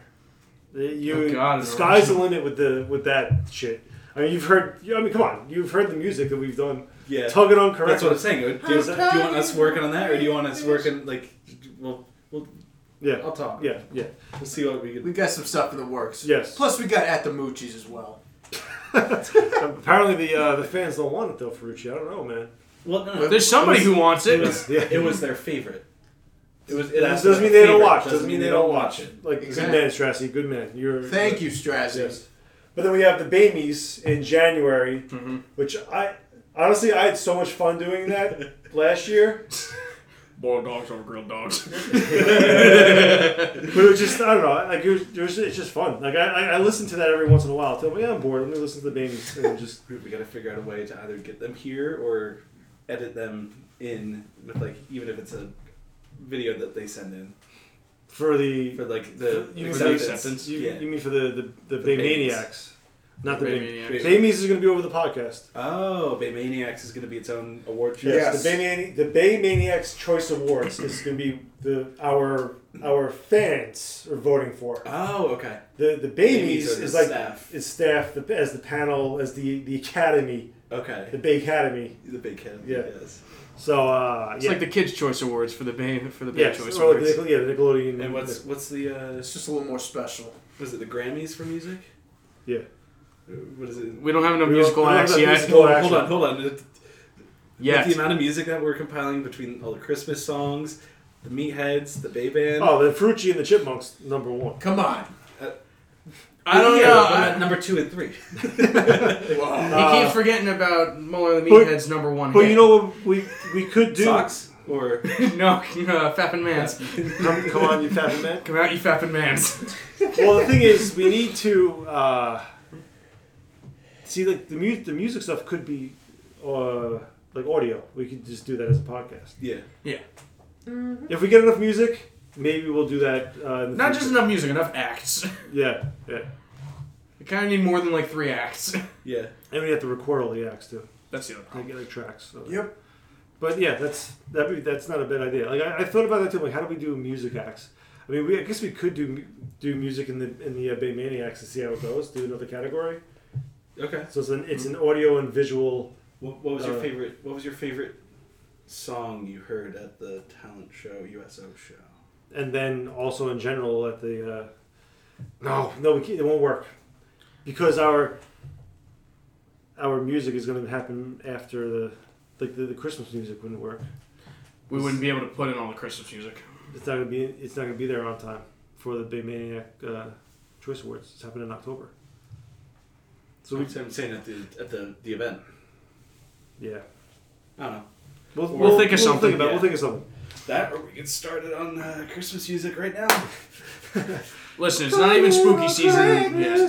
Speaker 8: fair.
Speaker 6: You
Speaker 7: Oh, God,
Speaker 6: the
Speaker 7: they're
Speaker 6: sky's the limit with the with that shit. I mean, you've heard. I mean, come on, you've heard the music that we've done.
Speaker 8: Yeah,
Speaker 6: Tugging on correct.
Speaker 8: that's what I'm saying. Do you, do you want us working on that, or do you want us working like? Well, we'll
Speaker 6: Yeah.
Speaker 8: I'll talk.
Speaker 6: Yeah, yeah.
Speaker 8: <laughs> we'll see what we
Speaker 9: We
Speaker 8: can.
Speaker 9: got some stuff in the works.
Speaker 6: Yes.
Speaker 9: Plus, we got at the Moochies as well.
Speaker 6: Apparently the uh, the fans don't want it though, Ferrucci. I don't know, man.
Speaker 8: Well, no, no,
Speaker 7: There's somebody who wants
Speaker 8: it
Speaker 7: it.
Speaker 8: was
Speaker 6: Yeah.
Speaker 8: it was their favorite. It was. It
Speaker 6: That
Speaker 8: that's
Speaker 6: doesn't
Speaker 8: their
Speaker 6: mean they don't
Speaker 8: favorite.
Speaker 6: watch.
Speaker 8: Doesn't mean they don't watch it.
Speaker 6: Like
Speaker 9: Exactly.
Speaker 6: good man, Strassi. Good man. You're
Speaker 9: Thank you, Strassi.
Speaker 6: Yes. But then we have the Bamies in January, which I honestly I had so much fun doing that <laughs> last year.
Speaker 7: Boiled dogs over grilled <laughs> dogs. <laughs>
Speaker 8: <laughs>
Speaker 6: But it was just I don't know. Like it was, it was it's just fun. Like I, I, I listen to that every once in a while. Tell me yeah, I'm bored. Let me listen to the Bamies and I'm just
Speaker 8: We got to figure out a way to either get them here or edit them in with like even if it's a video that they send in
Speaker 6: for the
Speaker 8: for like the
Speaker 6: You mean
Speaker 7: For the
Speaker 6: acceptance.
Speaker 7: acceptance.
Speaker 6: you,
Speaker 8: Yeah.
Speaker 6: you mean for the the, the,
Speaker 8: The
Speaker 6: Bay
Speaker 8: Bamies.
Speaker 6: Maniacs, not the,
Speaker 7: Bay
Speaker 6: Bay
Speaker 7: Maniacs.
Speaker 6: Bamies is going to be over the podcast.
Speaker 8: Oh, Bay Maniacs is going to be its own award show.
Speaker 9: Yes.
Speaker 6: The Bay, Mani- the Bay Maniacs Choice Awards is going to be the our our fans are voting for.
Speaker 8: Oh, okay.
Speaker 6: The the
Speaker 8: Bamies
Speaker 6: Bamies
Speaker 8: are the
Speaker 6: is like
Speaker 8: staff.
Speaker 6: is staff the, as the panel as the the academy the
Speaker 8: Okay.
Speaker 6: Bay Academy.
Speaker 8: The big head.
Speaker 6: Yeah.
Speaker 8: Yes.
Speaker 6: So uh,
Speaker 7: It's
Speaker 6: yeah.
Speaker 7: like the Kids Choice Awards for the Bay for the Bay
Speaker 6: Yes,
Speaker 7: Choice
Speaker 6: or like
Speaker 7: Awards.
Speaker 6: the, Nickel- yeah, the Nickelodeon.
Speaker 8: And what's what's the uh,
Speaker 9: It's just a little more special.
Speaker 8: was it the Grammys for music?
Speaker 6: yeah?
Speaker 8: Uh, What is it?
Speaker 7: We don't have enough
Speaker 6: We don't-
Speaker 7: musical
Speaker 6: we don't have
Speaker 7: acts
Speaker 6: enough
Speaker 7: yet.
Speaker 6: musical acts.
Speaker 8: Hold on, hold on. With
Speaker 7: Yet.
Speaker 8: the amount of music that we're compiling between all the Christmas songs, the Meatheads, the Bay Band.
Speaker 6: Oh, the Frucci and the Chipmunks number one.
Speaker 9: Come on.
Speaker 7: I don't
Speaker 8: yeah,
Speaker 7: know.
Speaker 8: I'm
Speaker 7: I-
Speaker 8: at number two and <laughs> three.
Speaker 9: Wow.
Speaker 7: uh, You keep forgetting about Muller and the
Speaker 6: but-
Speaker 7: Meathead's number one.
Speaker 6: But
Speaker 7: hit.
Speaker 6: you know what we we could do
Speaker 8: Socks. Or
Speaker 7: <laughs> No, uh, fapping mans.
Speaker 6: Come, come on, you fapping man.
Speaker 7: Come out, you fapping mans. <laughs>
Speaker 6: Well, the thing is, we need to uh, see like the mu- the music stuff could be uh, like audio. We could just do that as a podcast.
Speaker 8: yeah,
Speaker 6: If we get enough music, maybe we'll do that. Uh, in the
Speaker 7: Not
Speaker 6: future.
Speaker 7: just enough music, enough acts.
Speaker 6: Yeah, yeah.
Speaker 7: We kind of need more than like three acts.
Speaker 8: yeah.
Speaker 6: And we have to record all the acts too.
Speaker 7: <laughs> That's the other
Speaker 6: Like,
Speaker 7: problem.
Speaker 6: like tracks. So.
Speaker 9: Yep.
Speaker 6: But yeah, that's that. Be, that's not a bad idea. Like I, I thought about that too. Like, how do we do music acts? I mean, we I guess we could do mu- do music in the in the uh, Bay Maniacs and see how it goes. Do another category.
Speaker 8: Okay.
Speaker 6: So it's an it's an audio and visual.
Speaker 8: What, what was your
Speaker 6: Uh,
Speaker 8: favorite? What was your favorite song you heard at the talent show, USO show?
Speaker 6: and then also in general at the uh, no no we can't, it won't work because our our music is going to happen after the like the, the Christmas music wouldn't work.
Speaker 7: We wouldn't be able to put in all the Christmas music.
Speaker 6: It's not going to be it's not going to be there on time for the Bay Maniac uh, Choice Awards. It's happening in October. So we
Speaker 8: I'm saying at the at the, the event.
Speaker 6: yeah
Speaker 8: I don't know.
Speaker 6: we'll,
Speaker 7: We'll think of something,
Speaker 6: about,
Speaker 7: yeah.
Speaker 6: We'll think of something.
Speaker 8: That or we get started on uh, Christmas music right now. <laughs>
Speaker 7: Listen, it's not even spooky season yet.
Speaker 9: And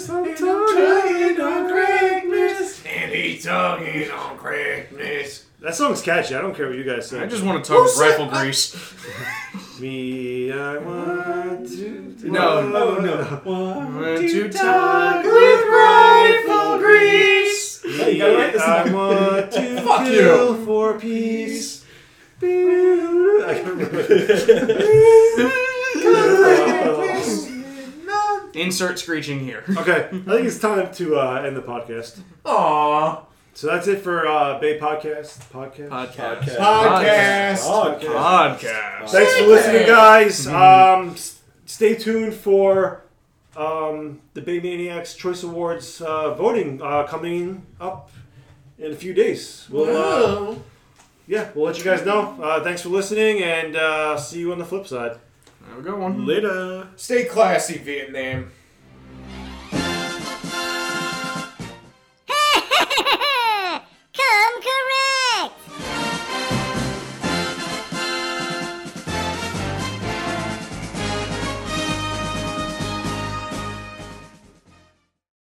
Speaker 9: he's talking on Christmas.
Speaker 6: That song's catchy. I don't care what you guys say.
Speaker 7: I just want to talk
Speaker 9: said-
Speaker 7: rifle grease.
Speaker 6: me. I want to.
Speaker 7: No.
Speaker 8: Oh no!
Speaker 7: Want to
Speaker 9: Talk with rifle grease.
Speaker 8: Hey, you gotta write this
Speaker 6: I
Speaker 8: down.
Speaker 6: want <laughs> to
Speaker 9: Fuck
Speaker 6: kill
Speaker 9: you.
Speaker 6: for peace. I can't remember. Uh,
Speaker 7: Insert screeching here.
Speaker 6: okay, I think it's time to uh, end the podcast.
Speaker 9: Aww.
Speaker 6: So that's it for uh, Bay Podcast. Podcast.
Speaker 7: Podcast.
Speaker 9: Podcast.
Speaker 8: Podcast.
Speaker 7: Podcast.
Speaker 6: Thanks for listening, guys. Um, s- stay tuned for um, the Bay Maniacs Choice Awards uh, voting uh, coming up in a few days. We'll, uh, yeah, we'll let you guys know. Uh, thanks for listening, and uh, see you on the flip side.
Speaker 7: Have a good one.
Speaker 8: Later.
Speaker 9: Stay classy, Vietnam.